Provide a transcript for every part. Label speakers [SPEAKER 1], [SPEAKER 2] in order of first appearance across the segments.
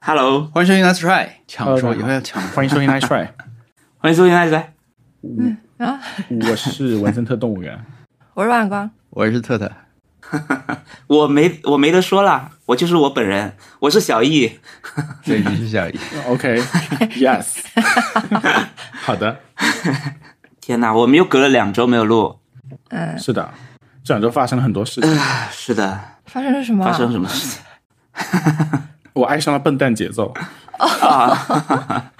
[SPEAKER 1] Hello，
[SPEAKER 2] 欢迎收听呃 Let's Try，抢说以后要抢。
[SPEAKER 3] 欢迎收听 Nice Try，
[SPEAKER 1] 欢迎收听《爱来
[SPEAKER 4] 啊，
[SPEAKER 3] 我是文森特动物园。
[SPEAKER 4] 我是万光，
[SPEAKER 2] 我是 特特，
[SPEAKER 1] 我没我没得说了，我就是我本人，我是小易。
[SPEAKER 2] 对，你是小姨。
[SPEAKER 3] OK，Yes，、好的，
[SPEAKER 1] 天哪，我们又隔了两周没有录。
[SPEAKER 4] 嗯，
[SPEAKER 3] 是的，这两周发生了很多事情，
[SPEAKER 1] 啊是的，
[SPEAKER 4] 发生了什么？啊
[SPEAKER 1] 发生什么事情
[SPEAKER 3] 我爱上了笨蛋节奏，
[SPEAKER 1] 啊？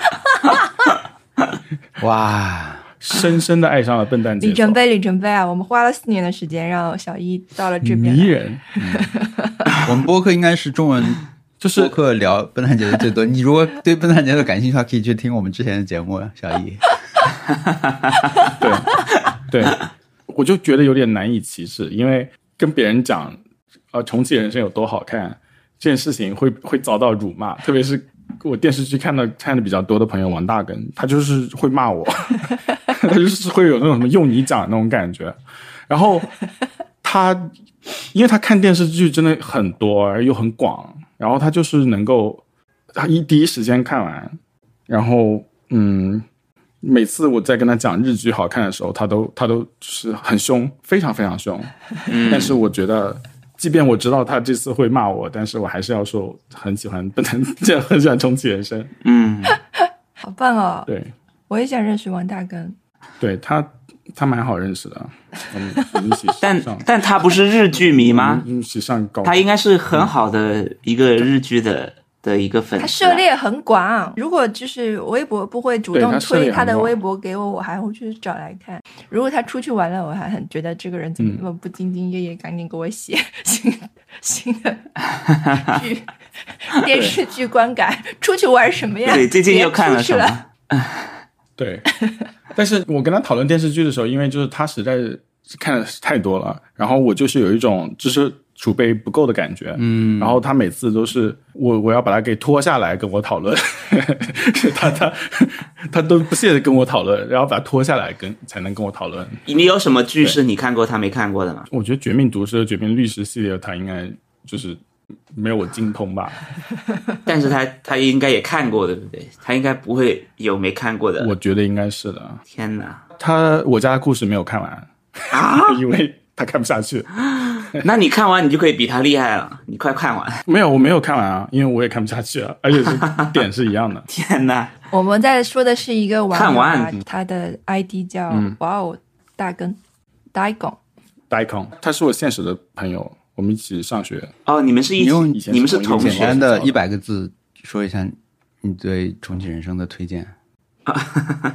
[SPEAKER 2] 哇，
[SPEAKER 3] 深深的爱上了笨蛋节奏。
[SPEAKER 4] 里程碑，里程碑啊！我们花了四年的时间让小一到了这边
[SPEAKER 3] 迷
[SPEAKER 4] 来，
[SPEAKER 3] 人，
[SPEAKER 2] 我们播客应该是中文
[SPEAKER 3] 就是
[SPEAKER 2] 播客聊笨蛋节奏最多。你如果对笨蛋节奏感兴趣的话，可以去听我们之前的节目。小姨，
[SPEAKER 3] 对对， 我就觉得有点难以启齿，因为跟别人讲，呃，重启人生有多好看这件事情会会遭到辱骂，特别是我电视剧看的看的比较多的朋友王大根，他就是会骂我， 他就是会有那种什么用你讲的那种感觉，然后他因为他看电视剧真的很多，而又很广，然后他就是能够他一第一时间看完，然后嗯，每次我在跟他讲日剧好看的时候，他都他都是很凶，非常非常凶。但是我觉得，即便我知道他这次会骂我，但是我还是要说我很喜欢，不能 这样很喜欢重启人生。
[SPEAKER 1] 嗯，
[SPEAKER 4] 好棒哦！
[SPEAKER 3] 对，
[SPEAKER 4] 我也想认识王大根。
[SPEAKER 3] 对他他蛮好认识的，我们我们一起
[SPEAKER 1] 但啊
[SPEAKER 3] 上
[SPEAKER 1] 但他不是日剧迷吗？
[SPEAKER 3] 我们一起上高。
[SPEAKER 1] 他应该是很好的一个日剧的的一个粉丝
[SPEAKER 4] 他
[SPEAKER 1] 啊。
[SPEAKER 4] 涉猎很广，如果就是微博不会主
[SPEAKER 3] 对他
[SPEAKER 4] 动
[SPEAKER 3] 涉猎
[SPEAKER 4] 推
[SPEAKER 3] 很
[SPEAKER 4] 他的
[SPEAKER 3] 广
[SPEAKER 4] 微博给我，我还会去找来看。如果他出去玩了，我还很觉得这个人怎么
[SPEAKER 3] 嗯
[SPEAKER 4] 那么不兢兢业业，赶紧给我写 新新 的剧电视剧观感。出去玩什么呀？
[SPEAKER 1] 对，最近
[SPEAKER 4] 别
[SPEAKER 1] 又看
[SPEAKER 4] 出
[SPEAKER 1] 了
[SPEAKER 4] 去
[SPEAKER 1] 什
[SPEAKER 4] 了
[SPEAKER 1] 么？
[SPEAKER 3] 对， 但是我跟他讨论电视剧的时候，因为就是他实在是看的太多了，然后我就是有一种知识储备不够的感觉，嗯，然后他每次都是我我要把他给拖下来跟我讨论， 他他他都不屑的跟我讨论，然后把他拖下来跟才能跟我讨论。
[SPEAKER 1] 你有什么剧是你看过他没看过的吗？
[SPEAKER 3] 我觉得《绝命毒师》《绝命律师》系列，他应该就是没有我精通吧，
[SPEAKER 1] 但是他他应该也看过，对不对？他应该不会有没看过的。
[SPEAKER 3] 我觉得应该是的。
[SPEAKER 1] 天哪！
[SPEAKER 3] 他我家的故事没有看完， 因为他看不下去。
[SPEAKER 1] 那你看完你就可以比他厉害了，你快看完！
[SPEAKER 3] 没有，我没有看完啊，因为我也看不下去啊，而且是点是一样 的。
[SPEAKER 1] 天哪！
[SPEAKER 4] 我们在说的是一个网
[SPEAKER 1] 看
[SPEAKER 4] 友啊
[SPEAKER 1] 完，
[SPEAKER 4] 他的 ID 叫哇哦大根大拱，
[SPEAKER 3] Daikon，他是我现实的朋友，我们一起上学。
[SPEAKER 1] 哦，你们是一
[SPEAKER 2] 你用
[SPEAKER 1] 起，你们是同
[SPEAKER 3] 以
[SPEAKER 2] 简
[SPEAKER 3] 前是
[SPEAKER 1] 学
[SPEAKER 3] 我
[SPEAKER 2] 单
[SPEAKER 3] 知道
[SPEAKER 2] 的
[SPEAKER 3] 的
[SPEAKER 2] 一百个字说一下你对重启人生的推 荐，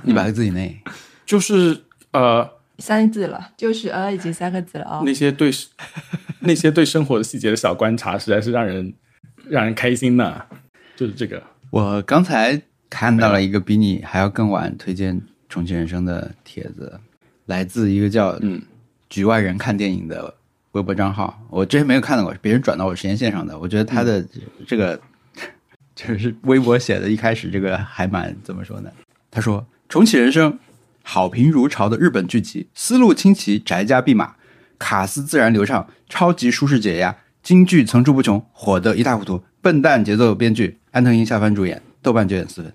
[SPEAKER 2] 一百个字以内。
[SPEAKER 3] 就是呃，
[SPEAKER 4] 三字了，就是呃已经三个字了哦。
[SPEAKER 3] 那些 对那些对生活的细节的小观察，实在是让人让人开心呢。就是这个，
[SPEAKER 2] 我刚才看到了一个比你还要更晚推荐重启人生的帖子，来自一个叫
[SPEAKER 3] 嗯
[SPEAKER 2] 局外人看电影的微博账号，我之前没有看到过，别人转到我时间线上的。我觉得他的这个、就是微博写的，一开始这个还蛮怎么说呢？他说：“重启人生，好评如潮的日本剧集，思路清奇，宅家必马，卡斯自然流畅，超级舒适解压，京剧层出不穷，火得一塌糊涂。笨蛋节奏编剧，安藤樱夏帆主演，豆瓣九点四分。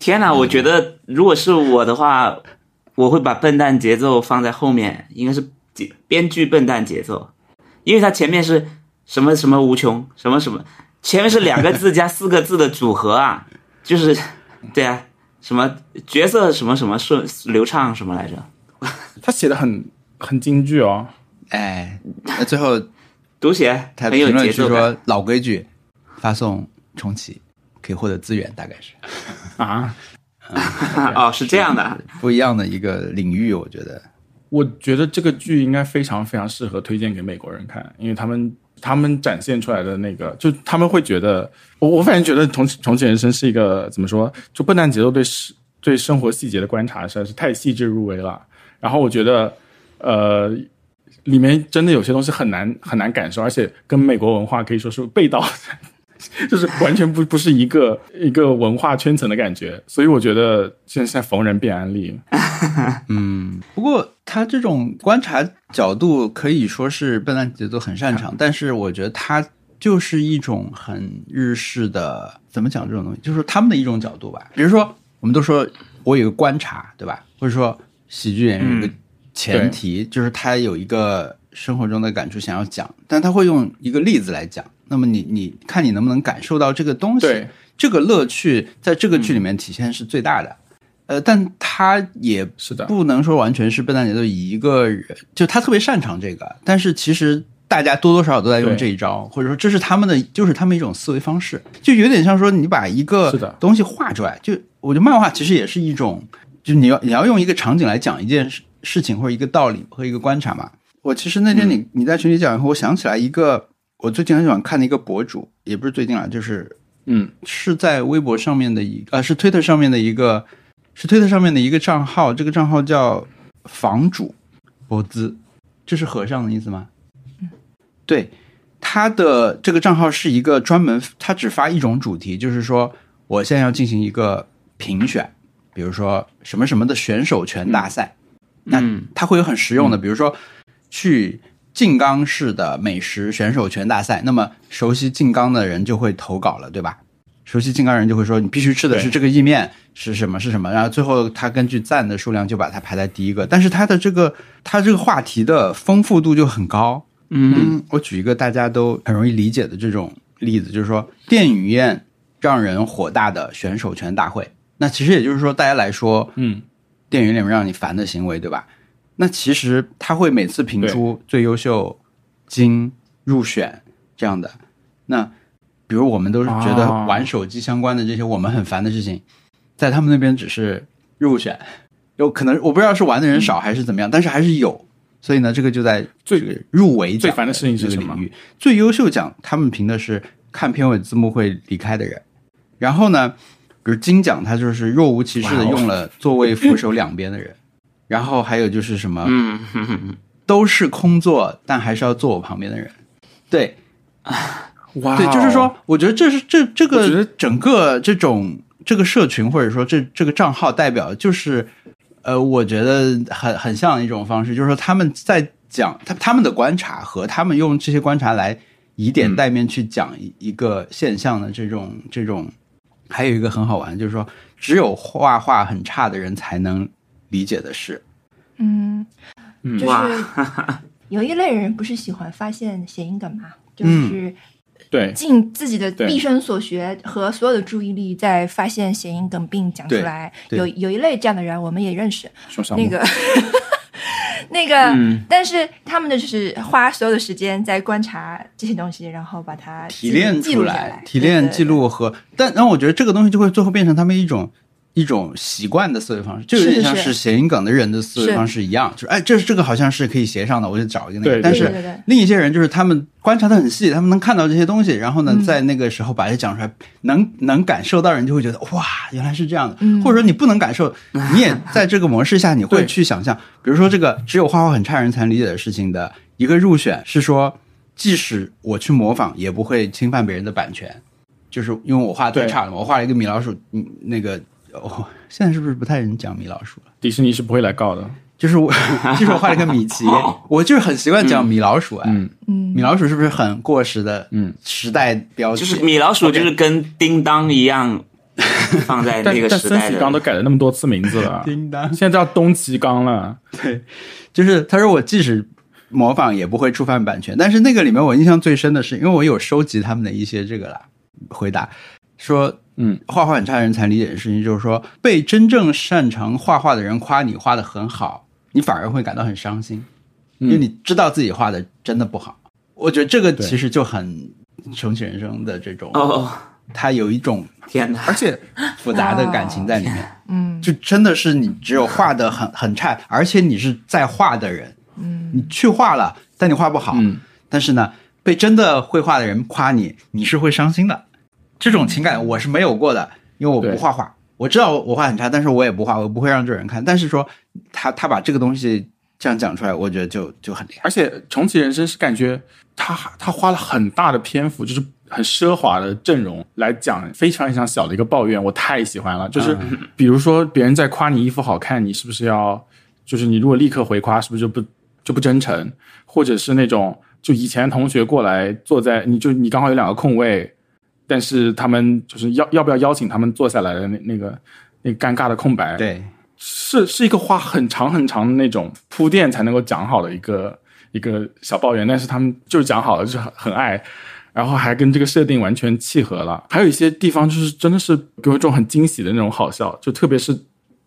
[SPEAKER 1] 天
[SPEAKER 2] 嗯
[SPEAKER 1] 哪！我觉得如果是我的话，我会把笨蛋节奏放在后面，应该是节编剧笨蛋节奏，因为它前面是什么什么无穷什么什么，前面是两个字加四个字的组合啊，就是对啊，什么角色什么什么顺流畅什么来着？
[SPEAKER 3] 他写的很很京剧哦。
[SPEAKER 2] 哎，那最后
[SPEAKER 1] 读写
[SPEAKER 2] 他
[SPEAKER 1] 哎很有
[SPEAKER 2] 评论
[SPEAKER 1] 节
[SPEAKER 2] 区
[SPEAKER 1] 奏感。
[SPEAKER 2] 说：“老规矩，发送重启可以获得资源，大概是
[SPEAKER 3] 啊，
[SPEAKER 1] 哦，是这样的啊，
[SPEAKER 2] 不一样的一个领域，我觉得。”
[SPEAKER 3] 我觉得这个剧应该非常非常适合推荐给美国人看，因为他们他们展现出来的那个，就他们会觉得，我我反正觉得重重启人生是一个怎么说，就笨蛋节奏对生对生活细节的观察实在是太细致入微了。然后我觉得，呃，里面真的有些东西很难很难感受，而且跟美国文化可以说是背道， 就是完全不不是一个一个文化圈层的感觉。所以我觉得现在现在逢人便安利，
[SPEAKER 2] 不过他这种观察角度可以说是笨蛋节奏很擅长，但是我觉得他就是一种很日式的，怎么讲这种东西，就是他们的一种角度吧。比如说，我们都说我有一个观察，对吧？或者说喜剧演员有一个前提，就是他有一个生活中的感触想要讲，但他会用一个例子来讲。那么你你看你能不能感受到这个东西
[SPEAKER 3] 对，
[SPEAKER 2] 这个乐趣在这个剧里面体现是最大的。呃，但他也
[SPEAKER 3] 是的
[SPEAKER 2] 不能说完全是笨蛋节奏一个人，就他特别擅长这个，但是其实大家多多少少都在用
[SPEAKER 3] 对
[SPEAKER 2] 这一招，或者说这是他们的，就是他们一种思维方式，就有点像说你把一个
[SPEAKER 3] 是的
[SPEAKER 2] 东西画出来，就我觉得漫画其实也是一种，就你要你要用一个场景来讲一件事事情或者一个道理和一个观察嘛。我其实那天你、
[SPEAKER 3] 嗯
[SPEAKER 2] 你在群里讲以后，我想起来一个我最近很喜欢看的一个博主，也不是最近啊，就是
[SPEAKER 3] 嗯，
[SPEAKER 2] 是在微博上面的一啊、是推特上面的一个，是推特上面的一个账号，这个账号叫房主博兹，这是和尚的意思吗？对，他的这个账号是一个专门，他只发一种主题，就是说我现在要进行一个评选，比如说什么什么的选手权大赛，那它会有很实用的，比如说去静冈市的美食选手权大赛，那么熟悉静冈的人就会投稿了，对吧？熟悉静冈人就会说，你必须吃的是
[SPEAKER 3] 对
[SPEAKER 2] 这个意面，是什么是什么，然后最后他根据赞的数量就把它排在第一个。但是他的这个他这个话题的丰富度就很高。嗯，我举一个大家都很容易理解的这种例子，就是说电影院让人火大的选手权大会。那其实也就是说，大家来说，
[SPEAKER 3] 嗯，
[SPEAKER 2] 电影里面让你烦的行为，对吧？那其实他会每次评出最优秀金入选这样的。那比如我们都是觉得
[SPEAKER 3] 哦
[SPEAKER 2] 玩手机相关的这些我们很烦的事情，在他们那边只是入选，有可能我不知道是玩的人少还是怎么样，但是还是有。所以呢，这个就在
[SPEAKER 3] 最
[SPEAKER 2] 这个入围奖
[SPEAKER 3] 最烦的事情是
[SPEAKER 2] 这个
[SPEAKER 3] 什么
[SPEAKER 2] 领域，最优秀奖他们评的是看片尾字幕会离开的人。然后呢，比如金奖，他就是若无其事的
[SPEAKER 3] 哇哦
[SPEAKER 2] 用了座位扶手两边的人。然后还有就是什么，
[SPEAKER 1] 嗯哼哼
[SPEAKER 2] 都是空座，但还是要坐我旁边的人。对，
[SPEAKER 3] 哇哦
[SPEAKER 2] 对，就是说，我觉得这是这这
[SPEAKER 3] 我觉
[SPEAKER 2] 个
[SPEAKER 3] 得
[SPEAKER 2] 整个这种这个社群或者说这这个账号代表，就是呃，我觉得很很像一种方式，就是说他们在讲他他们的观察和他们用这些观察来以
[SPEAKER 3] 嗯
[SPEAKER 2] 点带面去讲一一个现象的这种、这种，还有一个很好玩，就是说只有画画很差的人才能理解的事。
[SPEAKER 4] 嗯，
[SPEAKER 3] 嗯
[SPEAKER 4] 就是 有一类人不是喜欢发现谐音梗嘛，就是
[SPEAKER 3] 对
[SPEAKER 4] 尽自己的
[SPEAKER 3] 对
[SPEAKER 4] 毕生所学和所有的注意力在发现谐音梗并讲出
[SPEAKER 2] 对
[SPEAKER 4] 来。
[SPEAKER 2] 对
[SPEAKER 4] 有有一类这样的人，我们也认识，
[SPEAKER 3] 说啥
[SPEAKER 4] 那个那个，
[SPEAKER 2] 嗯
[SPEAKER 4] 但是他们的就是花所有的时间在观察这些东西，然后把它
[SPEAKER 2] 提
[SPEAKER 4] 记
[SPEAKER 2] 炼
[SPEAKER 4] 记
[SPEAKER 2] 出
[SPEAKER 4] 录下
[SPEAKER 2] 来
[SPEAKER 4] 来，，
[SPEAKER 2] 提炼
[SPEAKER 4] 对
[SPEAKER 2] 记。录和，但但我觉得这个东西就会最后变成他们一种一种习惯的思维方式，就有
[SPEAKER 4] 是
[SPEAKER 2] 点像
[SPEAKER 4] 是
[SPEAKER 2] 是谐音梗的人的思维
[SPEAKER 4] 是
[SPEAKER 2] 方式一样，就是哎，这是这个好像是可以谐上的，我就找一个那个。
[SPEAKER 3] 对
[SPEAKER 2] 但
[SPEAKER 3] 对
[SPEAKER 2] 是
[SPEAKER 4] 对对对
[SPEAKER 2] 另一些人就是他们观察的很细，他们能看到这些东西，然后
[SPEAKER 4] 嗯
[SPEAKER 2] 呢，在那个时候把它讲出来，能能感受到人就会觉得哇，原来是这样的，
[SPEAKER 4] 嗯
[SPEAKER 2] 或者说你不能感受，你也在这个模式下，你会
[SPEAKER 3] 对
[SPEAKER 2] 去想象，比如说这个只有画画很差人才能理解的事情的一个入选是说，即使我去模仿，也不会侵犯别人的版权，就是因为我画得太
[SPEAKER 3] 对
[SPEAKER 2] 差了嘛，我画了一个米老鼠，嗯，那个哦，现在是不是不太能讲米老鼠了？
[SPEAKER 3] 迪士尼是不会来告的，
[SPEAKER 2] 就是我，就是我画了一个米奇，我就是很习惯讲米老鼠哎，
[SPEAKER 3] 嗯
[SPEAKER 4] 嗯
[SPEAKER 2] 米老鼠是不是很过时的？
[SPEAKER 3] 嗯，
[SPEAKER 2] 时代标志，
[SPEAKER 1] 就是米老鼠就是跟叮当一样，放在
[SPEAKER 3] 但
[SPEAKER 1] 那个
[SPEAKER 3] 但
[SPEAKER 1] 时
[SPEAKER 3] 森
[SPEAKER 1] 代
[SPEAKER 3] 喜刚都
[SPEAKER 1] 的。
[SPEAKER 3] 改了那么多次名字了 啊
[SPEAKER 2] 叮当，
[SPEAKER 3] 现在叫东崎刚了，
[SPEAKER 2] 对，就是他说我即使模仿也不会触犯版权，但是那个里面我印象最深的是，因为我有收集他们的一些这个啦回答，说
[SPEAKER 3] 嗯，
[SPEAKER 2] 画画很差的人才理解的事情，就是说被真正擅长画画的人夸你画的很好，你反而会感到很伤心，因为你知道自己画的真的不好。我觉得这个
[SPEAKER 3] 嗯对
[SPEAKER 2] 其实就很重启人生的这种，
[SPEAKER 1] 哦哦，
[SPEAKER 2] 它有一种
[SPEAKER 1] 天哪！
[SPEAKER 2] 而且复杂的感情在里面。
[SPEAKER 4] 嗯，
[SPEAKER 2] 就真的是你只有画的很很差，而且你是在画的人，嗯，你去画了，但你画不好，
[SPEAKER 3] 嗯
[SPEAKER 2] 但是呢，被真的会画的人夸你，你是会伤心的。这种情感我是没有过的，因为我不
[SPEAKER 3] 对
[SPEAKER 2] 画画，我知道我画很差，但是我也不画，我不会让这种人看。但是说他他把这个东西这样讲出来，我觉得就就很厉害。
[SPEAKER 3] 而且重启人生是感觉他他花了很大的篇幅，就是很奢华的阵容来讲非常非常小的一个抱怨，我太喜欢了。就是比如说别人在夸你衣服好看，你是不是要就是你如果立刻回夸，是不是就不就不真诚？或者是那种就以前同学过来坐在，你就你刚好有两个空位，但是他们就是要要不要邀请他们坐下来的那那个那个尴尬的空白，，
[SPEAKER 2] 对，
[SPEAKER 3] 是是一个花很长很长的那种铺垫才能够讲好的一个一个小抱怨，但是他们就是讲好了，就是很很爱，然后还跟这个设定完全契合了。还有一些地方就是真的是给我一种很惊喜的那种好笑，就特别是《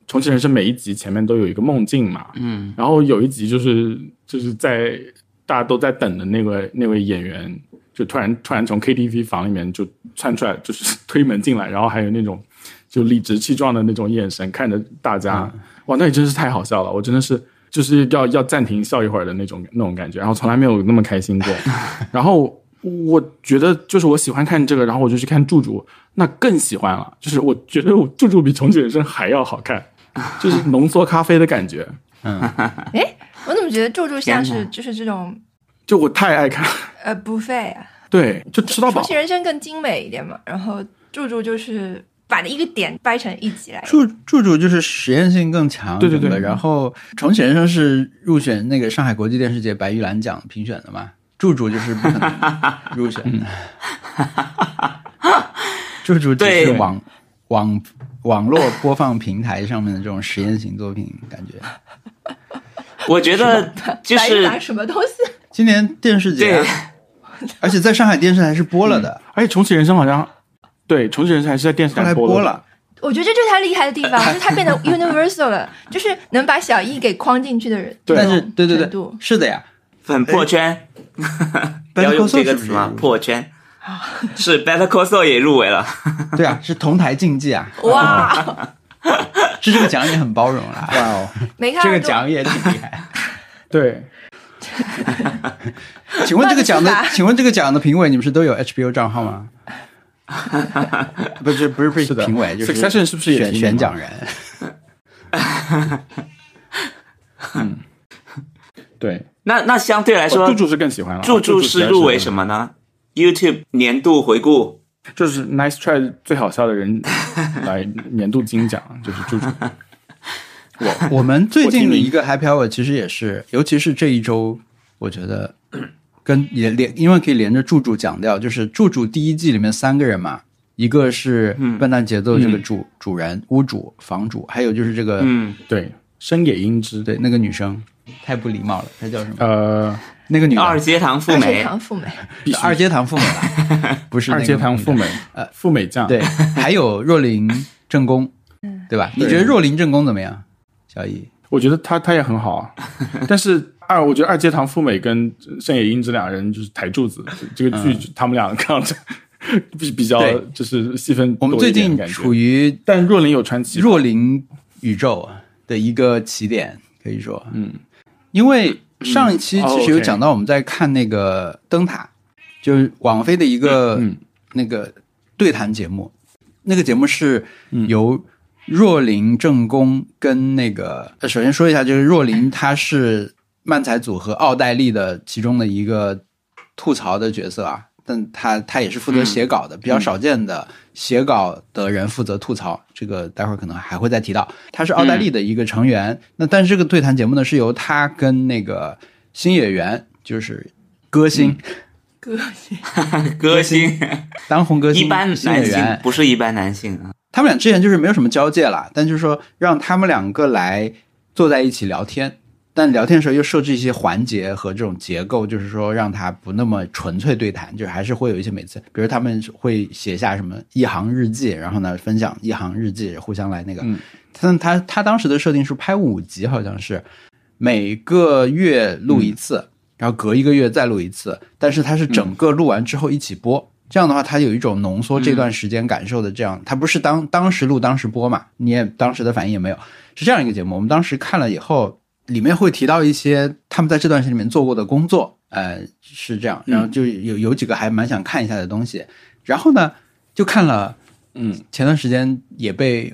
[SPEAKER 3] 重启人生》每一集前面都有一个梦境嘛，嗯，然后有一集就是就是在大家都在等的那位那位演员，就突然突然从 KTV 房里面就窜出来，就是 推门进来，然后还有那种就理直气壮的那种眼神看着大家，
[SPEAKER 1] 嗯
[SPEAKER 3] 哇，那也真是太好笑了，我真的是。就是要要暂停笑一会儿的那种那种感觉，然后从来没有那么开 心过。然后我觉得就是我喜欢看这个，然后我就去看柱柱，那更喜欢了。就是我觉得我柱柱比重启人生还要好看，就是浓缩咖啡的感觉。
[SPEAKER 4] 我怎么觉得咒咒像
[SPEAKER 1] 天
[SPEAKER 4] 是
[SPEAKER 1] 哪
[SPEAKER 4] 就是这种
[SPEAKER 3] 就我太爱看了，
[SPEAKER 4] 呃 buffet 啊？
[SPEAKER 3] 对，就吃到
[SPEAKER 4] 重
[SPEAKER 3] 饱
[SPEAKER 4] 启。人生更精美一点嘛，然后咒咒就是把一个点掰成一集来。
[SPEAKER 2] 柱柱柱就是实验性更强，
[SPEAKER 3] 对对对
[SPEAKER 2] 整个然后重启人生是入选那个上海国际电视节白玉兰奖评选的嘛，柱柱就是不可能入选的。 柱柱只是
[SPEAKER 1] 对
[SPEAKER 2] 网网网络播放平台上面的这种实验型作品，感觉
[SPEAKER 1] 我觉得就
[SPEAKER 4] 白玉
[SPEAKER 1] 是
[SPEAKER 4] 兰什么东西？
[SPEAKER 2] 今年电视节啊、
[SPEAKER 1] 对
[SPEAKER 2] 而且在上海电视台是播了的，
[SPEAKER 3] 而且重启人生好像，对，重启人生还是嗯在电视
[SPEAKER 2] 后来
[SPEAKER 3] 台
[SPEAKER 2] 播
[SPEAKER 3] 的
[SPEAKER 2] 了。
[SPEAKER 4] 我觉得这就是他厉害的地方，就是他变得 universal 了，就是能把小艺给框进去的人。
[SPEAKER 3] 对
[SPEAKER 2] 但是
[SPEAKER 4] 这
[SPEAKER 2] 对对
[SPEAKER 4] 种哦
[SPEAKER 2] 对
[SPEAKER 4] 程度，
[SPEAKER 2] 是的呀，
[SPEAKER 1] 很破圈，要
[SPEAKER 2] 哎 Better
[SPEAKER 1] 用
[SPEAKER 2] Call Saul
[SPEAKER 1] 这个
[SPEAKER 2] 是不
[SPEAKER 1] 词
[SPEAKER 2] 是
[SPEAKER 1] 吗
[SPEAKER 2] 也？入
[SPEAKER 1] 破圈
[SPEAKER 4] 啊
[SPEAKER 1] 是 Better Call Saul 也入围了，
[SPEAKER 2] 对啊，是同台竞技啊，
[SPEAKER 4] 哇，
[SPEAKER 2] 是这个奖也很包容啦。哇哦，
[SPEAKER 4] 没看
[SPEAKER 2] 这个
[SPEAKER 4] 过
[SPEAKER 2] 奖也挺厉害。
[SPEAKER 3] 对，
[SPEAKER 2] 请问这个奖的
[SPEAKER 4] 那是，吧
[SPEAKER 2] 请问这个奖的评委，你们是都有 HBO 账号吗？ 不是不是不是
[SPEAKER 3] 是的
[SPEAKER 2] 评委，就是
[SPEAKER 3] Succession 是不是也
[SPEAKER 2] 选
[SPEAKER 3] 提名了
[SPEAKER 2] 选奖人？
[SPEAKER 3] 对，
[SPEAKER 1] 那那相对来
[SPEAKER 3] 哦
[SPEAKER 1] 说
[SPEAKER 3] 柱，柱是更喜
[SPEAKER 2] 啊
[SPEAKER 3] 欢了。
[SPEAKER 1] 柱
[SPEAKER 3] 柱
[SPEAKER 1] 柱是入围什
[SPEAKER 3] 么？
[SPEAKER 1] 么呢？YouTube 年度回顾，
[SPEAKER 3] 就是 Nice Try 最好笑 的人来年度金奖，就是柱柱。我
[SPEAKER 2] 我们最近的
[SPEAKER 3] 我听你
[SPEAKER 2] 一个 Happy Hour 其实也是，尤其是这一周，我觉得跟也连，因为可以连着柱柱讲掉，就是柱柱第一季里面三个人嘛，一个是笨蛋节奏这个主、主人、屋主、房主，还有就是这个、
[SPEAKER 1] 嗯，
[SPEAKER 3] 对深野英之，
[SPEAKER 2] 对那个女生，太不礼貌了，她叫什么？
[SPEAKER 3] 呃，
[SPEAKER 2] 那个女的
[SPEAKER 1] 二阶堂富
[SPEAKER 4] 二
[SPEAKER 1] 美
[SPEAKER 4] 水，堂富美，
[SPEAKER 3] 必须
[SPEAKER 2] 二阶堂富美了， 不是那
[SPEAKER 3] 二
[SPEAKER 2] 个
[SPEAKER 3] 阶堂
[SPEAKER 2] 女的
[SPEAKER 3] 富美，富美酱，
[SPEAKER 2] 对，还有若琳正宫，对吧？你
[SPEAKER 3] 对
[SPEAKER 2] 觉得若琳正宫怎么样，小易？
[SPEAKER 3] 我觉得他他也很好 啊，但是二，我觉得二阶堂富美跟盛野英这俩人就是台柱子，这个剧他们俩看着 比比较
[SPEAKER 2] 嗯对
[SPEAKER 3] 就是戏份
[SPEAKER 2] 我
[SPEAKER 3] 多
[SPEAKER 2] 们
[SPEAKER 3] 一
[SPEAKER 2] 最
[SPEAKER 3] 点
[SPEAKER 2] 近
[SPEAKER 3] 的感觉。
[SPEAKER 2] 处于
[SPEAKER 3] 但若琳有传奇，
[SPEAKER 2] 若琳宇宙的一个起点，可以说，
[SPEAKER 3] 嗯，
[SPEAKER 2] 因为上一期其实
[SPEAKER 3] 哦
[SPEAKER 2] 有
[SPEAKER 3] ，OK
[SPEAKER 2] 讲到我们在看那个灯塔，就是网飞的一个、
[SPEAKER 3] 哦嗯
[SPEAKER 2] 那个对谈节目，那个节目是由若琳正宫跟那个，呃首先说一下，就是若琳她是漫才组合奥黛丽的其中的一个吐槽的角色啊，但她她也是负责写稿的，比较少见的写稿的人负责吐槽，这个待会儿可能还会再提到。她是奥黛丽的一个成员，那但是这个对谈节目呢是由她跟那个新演员就是歌星、
[SPEAKER 4] 哥，
[SPEAKER 1] 歌星，
[SPEAKER 2] 当红歌星
[SPEAKER 1] 一般
[SPEAKER 2] 新
[SPEAKER 1] 男
[SPEAKER 2] 演
[SPEAKER 1] 性
[SPEAKER 2] 员
[SPEAKER 1] 不是一般男性啊，
[SPEAKER 2] 他们俩之前就是没有什么交界啦，但就是说让他们两个来坐在一起聊天，但聊天的时候又设置一些环节和这种结构，就是说让他不那么纯粹对谈，就是还是会有一些每次，比如他们会写下什么一行日记，然后呢分享一行日记，互相来那个。
[SPEAKER 3] 嗯
[SPEAKER 2] 但他他当时的设定是拍五集，好像是每个月录一次，然后隔一个月再录一次，但是它是整个录完之后一起播。这样的话，它有一种浓缩这段时间感受的这样，它不是当当时录当时播嘛，你也当时的反应也没有，是这样一个节目。我们当时看了以后，里面会提到一些他们在这段时间里面做过的工作，呃，是这样，然后就有有几个还蛮想看一下的东西，然后呢，就看了
[SPEAKER 3] 嗯，
[SPEAKER 2] 前段时间也被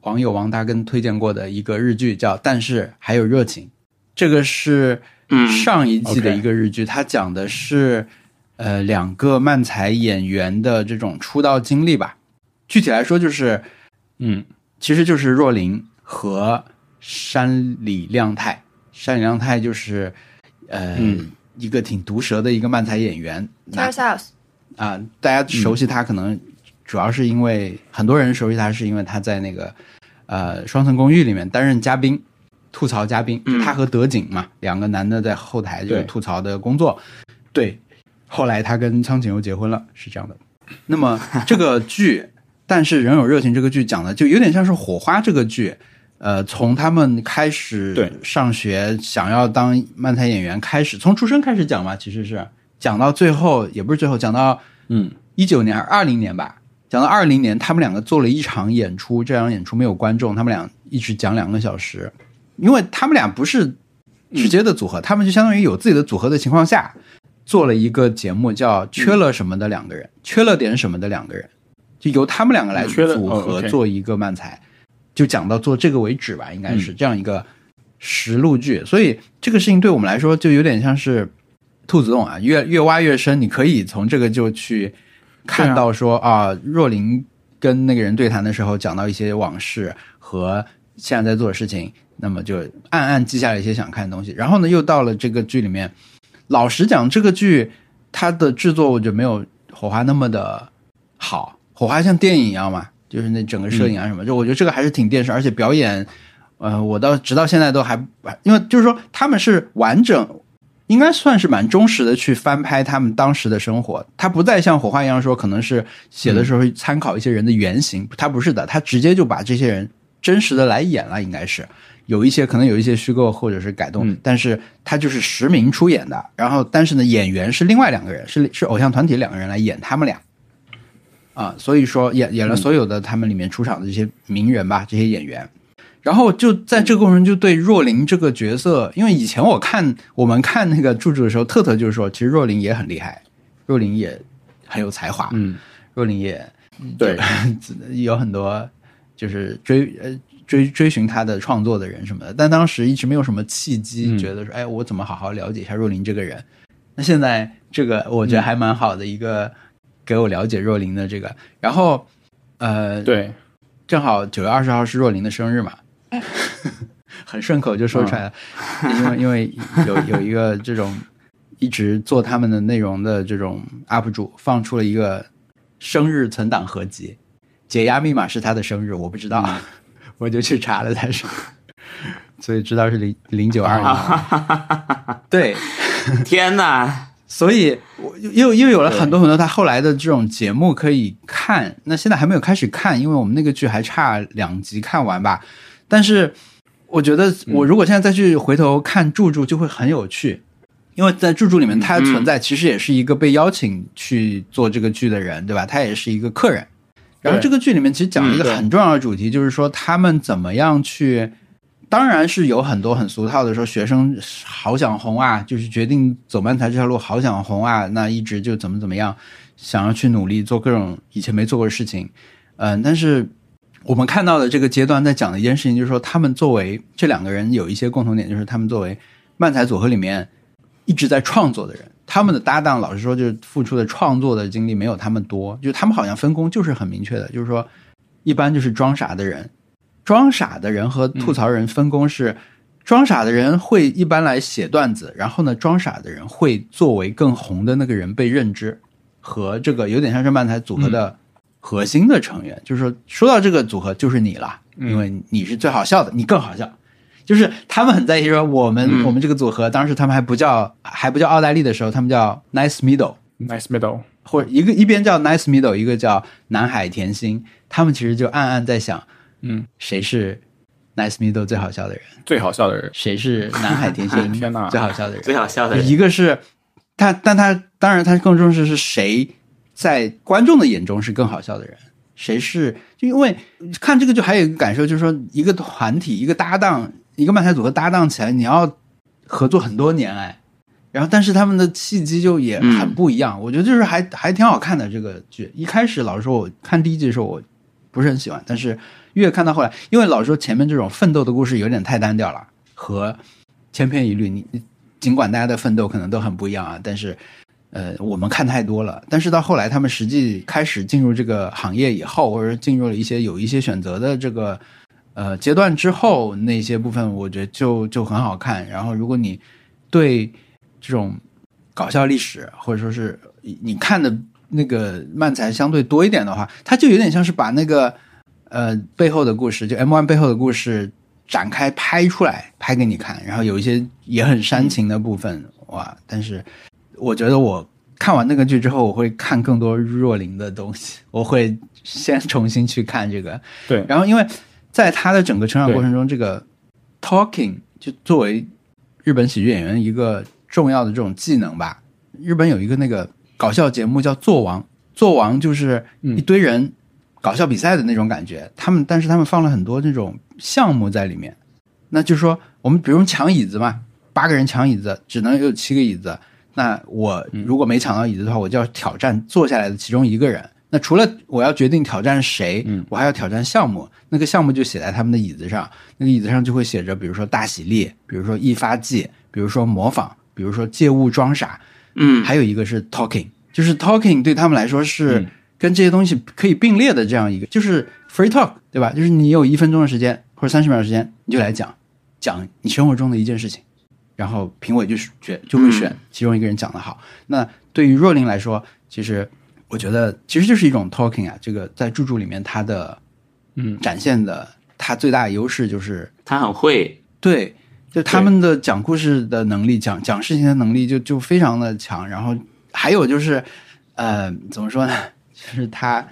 [SPEAKER 2] 网友王大根推荐过的一个日剧，叫《但是还有热情》，这个是
[SPEAKER 1] 嗯
[SPEAKER 2] 上一季的
[SPEAKER 3] OK
[SPEAKER 2] 一个日剧，它讲的是呃两个漫才演员的这种出道经历吧。具体来说，就是
[SPEAKER 3] 嗯，
[SPEAKER 2] 其实就是若琳和山里亮太。山里亮太就是，呃，
[SPEAKER 3] 嗯
[SPEAKER 2] 一个挺毒舌的一个漫才演员，那
[SPEAKER 4] Terrace House，
[SPEAKER 2] 啊，大家熟悉他可能主要是因为、很多人熟悉他是因为他在那个呃《双层公寓》里面担任嘉宾，吐槽嘉宾，就他和德景嘛，两个男的在后台就
[SPEAKER 3] 嗯对
[SPEAKER 2] 吐槽的工作。对，后来他跟苍井优结婚了，是这样的。那么这个剧，但是《仍有热情》这个剧讲的就有点像是《火花》这个剧。呃，从他们开始
[SPEAKER 3] 对
[SPEAKER 2] 上学，想要当漫才演员开始，从出生开始讲嘛，其实是讲到最后，也不是最后，讲到
[SPEAKER 3] 嗯，
[SPEAKER 2] 一九年还是二零年吧，讲到二零年，他们两个做了一场演出，这场演出没有观众，他们俩一直讲两个小时，因为他们俩不是直接的组合，他们就相当于有自己的组合的情况下，做了一个节目叫《缺了什么的两个人》，缺了点什么的两个人，就由他们两个来
[SPEAKER 3] 缺了
[SPEAKER 2] 组
[SPEAKER 3] 哦
[SPEAKER 2] 合
[SPEAKER 3] ，OK
[SPEAKER 2] 做一个漫才，就讲到做这个为止吧，应该是
[SPEAKER 3] 嗯
[SPEAKER 2] 这样一个实录剧，所以这个事情对我们来说就有点像是兔子洞啊，越越挖越深，你可以从这个就去看到说啊若琳跟那个人对谈的时候讲到一些往事和现在在做的事情，那么就暗暗记下了一些想看的东西。然后呢，又到了这个剧里面，老实讲，这个剧它的制作我觉得没有《火花》那么的好，《火花》像电影一样嘛，就是那整个摄影啊什么，就我觉得这个还是挺电视，而且表演，呃，我到直到现在都还因为就是说他们是完整。应该算是蛮忠实的去翻拍他们当时的生活，它不再像火花一样说可能是写的时候参考一些人的原型，它不是的，它直接就把这些人真实的来演了，应该是有一些可能有一些虚构或者是改动，
[SPEAKER 3] 嗯
[SPEAKER 2] 但是他就是实名出演的，然后但是呢演员是另外两个人，是是偶像团体两个人来演他们俩，啊，所以说演演了所有的他们里面出场的这些名人吧，这些演员。然后就在这个过程中，就对若琳这个角色，因为以前我看我们看那个柱柱的时候，特特就是说，其实若琳也很厉害，若琳也很有才华，
[SPEAKER 3] 嗯，
[SPEAKER 2] 若琳也
[SPEAKER 3] 对，
[SPEAKER 2] 有很多就是追呃追追寻他的创作的人什么的，但当时一直没有什么契机，
[SPEAKER 3] 嗯
[SPEAKER 2] 觉得说，哎，我怎么好好了解一下若琳这个人？那现在这个我觉得还蛮好的一个给我了解若琳的这个，然后呃，
[SPEAKER 3] 对，
[SPEAKER 2] 正好九月二十号是若琳的生日嘛， 很顺口就说出来了，因为因为有有一个这种一直做他们的内容的这种 UP 主放出了一个生日存档合集，解压密码是他的生日，我不知道， 我就去查了才是，所以知道是零零九二零，对，
[SPEAKER 1] 天哪！
[SPEAKER 2] 所以我又又有了很多很多他后来的这种节目可以看。那现在还没有开始看，因为我们那个剧还差两集看完吧。但是我觉得，我如果现在再去回头看柱柱，就会很有趣。因为在柱柱里面，他的存在其实也是一个被邀请去做这个剧的人，对吧？他也是一个客人。然后
[SPEAKER 3] 对
[SPEAKER 2] 这个剧里面其实讲了一
[SPEAKER 3] 嗯
[SPEAKER 2] 个
[SPEAKER 3] 对
[SPEAKER 2] 很重要的主题，就是说他们怎么样去，当然是有很多很俗套的说学生好想红啊，就是决定走漫才这条路好想红啊，那一直就怎么怎么样，想要去努力做各种以前没做过的事情，嗯、但是我们看到的这个阶段在讲的一件事情，就是说他们作为这两个人有一些共同点，就是他们作为漫才组合里面一直在创作的人，他们的搭档老实说就是付出的创作的精力没有他们多，就是他们好像分工就是很明确的，就是说一般就是装傻的人，装傻的人和吐槽人分工是。装傻的人会一般来写段子，然后呢，装傻的人会作为更红的那个人被认知，和这个有点像是漫才组合的核心的成员，就是说说到这个组合就是你了，
[SPEAKER 3] 嗯
[SPEAKER 2] 因为你是最好笑的，你更好笑。就是他们很在意说我们、
[SPEAKER 1] 嗯
[SPEAKER 2] 我们这个组合，当时他们还不叫还不叫奥黛丽的时候，他们叫 Nice Middle，
[SPEAKER 3] Nice Middle，
[SPEAKER 2] 或者一个一边叫 Nice Middle，一个叫南海甜心，他们其实就暗暗在想
[SPEAKER 3] 嗯，
[SPEAKER 2] 谁是 Nice Middle 最好笑的人，
[SPEAKER 3] 最好笑的人，
[SPEAKER 2] 谁是南海甜心
[SPEAKER 3] 天哪
[SPEAKER 2] 最好笑的人，
[SPEAKER 1] 最好笑的人
[SPEAKER 2] 一个是他，但他当然他更重视是谁在观众的眼中是更好笑的人，谁是就因为看这个就还有一个感受，就是说一个团体一个搭档一个漫才组合搭档起来，你要合作很多年哎，然后但是他们的契机就也很不一样，我觉得就是还还挺好看的这个剧。一开始老实说，我看第一季的时候我不是很喜欢，但是越看到后来，因为老实说前面这种奋斗的故事有点太单调了，和千篇一律。你你尽管大家的奋斗可能都很不一样啊，但是呃，我们看太多了。但是到后来，他们实际开始进入这个行业以后，或者是进入了一些有一些选择的这个呃阶段之后，那些部分我觉得就就很好看。然后，如果你对这种搞笑历史，或者说是你你看的那个漫才相对多一点的话，它就有点像是把那个呃背后的故事，就 M One 背后的故事展开拍出来，拍给你看。然后有一些也很煽情的部分，哇！但是我觉得我看完那个剧之后，我会看更多若琳的东西，我会先重新去看这个。
[SPEAKER 3] 对
[SPEAKER 2] 然后因为在他的整个成长过程中，这个 talking 就作为日本喜剧演员一个重要的这种技能吧。日本有一个那个搞笑节目叫《做王》，《做王》就是一堆人搞笑比赛的那种感觉。他们但是他们放了很多这种项目在里面，那就是说我们比如抢椅子嘛，八个人抢椅子，只能有七个椅子。那我如果没抢到椅子的话，我就要挑战坐下来的其中一个人。那除了我要决定挑战谁，我还要挑战项目。那个项目就写在他们的椅子上，那个椅子上就会写着，比如说大喜力，比如说易发剂，比如说模仿，比如说借物装傻，
[SPEAKER 1] 嗯，
[SPEAKER 2] 还有一个是 talking，就是 talking 对他们来说是跟这些东西可以并列的这样一个，就是 free talk，对吧？就是你有一分钟的时间或者三十秒的时间，你就来讲讲你生活中的一件事情，然后评委就是选就会选其中一个人讲的好。那对于若琳来说，其实我觉得其实就是一种 talking 啊，这个在著著里面它的
[SPEAKER 3] 嗯
[SPEAKER 2] 展现的它最大的优势就是
[SPEAKER 1] 他很会，
[SPEAKER 2] 对，就他们的讲故事的能力、讲讲事情的能力就就非常的强。然后还有就是，呃，怎么说呢？ 就是他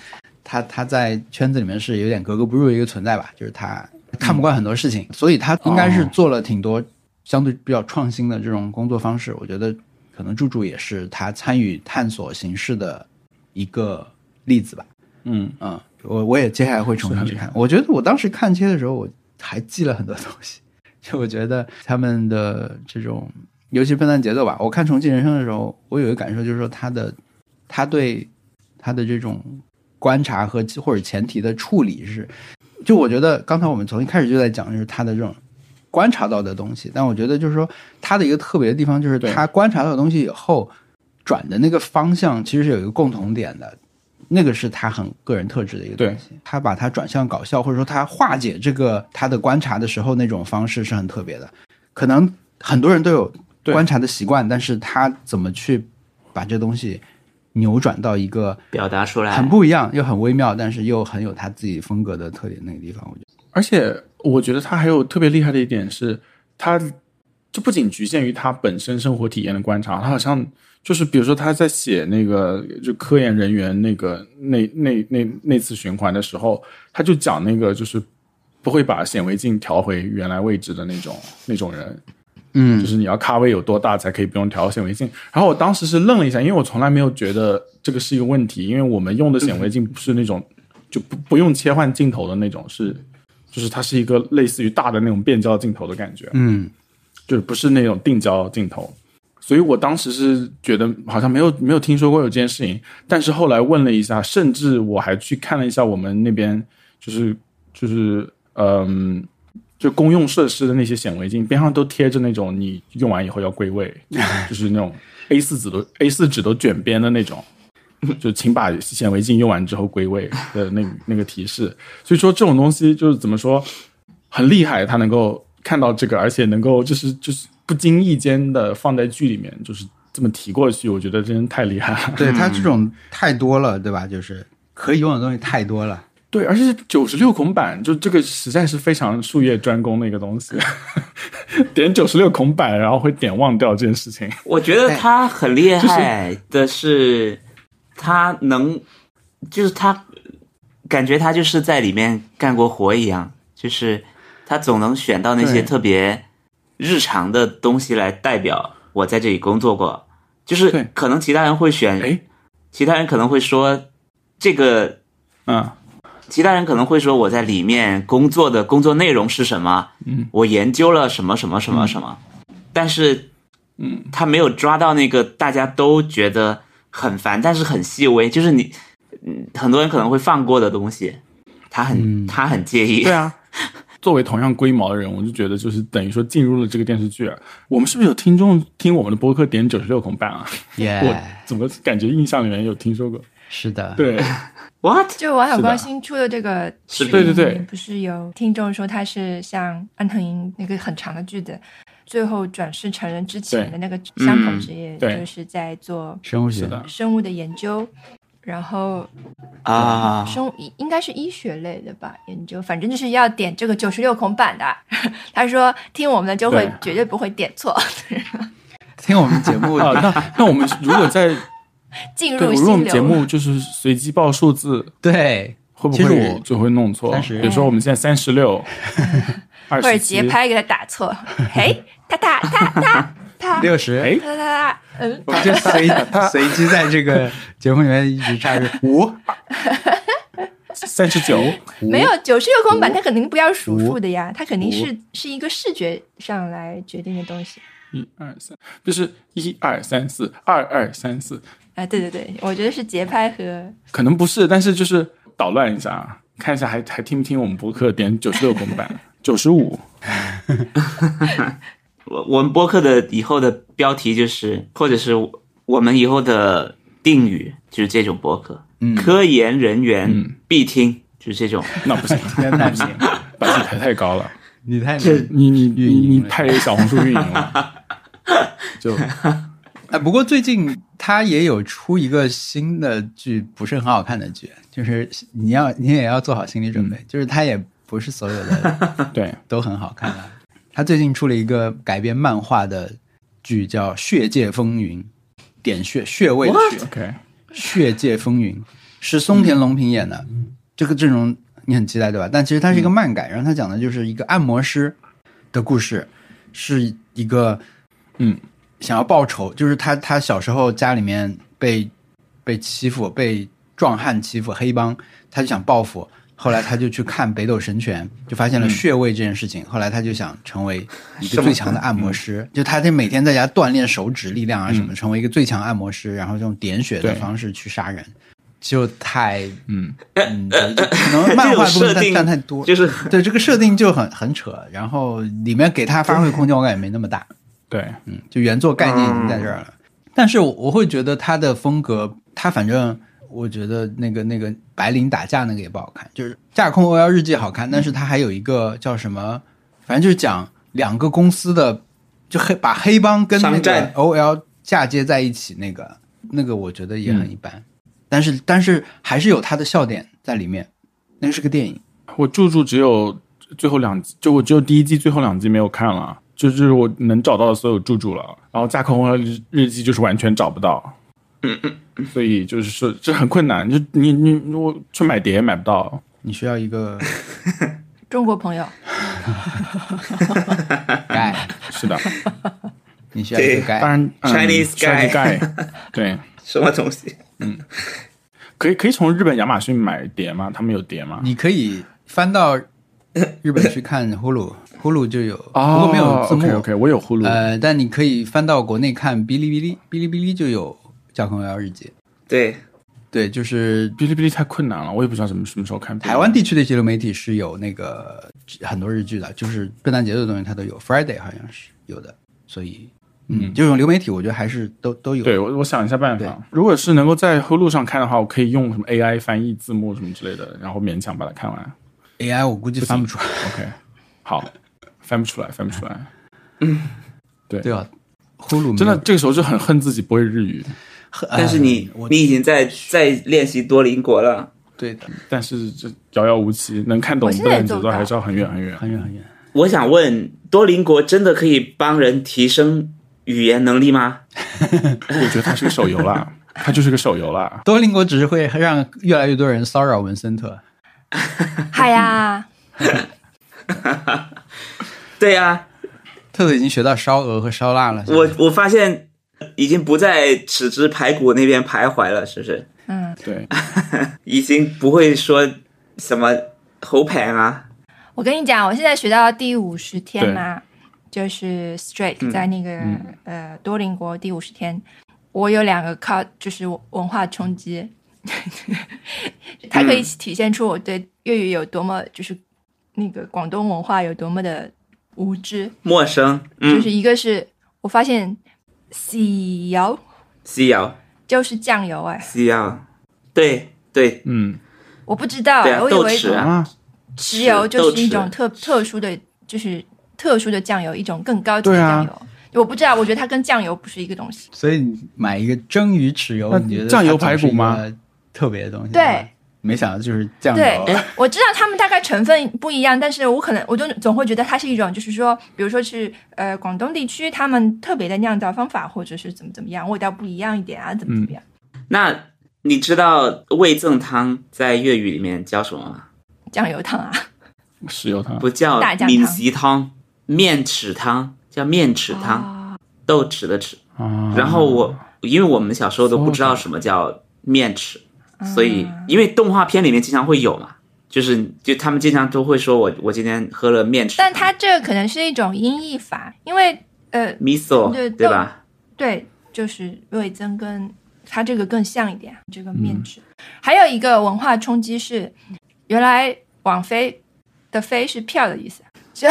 [SPEAKER 2] 他他在圈子里面是有点格格不入的一个存在吧，就是他看不惯很多事情，所以他应该是做了挺多相对比较创新的这种工作方式。我觉得可能柱柱也是他参与探索形式的一个例子吧。
[SPEAKER 3] 嗯，
[SPEAKER 2] 嗯，我我也接下来会重新去看。我觉得我当时看切的时候，我还记了很多东西。就我觉得他们的这种，尤其笨蛋节奏吧，我看《重庆人生》的时候，我有一个感受，就是说他的他对他的这种观察和或者前提的处理是，就我觉得刚才我们从一开始就在讲，就是他的这种观察到的东西。但我觉得就是说他的一个特别的地方，就是
[SPEAKER 3] 对
[SPEAKER 2] 他观察到的东西以后转的那个方向，其实是有一个共同点的。那个是他很个人特质的一个东西，他把它转向搞笑，或者说他化解这个他的观察的时候那种方式是很特别的。可能很多人都有
[SPEAKER 3] 对
[SPEAKER 2] 观察的习惯，但是他怎么去把这东西扭转到一个
[SPEAKER 1] 表达出来
[SPEAKER 2] 很不一样又很微妙，但是又很有他自己风格的特点那个地方，我觉得
[SPEAKER 3] 而且我觉得他还有特别厉害的一点是，他这不仅局限于他本身生活体验的观察，他好像就是比如说他在写那个就科研人员那个那那那那次循环的时候，他就讲那个就是不会把显微镜调回原来位置的那种那种人，
[SPEAKER 2] 嗯
[SPEAKER 3] 就是你要咖位有多大才可以不用调显微镜。然后我当时是愣了一下，因为我从来没有觉得这个是一个问题，因为我们用的显微镜不是那种就不不用切换镜头的那种，是就是它是一个类似于大的那种变焦镜头的感觉，
[SPEAKER 2] 嗯
[SPEAKER 3] 就是不是那种定焦镜头。所以我当时是觉得好像没有没有听说过有这件事情，但是后来问了一下，甚至我还去看了一下我们那边就是就是嗯。就公用设施的那些显微镜边上都贴着那种你用完以后要归位，就是那种 A 四纸都 A 四纸都卷边的那种，就请把显微镜用完之后归位的那那个提示。所以说这种东西就是怎么说，很厉害，他能够看到这个，而且能够就是就是不经意间的放在剧里面，就是这么提过去，我觉得真的太厉害了。
[SPEAKER 2] 对他这种太多了，对吧？就是可以用的东西太多了。
[SPEAKER 3] 对，而且是九十六孔板，就这个实在是非常术业专攻的一个东西。 点九十六孔板，然后会点忘掉这件事情。
[SPEAKER 1] 我觉
[SPEAKER 3] 哎
[SPEAKER 1] 得他很厉害的是，他能，就是他感觉他就是在里面干过活一样，就是他总能选到那些
[SPEAKER 3] 对
[SPEAKER 1] 特别日常的东西来代表我在这里工作过。就是
[SPEAKER 3] 对
[SPEAKER 1] 可能其他人会选
[SPEAKER 3] 哎，
[SPEAKER 1] 其他人可能会说这个
[SPEAKER 3] 嗯，
[SPEAKER 1] 其他人可能会说我在里面工作的工作内容是什么，
[SPEAKER 3] 嗯，
[SPEAKER 1] 我研究了什么什么什么什么，但是，
[SPEAKER 3] 嗯，
[SPEAKER 1] 他没有抓到那个大家都觉得很烦，但是很细微，就是你，嗯，很多人可能会放过的东西，他很、他很介意，
[SPEAKER 3] 嗯对啊，作为同样龟毛的人，我就觉得就是等于说进入了这个电视剧。啊我们是不是有听众听我们的播客点九十六孔板啊？
[SPEAKER 2] 耶、
[SPEAKER 3] 我怎么感觉印象里面有听说过？
[SPEAKER 2] 是的，
[SPEAKER 3] 对
[SPEAKER 1] ，what？
[SPEAKER 4] 就王小
[SPEAKER 3] 是的
[SPEAKER 4] 光新出的这个
[SPEAKER 1] 是
[SPEAKER 4] 剧
[SPEAKER 1] 对
[SPEAKER 3] 对对
[SPEAKER 4] 里面不是有听众说他是像安藤樱那个很长的句子，最后转世成人之前
[SPEAKER 3] 对
[SPEAKER 4] 的那个相同
[SPEAKER 1] 嗯
[SPEAKER 4] 职业，
[SPEAKER 3] 对
[SPEAKER 4] 就是在做
[SPEAKER 2] 生物学
[SPEAKER 3] 是的，
[SPEAKER 4] 生物的研究，然后
[SPEAKER 1] 啊，
[SPEAKER 4] 生物应该是医学类的吧，研究，反正就是要点这个九十六孔版的。 他说听我们的就会
[SPEAKER 3] 对
[SPEAKER 4] 绝对不会 点错，
[SPEAKER 2] 听我们节目
[SPEAKER 3] 啊，那那我们如果 在
[SPEAKER 4] 进
[SPEAKER 3] 对，
[SPEAKER 4] 入
[SPEAKER 3] 如果我
[SPEAKER 4] 心
[SPEAKER 3] 们节
[SPEAKER 4] 流。
[SPEAKER 3] 目就是随机报数字，
[SPEAKER 2] 对，
[SPEAKER 3] 会不
[SPEAKER 2] 其实
[SPEAKER 3] 会
[SPEAKER 2] 我
[SPEAKER 3] 就会弄错？
[SPEAKER 2] 30
[SPEAKER 3] 比如说我们现在三十 六，二
[SPEAKER 4] 或
[SPEAKER 3] 十
[SPEAKER 4] 者节拍给他打错，嘿，哒哒哒哒哒哒
[SPEAKER 2] 六十，
[SPEAKER 3] 哎
[SPEAKER 4] 哒哒，嗯，
[SPEAKER 2] 我们就随随机在这个节目里面一直插入五
[SPEAKER 3] 三十九，
[SPEAKER 4] 没有九十六孔版，它肯定不要数数的呀，它肯定是是一个视觉上来决定的东西。
[SPEAKER 3] 一二三，就是一二三四，二二三四，
[SPEAKER 4] 啊，对对对，我觉得是节拍和
[SPEAKER 3] 可能不是，但是就是捣乱一下，啊看一下还还听不听我们博客点九十六公 版，九十五，
[SPEAKER 1] 我我们播客的以后的标题就是，或者是我们以后的定语就是这种播客，
[SPEAKER 2] 嗯
[SPEAKER 1] 科研人员
[SPEAKER 3] 嗯
[SPEAKER 1] 必听，就是这种。
[SPEAKER 3] 那 不行，
[SPEAKER 2] 天哪，你
[SPEAKER 3] 把自己抬太高了，
[SPEAKER 2] 你太
[SPEAKER 1] 这
[SPEAKER 3] 你你你
[SPEAKER 2] 运营
[SPEAKER 3] 你
[SPEAKER 2] 了
[SPEAKER 3] 太小红书运营了， 就
[SPEAKER 2] 啊！不过最近他也有出一个新的剧，不是很好看的剧，就是你要你也要做好心理准备，就是他也不是所有的
[SPEAKER 3] 对，
[SPEAKER 2] 都很好看的。他最近出了一个改编漫画的剧，叫《血界风云》，点穴穴位的穴。
[SPEAKER 3] OK，
[SPEAKER 2] 《血界风云》是松田龙平演的，这个阵容你很期待对吧？但其实它是一个漫改，然后它讲的就是一个按摩师的故事，是一个
[SPEAKER 3] 嗯
[SPEAKER 2] 想要报仇，就是他他小时候家里面被被欺负，被壮汉欺负，黑帮，他就想报复。后来他就去看北斗神拳，就发现了穴位这件事情。后来他就想成为一个最强的按摩师， 就他这每天在家锻炼手指力量啊什么，成为一个最强按摩师，然后用点血的
[SPEAKER 3] 对
[SPEAKER 2] 方式去杀人，就太
[SPEAKER 3] 嗯，
[SPEAKER 2] 嗯，对就 可能漫
[SPEAKER 1] 这
[SPEAKER 2] 画
[SPEAKER 1] 种
[SPEAKER 2] 部分
[SPEAKER 1] 设
[SPEAKER 2] 占
[SPEAKER 1] 定
[SPEAKER 2] 占太多，
[SPEAKER 1] 就是
[SPEAKER 2] 对这个设定就很很扯，然后里面给他发挥空间我感觉没那么大，
[SPEAKER 3] 对，
[SPEAKER 2] 嗯，就原作概念已经在这儿
[SPEAKER 1] 嗯
[SPEAKER 2] 了。但是我我会觉得他的风格，他反正我觉得那个那个白领打架那个也不好看，就是《架空欧妖日记》好看，但是他还有一个叫什么，反正就是讲两个公司的，就黑把黑帮跟那
[SPEAKER 1] 商
[SPEAKER 2] 个
[SPEAKER 1] 战
[SPEAKER 2] OL 嫁接在一起那个，那个我觉得也很一般，
[SPEAKER 1] 嗯
[SPEAKER 2] 但是但是还是有他的笑点在里面，那个是个电影，
[SPEAKER 3] 我住住只有最后两集，就我只有第一季最后两集没有看了，就是我能找到的所有住住了，然后架空和日日记就是完全找不到，嗯嗯，所以就是说这很困难，就你你我去买碟也买不到，
[SPEAKER 2] 你需要一个
[SPEAKER 4] 中国朋友，
[SPEAKER 2] guy，
[SPEAKER 3] 是的，
[SPEAKER 2] 你需要一个
[SPEAKER 1] 对
[SPEAKER 2] guy，
[SPEAKER 3] 当然、嗯、
[SPEAKER 1] Chinese guy
[SPEAKER 3] Chinese guy，对，
[SPEAKER 1] 什么东西？
[SPEAKER 3] 可以可以从日本亚马逊买碟吗？他们有碟吗？
[SPEAKER 2] 啊你可以翻到日本去看《呼噜》，《呼噜》就有，
[SPEAKER 3] 哦，
[SPEAKER 2] 不过没有字幕。
[SPEAKER 3] OK OK，我有呼噜，
[SPEAKER 2] 呃，但你可以翻到国内看哔哩哔哩，哔哩哔哩就有《架空妖日记》。
[SPEAKER 1] 对，
[SPEAKER 2] 对，就是
[SPEAKER 3] 哔哩哔哩太困难了，我也不知道什么什么时候看。
[SPEAKER 2] 台湾地区的一些流媒体是有那个很多日剧的，就是笨蛋节奏的东西它都有，Friday 好像是有的，所以嗯，这种流媒体我觉得还是都都有。
[SPEAKER 3] 对我，我想一下办
[SPEAKER 2] 对
[SPEAKER 3] 法。如果是能够在 Hulu 上看的话，我可以用什么 AI 翻译字幕什么之类的，然后勉强把它看完。
[SPEAKER 2] AI 我估计翻不出来。
[SPEAKER 3] OK，好， 翻不出来，翻不出来。
[SPEAKER 2] 对啊，呼
[SPEAKER 1] 嗯
[SPEAKER 2] 噜
[SPEAKER 3] 真的，这个时候就很恨自己不会日语，哎
[SPEAKER 1] 但
[SPEAKER 2] 哎
[SPEAKER 1] 是你、
[SPEAKER 2] 我
[SPEAKER 1] 你已经在在练习多邻国了。
[SPEAKER 2] 对的，
[SPEAKER 3] 但是这遥遥无期，能看懂
[SPEAKER 4] 我现
[SPEAKER 3] 不
[SPEAKER 4] 在
[SPEAKER 3] 能
[SPEAKER 4] 也
[SPEAKER 3] 节
[SPEAKER 4] 做不
[SPEAKER 3] 奏还
[SPEAKER 4] 到
[SPEAKER 3] 是要很远很远。哎
[SPEAKER 2] 很远很远。
[SPEAKER 1] 我想问，多邻国真的可以帮人提升语言能力吗？
[SPEAKER 3] 我觉得它是个手游啦，它就是个手游啦。
[SPEAKER 2] 多邻国只是会让越来越多人骚扰文森特。
[SPEAKER 4] 嗨呀，
[SPEAKER 1] 对啊，
[SPEAKER 2] 特特已经学到烧鹅和烧腊了。
[SPEAKER 1] 我我发现已经不在豉汁排骨那边徘徊了，是不是？
[SPEAKER 4] 嗯，
[SPEAKER 3] 对，
[SPEAKER 1] 已经不会说什么猴盘啊，
[SPEAKER 4] 我跟你讲，我现在学到第五十天嘛，就是 straight 在那个、呃多邻国第五十天，我有两个靠就是文化冲击，它可以体现出我对粤语有多么就是那个广东文化有多么的无知，
[SPEAKER 1] 陌生，
[SPEAKER 4] 就
[SPEAKER 1] 嗯，
[SPEAKER 4] 是一个是我发现豉油
[SPEAKER 1] 西瑶
[SPEAKER 4] 就是酱油哎，
[SPEAKER 1] 西瑶，对对
[SPEAKER 3] 嗯
[SPEAKER 4] 我不知道、
[SPEAKER 1] 对啊，
[SPEAKER 4] 我以
[SPEAKER 1] 豆
[SPEAKER 4] 为
[SPEAKER 1] 豉啊，
[SPEAKER 3] 啊，
[SPEAKER 4] 豉油
[SPEAKER 1] 是
[SPEAKER 4] 就是一
[SPEAKER 1] 豆豉
[SPEAKER 4] 种特特殊的，就是特殊的酱油，一种更高级
[SPEAKER 1] 啊
[SPEAKER 4] 的酱油。我不知道，我觉得它跟酱油不是一个东西。
[SPEAKER 2] 所以你买一个蒸鱼豉油，
[SPEAKER 3] 那
[SPEAKER 2] 你觉得
[SPEAKER 3] 酱油排骨吗？
[SPEAKER 2] 特别的东西。
[SPEAKER 4] 对，
[SPEAKER 2] 没想到就是酱油。
[SPEAKER 4] 对，我知道它们大概成分不一样，但是我可能我就总会觉得它是一种，就是说，比如说是呃广东地区他们特别的酿造方法，或者是怎么怎么样，味道不一样一点啊，怎么怎么样，
[SPEAKER 1] 那你知道味噌汤在粤语里面叫什么吗？
[SPEAKER 4] 酱油汤啊，
[SPEAKER 3] 石油汤
[SPEAKER 1] 不叫
[SPEAKER 4] 大酱汤
[SPEAKER 1] 闽席汤，面豉汤叫面豉汤，
[SPEAKER 4] 哦
[SPEAKER 1] 豆豉的豉。
[SPEAKER 3] 啊
[SPEAKER 1] 然后我因为我们小时候都不知道
[SPEAKER 3] So-so
[SPEAKER 1] 什么叫面豉，
[SPEAKER 4] 嗯
[SPEAKER 1] 所以因为动画片里面经常会有嘛，就是就他们经常都会说我我今天喝了面豉，
[SPEAKER 4] 但它这个可能是一种音译法，因为呃
[SPEAKER 1] miso
[SPEAKER 4] 对
[SPEAKER 1] 对吧？
[SPEAKER 4] 对，就是味增跟它这个更像一点，这个面质。还有一个文化冲击是，原来网飞的飞是票的意思，这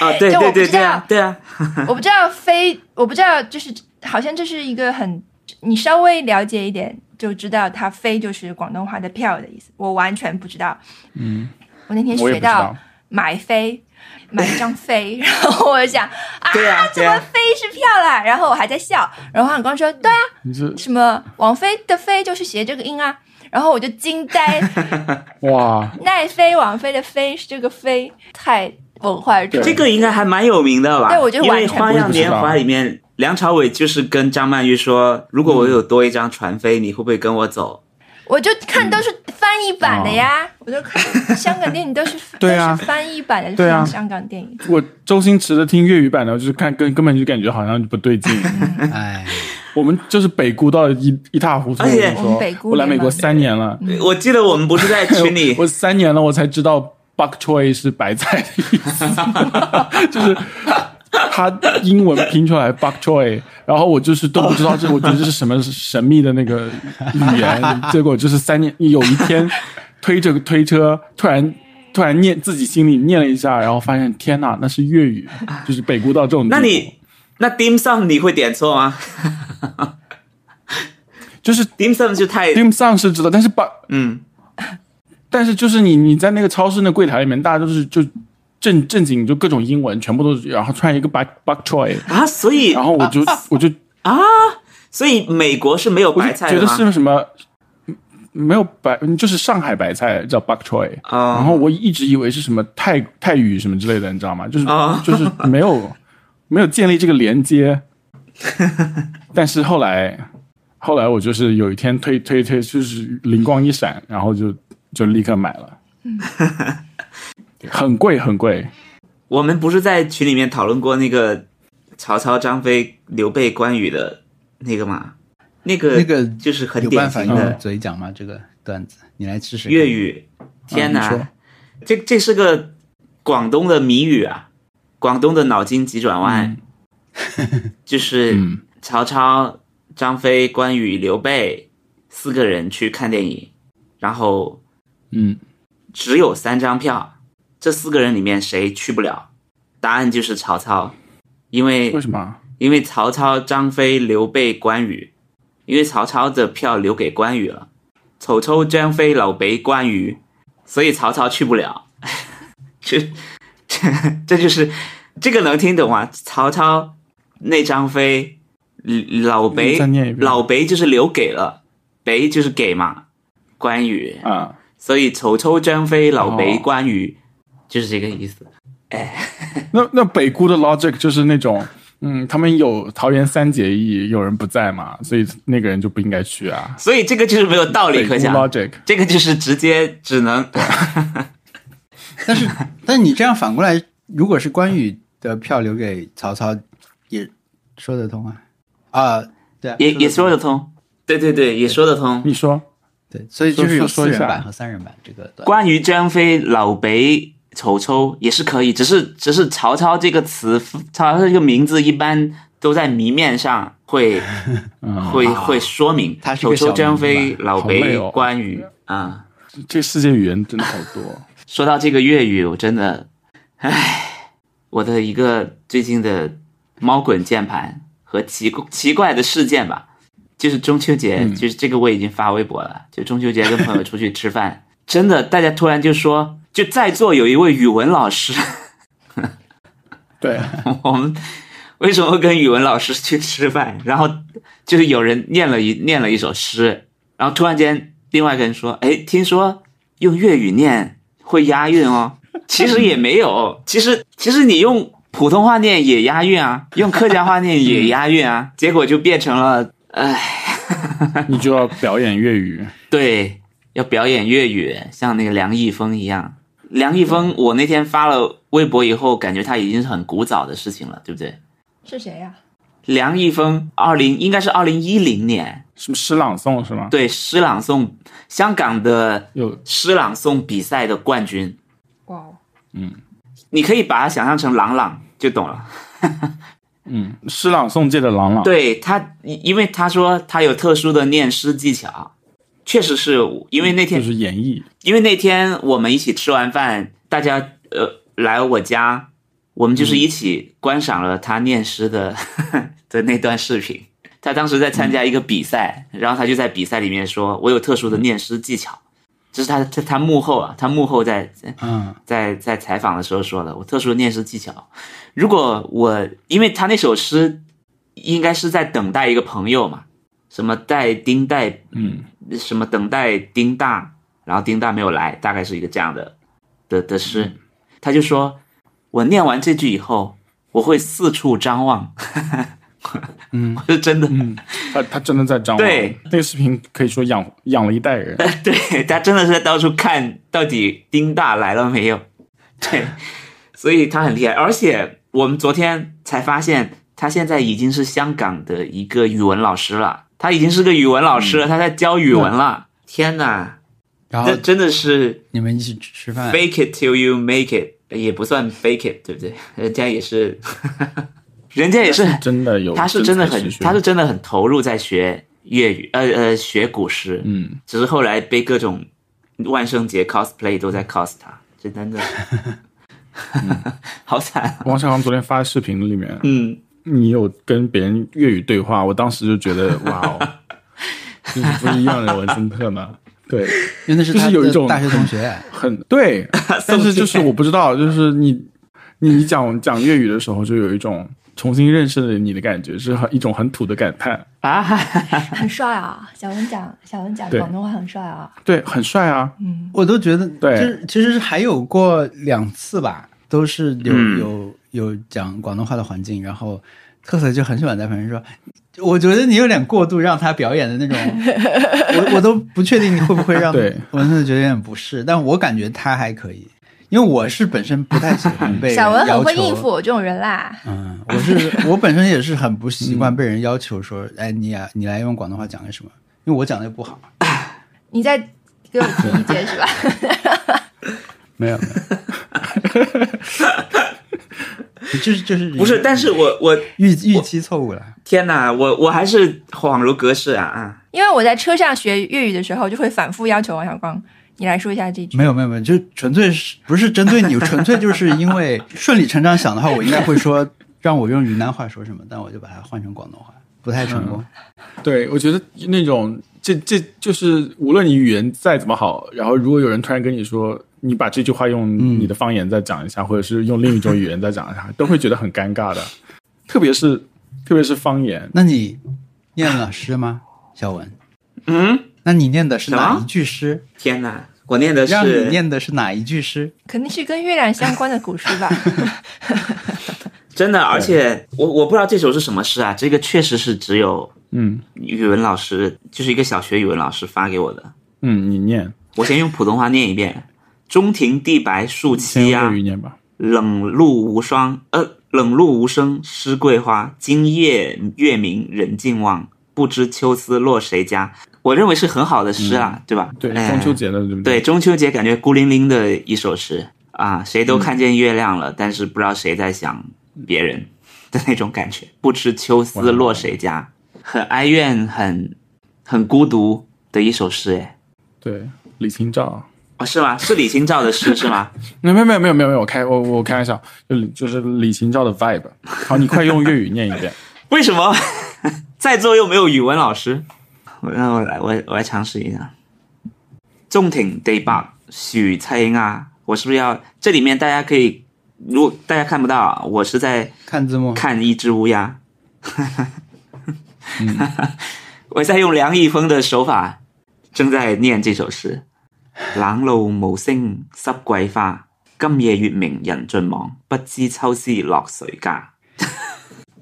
[SPEAKER 1] 啊，对
[SPEAKER 4] 这
[SPEAKER 1] 对
[SPEAKER 4] 我不
[SPEAKER 1] 对
[SPEAKER 4] 知
[SPEAKER 1] 对啊
[SPEAKER 4] 道
[SPEAKER 1] 对啊，
[SPEAKER 4] 我不知道飞，我不知道，就是好像这是一个很，你稍微了解一点就知道它飞就是广东话的票的意思，我完全不知道。嗯，我那天
[SPEAKER 3] 我也不知
[SPEAKER 4] 学到
[SPEAKER 3] 道，
[SPEAKER 4] 买飞。买一张飞， 然后我想啊，
[SPEAKER 1] 对啊
[SPEAKER 4] 怎
[SPEAKER 1] 对
[SPEAKER 4] 么
[SPEAKER 1] 啊
[SPEAKER 4] 飞是票啦？然后我还在笑，然后我刚说对啊，
[SPEAKER 3] 你这
[SPEAKER 4] 什么王菲的菲就是写这个音啊，然后我就惊 呆，
[SPEAKER 3] 哇，
[SPEAKER 4] 奈飞王菲的菲是这个飞，太文化冲
[SPEAKER 1] 这个应该还蛮有名的吧？
[SPEAKER 4] 对我觉得
[SPEAKER 1] 因
[SPEAKER 4] 完
[SPEAKER 1] 为《
[SPEAKER 4] 全
[SPEAKER 1] 花样年
[SPEAKER 3] 我也不知
[SPEAKER 1] 华》
[SPEAKER 3] 道
[SPEAKER 1] 里面，梁朝伟就是跟张曼玉说：“如果
[SPEAKER 3] 嗯
[SPEAKER 1] 我有多一张船飞，你会不会跟我走
[SPEAKER 4] 我就看都是翻译版的呀，我就看香港电影都是
[SPEAKER 3] 嗯 对啊
[SPEAKER 4] 都是翻译版的，
[SPEAKER 3] 对啊
[SPEAKER 4] 就是香港电影。
[SPEAKER 3] 我周星驰的听粤语版的，就是看根根本就感觉好像不对劲。
[SPEAKER 2] 哎，
[SPEAKER 3] 我们就是北姑到一一塌糊涂。
[SPEAKER 1] 而且
[SPEAKER 3] 我跟你
[SPEAKER 4] 我
[SPEAKER 3] 说
[SPEAKER 4] 们北姑
[SPEAKER 3] 我来美
[SPEAKER 4] 联
[SPEAKER 3] 国
[SPEAKER 4] 盟
[SPEAKER 3] 三年了，？”
[SPEAKER 4] 嗯
[SPEAKER 1] 我记得我们不是在群里
[SPEAKER 3] 我三年了，我才知道 bok choy 是白菜的意 思，就是它英文拼出来 bok choy，然后我就是都不知道这，我觉得这是什么神秘的那个语言。结果就是三年，有一天推着 推车，突然突然念自己心里念了一下，然后发现天哪，那是粤语，就是北姑到这种地步。
[SPEAKER 1] 那你那 dim sum 你会点错吗
[SPEAKER 3] 就是
[SPEAKER 1] ？dim sum 就太
[SPEAKER 3] dim sum 是知道，但是 bok
[SPEAKER 1] 嗯，
[SPEAKER 3] 但是就是你你在那个超市那柜台里面，大家都是就正正经就各种英文，全部都是，然后穿一个 bug bug choy，
[SPEAKER 1] 啊，所 以
[SPEAKER 3] 然后我就、我就
[SPEAKER 1] 所以美国是没有
[SPEAKER 3] 我就
[SPEAKER 1] 白菜
[SPEAKER 3] 觉
[SPEAKER 1] 的
[SPEAKER 3] 得
[SPEAKER 1] 吗？
[SPEAKER 3] 是什么没有白，就是上海白菜叫 bug choy，、
[SPEAKER 1] 啊
[SPEAKER 3] 然后我一直以为是什么泰泰语什么之类的，你知道吗？就是、
[SPEAKER 1] 啊
[SPEAKER 3] 就是没有没有建立这个 连接，但是后来后来我就是有一天推推推，就是灵光一闪，然后就就立刻买了，
[SPEAKER 1] 嗯
[SPEAKER 3] 很贵很贵。
[SPEAKER 1] 我们不是在群里面讨论过那个曹操、张飞、刘备、关羽的那个吗？那个
[SPEAKER 2] 那个
[SPEAKER 1] 就是很
[SPEAKER 2] 有
[SPEAKER 1] 典
[SPEAKER 2] 办法
[SPEAKER 1] 型
[SPEAKER 2] 用
[SPEAKER 1] 的
[SPEAKER 2] 嘴讲吗？这个段子，你来试试看
[SPEAKER 1] 粤。语。天
[SPEAKER 2] 嗯啊
[SPEAKER 3] 你说
[SPEAKER 1] 哪，这这是个广东的谜语啊！广东的脑筋急转弯，就是
[SPEAKER 3] 嗯
[SPEAKER 1] 曹操、张飞、关羽、刘备四个人去看电影，然后
[SPEAKER 3] 嗯，
[SPEAKER 1] 只有三张票，这四个人里面谁去不了？答案就是曹操，因为
[SPEAKER 3] 为什么？
[SPEAKER 1] 因为曹操、张飞、刘备、关羽，因为曹操的票留给关羽了，丑丑、张飞、老北、关羽，所以曹操去不了。 这 这这就是这个能听懂吗？曹操那张飞，老
[SPEAKER 3] 你
[SPEAKER 1] 北
[SPEAKER 3] 再念一遍
[SPEAKER 1] 老北就是留给了，北就是给嘛，关羽，
[SPEAKER 3] 啊，
[SPEAKER 1] 所以丑丑、张飞、老北、
[SPEAKER 3] 哦
[SPEAKER 1] 关羽，就是这个意思。
[SPEAKER 3] 那那北姑的 logic 就是那种，嗯，他们有桃园三结义，有人不在嘛，所以那个人就不应该去啊。
[SPEAKER 1] 所以这个就是没有道理
[SPEAKER 3] 北姑
[SPEAKER 1] 可讲。
[SPEAKER 3] logic，
[SPEAKER 1] 这个就是直接只能
[SPEAKER 2] 但是，但你这样反过来，如果是关羽的票留给曹操，也说得通啊。啊，对啊，
[SPEAKER 1] 也也
[SPEAKER 2] 说
[SPEAKER 1] 说
[SPEAKER 2] 得
[SPEAKER 1] 得通，对对对，也说得通。
[SPEAKER 3] 你说
[SPEAKER 2] 通对，所以就是有
[SPEAKER 3] 说
[SPEAKER 2] 四
[SPEAKER 3] 说一
[SPEAKER 2] 人
[SPEAKER 3] 下
[SPEAKER 2] 版和三人版这个段子。
[SPEAKER 1] 关于张飞、老北、丑丑也是可以，只是只是曹操这个词，曹操这个名字一般都在谜面上会会会说明。
[SPEAKER 2] 他是
[SPEAKER 1] 丑
[SPEAKER 2] 个
[SPEAKER 1] 丑、
[SPEAKER 2] 小名字吧
[SPEAKER 1] 张飞、老
[SPEAKER 3] 好累
[SPEAKER 1] 北
[SPEAKER 3] 哦、
[SPEAKER 1] 关羽啊、
[SPEAKER 3] 这世界语言真的好多，
[SPEAKER 1] 说到这个粤语，我真的，唉，我的一个最近的猫滚键盘和奇奇怪的事件吧，就是中秋节，就是这个我已经发微博了，就中秋节跟朋友出去吃饭， 真的大家突然就说，就在座有一位语文老师，
[SPEAKER 3] 对，
[SPEAKER 1] 我们为什么跟语文老师去吃饭？ 然后就是有人念了一念了一首诗，然后突然间另外一个人说：“哎，听说用粤语念会押韵哦。” 其实也没有，其实其实你用普通话念也押韵啊，用客家话念也押韵啊， 结果就变成了，唉，
[SPEAKER 3] 你就要表演粤语。
[SPEAKER 1] 对，要表演粤语，像那个梁毅峰一样。梁毅峰，我那天发了微博以后，感觉他已经是很古早的事情了，对不对？
[SPEAKER 4] 是谁啊呀、
[SPEAKER 1] 梁毅峰，二零应该是二零一零年，
[SPEAKER 3] 什么诗朗诵是吗？
[SPEAKER 1] 对诗朗诵，香港的
[SPEAKER 3] 有
[SPEAKER 1] 诗朗诵比赛的冠军，
[SPEAKER 4] 哇哦，
[SPEAKER 1] 你可以把它想象成朗朗就懂了。
[SPEAKER 3] 嗯，诗朗诵界的朗朗，
[SPEAKER 1] 对他，因因为他说他有特殊的念诗技巧，确实是因为那天
[SPEAKER 3] 就是演绎。
[SPEAKER 1] 因为那天我们一起吃完饭，大家呃来我家，我们就是一起观赏了他念诗的、 的那段视频。他当时在参加一个比赛，然后他就在比赛里面说：“我有特殊的念诗技巧。”这是他他他幕后啊，他幕后在在
[SPEAKER 2] 嗯，
[SPEAKER 1] 在在采访的时候说的，我特殊的念诗技巧。如果我，因为他那首诗应该是在等待一个朋友嘛，什么待丁待
[SPEAKER 3] 嗯，
[SPEAKER 1] 什么等待丁大，然后丁大没有来，大概是一个这样的的的诗。他就说，我念完这句以后，我会四处张望。嗯， 我是真的，
[SPEAKER 3] 他他真的在张望。
[SPEAKER 1] 对，
[SPEAKER 3] 那个视频可以说养养了一代人。
[SPEAKER 1] 对他真的是在到处看到底丁大来了没有，对，所以他很厉害。而且我们昨天才发现，他现在已经是香港的一个语文老师了，他已经是个语文老师了，他在教语文了。天哪，
[SPEAKER 2] 然后
[SPEAKER 1] 这真的是
[SPEAKER 2] 你们一起吃吃饭，
[SPEAKER 1] fake it till you make it，也不算 fake it，对不对？ 人家也是， 人家也 是很，
[SPEAKER 3] 真的有，
[SPEAKER 1] 他是真的很
[SPEAKER 3] 真才实，学
[SPEAKER 1] 他是真的很投入在学粤语，呃呃，学古诗，
[SPEAKER 3] 嗯，
[SPEAKER 1] 只是后来被各种万圣节 cosplay 都在 cos 他，这真的，嗯 好惨啊、
[SPEAKER 3] 王小航昨天发的视频里面，
[SPEAKER 1] 嗯，
[SPEAKER 3] 你有跟别人粤语对话，我当时就觉得哇哦，你不是一样的文森特吗？对，
[SPEAKER 2] 因为那是
[SPEAKER 3] 就是
[SPEAKER 2] 他
[SPEAKER 3] 有一
[SPEAKER 2] 的
[SPEAKER 3] 种
[SPEAKER 2] 大学同学，
[SPEAKER 3] 很对，但是就是我不知道，就是你你讲讲粤语的时候，就有一种重新认识了你的感觉，是很一种很土的感叹。
[SPEAKER 1] 啊，哈哈哈
[SPEAKER 4] 很帅啊！小文讲，小文讲
[SPEAKER 3] 对
[SPEAKER 4] 广东话很帅啊。
[SPEAKER 3] 对，很帅啊，
[SPEAKER 4] 嗯，
[SPEAKER 2] 我都觉得，
[SPEAKER 3] 对
[SPEAKER 2] 就是其实还有过两次吧，都是有、
[SPEAKER 1] 嗯
[SPEAKER 2] 有有讲广东话的环境，然后特色就很喜欢在旁边说，我觉得你有点过度让他表演的 那种，我我都不确定会不会让
[SPEAKER 3] 对
[SPEAKER 2] 文森特觉得有点不适，但我感觉他还可以，因为我是本身不太喜 欢被人
[SPEAKER 4] 小文
[SPEAKER 2] 要
[SPEAKER 4] 很会
[SPEAKER 2] 求
[SPEAKER 4] 应付我这种人啦。
[SPEAKER 2] 嗯，我是我本身也是很不习
[SPEAKER 3] 嗯
[SPEAKER 2] 惯被人要求说，哎，你啊，你来用广东话讲个什么？因为我讲的又不好。
[SPEAKER 4] 你在给我提意 见是吧？
[SPEAKER 2] 没有，没有， 就是就是
[SPEAKER 1] 不是，但是我我
[SPEAKER 2] 预预期错误了。
[SPEAKER 1] 天哪，我我还是恍如隔世啊啊！
[SPEAKER 4] 因为我在车上学粤语的时候，就会反复要求王小光，你来说一下这句。
[SPEAKER 2] 没有没有没有，就纯粹是不是针对你， 纯粹就是因为顺理成章想的话，我应该会说让我用云南话说什么，但我就把它换成广东话，不太成
[SPEAKER 1] 嗯
[SPEAKER 2] 功。
[SPEAKER 3] 对，我觉得那种这这就是无论你语言再怎么好，然后如果有人突然跟你说，你把这句话用你的方言再讲一下，或者是用另一种语言再讲一下，都会觉得很尴尬的， 特别是特别是方言。
[SPEAKER 2] 那你念了诗吗，小文？
[SPEAKER 1] 嗯，
[SPEAKER 2] 那你念的是
[SPEAKER 1] 什
[SPEAKER 2] 哪
[SPEAKER 1] 么
[SPEAKER 2] 一句诗？
[SPEAKER 1] 天哪，我念的
[SPEAKER 2] 让你
[SPEAKER 1] 是
[SPEAKER 2] 念的是哪一句诗？
[SPEAKER 4] 肯定是跟月亮相关的古诗吧？
[SPEAKER 1] 真的，而且我我不知道这首是什么诗啊，这个确实是只有
[SPEAKER 3] 嗯
[SPEAKER 1] 语文老师，就是一个小学语文老师发给我的。
[SPEAKER 3] 嗯，你念，
[SPEAKER 1] 我先用普通话念一遍： 中庭地白树
[SPEAKER 3] 先
[SPEAKER 1] 栖 鸦
[SPEAKER 3] 用粤，语念吧。
[SPEAKER 1] 冷露无霜，呃，冷露无声湿桂花。今夜月明人尽望，不知秋思落谁家。我认为是很好的诗啊，对吧？
[SPEAKER 3] 嗯对，
[SPEAKER 1] 哎
[SPEAKER 3] 中秋节的对不
[SPEAKER 1] 对，中秋节感觉孤零零的一首诗啊，谁都看见月亮了，但是不知道谁在想别人的那种感觉。不知秋思落谁家，很哀怨，很很孤独的一首诗，哎，
[SPEAKER 3] 对对，李清照。
[SPEAKER 1] 哦，是吗？是李清照的诗是吗？
[SPEAKER 3] 没有没有没有没有没有，我开我我开玩笑，就就是李清照的 vibe。好，你快用粤语念一 遍。
[SPEAKER 1] 为什么 在座又没有语文老师？我让我来，我我来尝试一下。啊中庭地白，树栖鸦。我是不是要这里面大家可以如果大家看不到啊，我是在
[SPEAKER 2] 看字幕，
[SPEAKER 1] 看一只乌鸦， 我在用梁毅峰的手法，正在念这首诗：冷露無聲濕桂花，今夜月明人盡望，不知秋思落誰家。